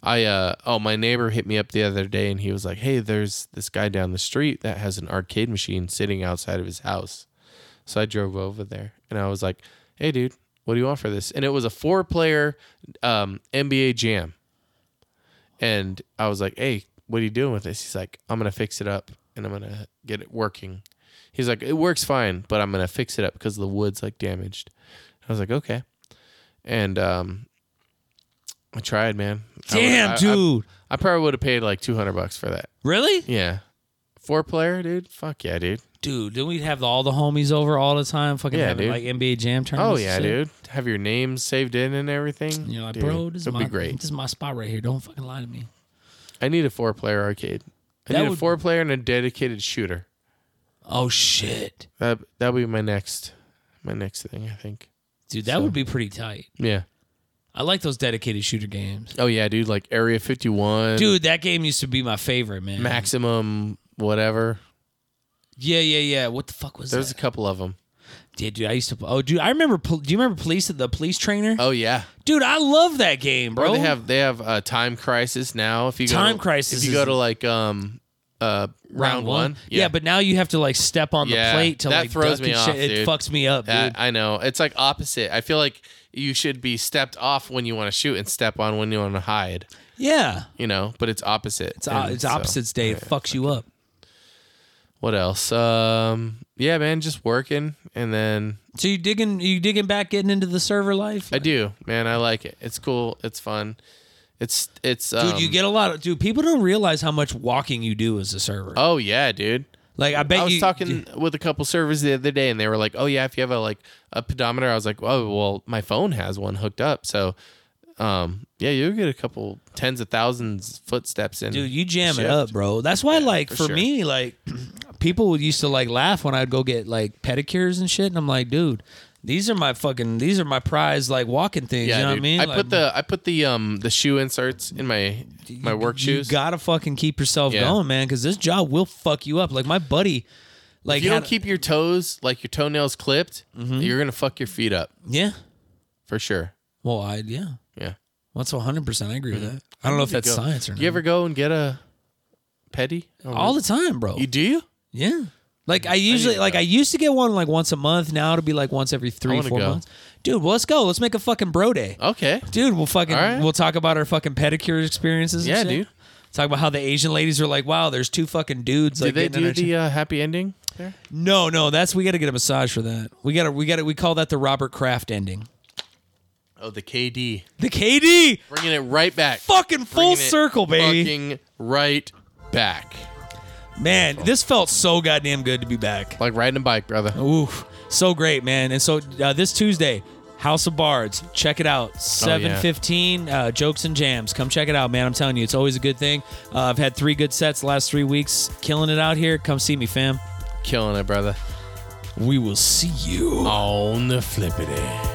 I uh oh my neighbor hit me up the other day and he was like, "Hey, there's this guy down the street that has an arcade machine sitting outside of his house." So I drove over there and I was like, "Hey, dude, what do you want for this?" And it was a four-player um, NBA Jam. And I was like, "Hey, what are you doing with this?" He's like, "I'm gonna fix it up and I'm gonna get it working." He's like, "It works fine, but I'm gonna fix it up because the wood's like damaged." I was like, "Okay," and um, I tried, man. I would- Damn, I- I- dude. I, probably would have paid like two hundred bucks for that. Really? Yeah, four player, dude. Fuck yeah, dude. dude. Then we'd have all the homies over all the time, fucking Yeah, having dude. like NBA Jam Oh tournaments. and yeah, shit. dude. Have your name saved in and everything. You're like, Dude, bro, this is it'd my be great. This is my spot right here. Don't fucking lie to me. I need a four player arcade. I That need a would- four player and a dedicated shooter. Oh shit. That that'll be my next my next thing, I think. Dude, that So- would be pretty tight. Yeah. I like those dedicated shooter games. Oh yeah, dude, like Area 51. Dude, that game used to be my favorite, man. maximum whatever. Yeah, yeah, yeah. What the fuck was There's that? a couple of them. Yeah, dude, I used to. Oh, dude, I remember. pol- Do you remember police? The police trainer. Oh yeah. Dude, I love that game, bro. Bro, they have they have uh, Time Crisis now. If you go Time to, Crisis if you is- go to like um uh round, one, Yeah. but now you have to like step on the Yeah, plate to that like throws duck me and off, shit. It dude. fucks me up, That- dude. I know. It's like opposite. I feel like you should be stepped off when you want to shoot and step on when you want to hide. Yeah, You know, but it's opposite. it's, o- And it's so- opposites day. It fucks you up. What else? Um, yeah, man, just working, and then So you digging? You digging back, getting into the server life? I do, man. I like it. It's cool. It's fun. It's it's um, dude, you get a lot of dude. People don't realize how much walking you do as a server. Oh yeah, dude. Like I bet I was you talking with a couple servers the other day, and they were like, "Oh yeah, if you have a like a pedometer," I was like, "Oh well, my phone has one hooked up, so." Um. Yeah, you'll get a couple tens of thousands footsteps in. dude you jam it shift. up bro that's why like for, for sure. me like people would used to like laugh when i'd go get like pedicures and shit and i'm like dude these are my fucking these are my prize like walking things you know dude. what i mean I Like, put the I put the um the shoe inserts in my my work you shoes. gotta fucking keep yourself Yeah. going man because this job will fuck you up like my buddy like if you had- don't keep your toes like your toenails clipped, Mm-hmm. you're gonna fuck your feet up yeah for sure. well i yeah Yeah. well, that's 100% i agree with that i don't know if that's Go. science or not Mm-hmm. You ever go and get a petty? Oh, all the time bro You do? Yeah. Like I usually like I used to get one like once a month. Now it'll be like once every three, wanna four go. months. Dude, well, let's go. Let's make a fucking bro day. Okay. Dude, we'll fucking All right. we'll talk about our fucking pedicure experiences. and Yeah, shit. dude. Talk about how the Asian ladies are like, wow, there's two fucking dudes. Did like, they getting do on our the uh, happy ending there? ch- no, no, that's we got to get a massage for that. We got to we got to we call that the Robert Kraft ending. Oh, the KD. The KD Bringing it right back. fucking full Bringing it circle, baby. Fucking right back. Man, this felt so goddamn good to be back. Like riding a bike, brother. Oof, so great, man! And so uh, this Tuesday, House of Bards, check it out. Seven fifteen, uh, jokes and jams. Come check it out, man! I'm telling you, it's always a good thing. Uh, I've had three good sets the last three weeks, killing it out here. Come see me, fam. Killing it, brother. We will see you On the flippity.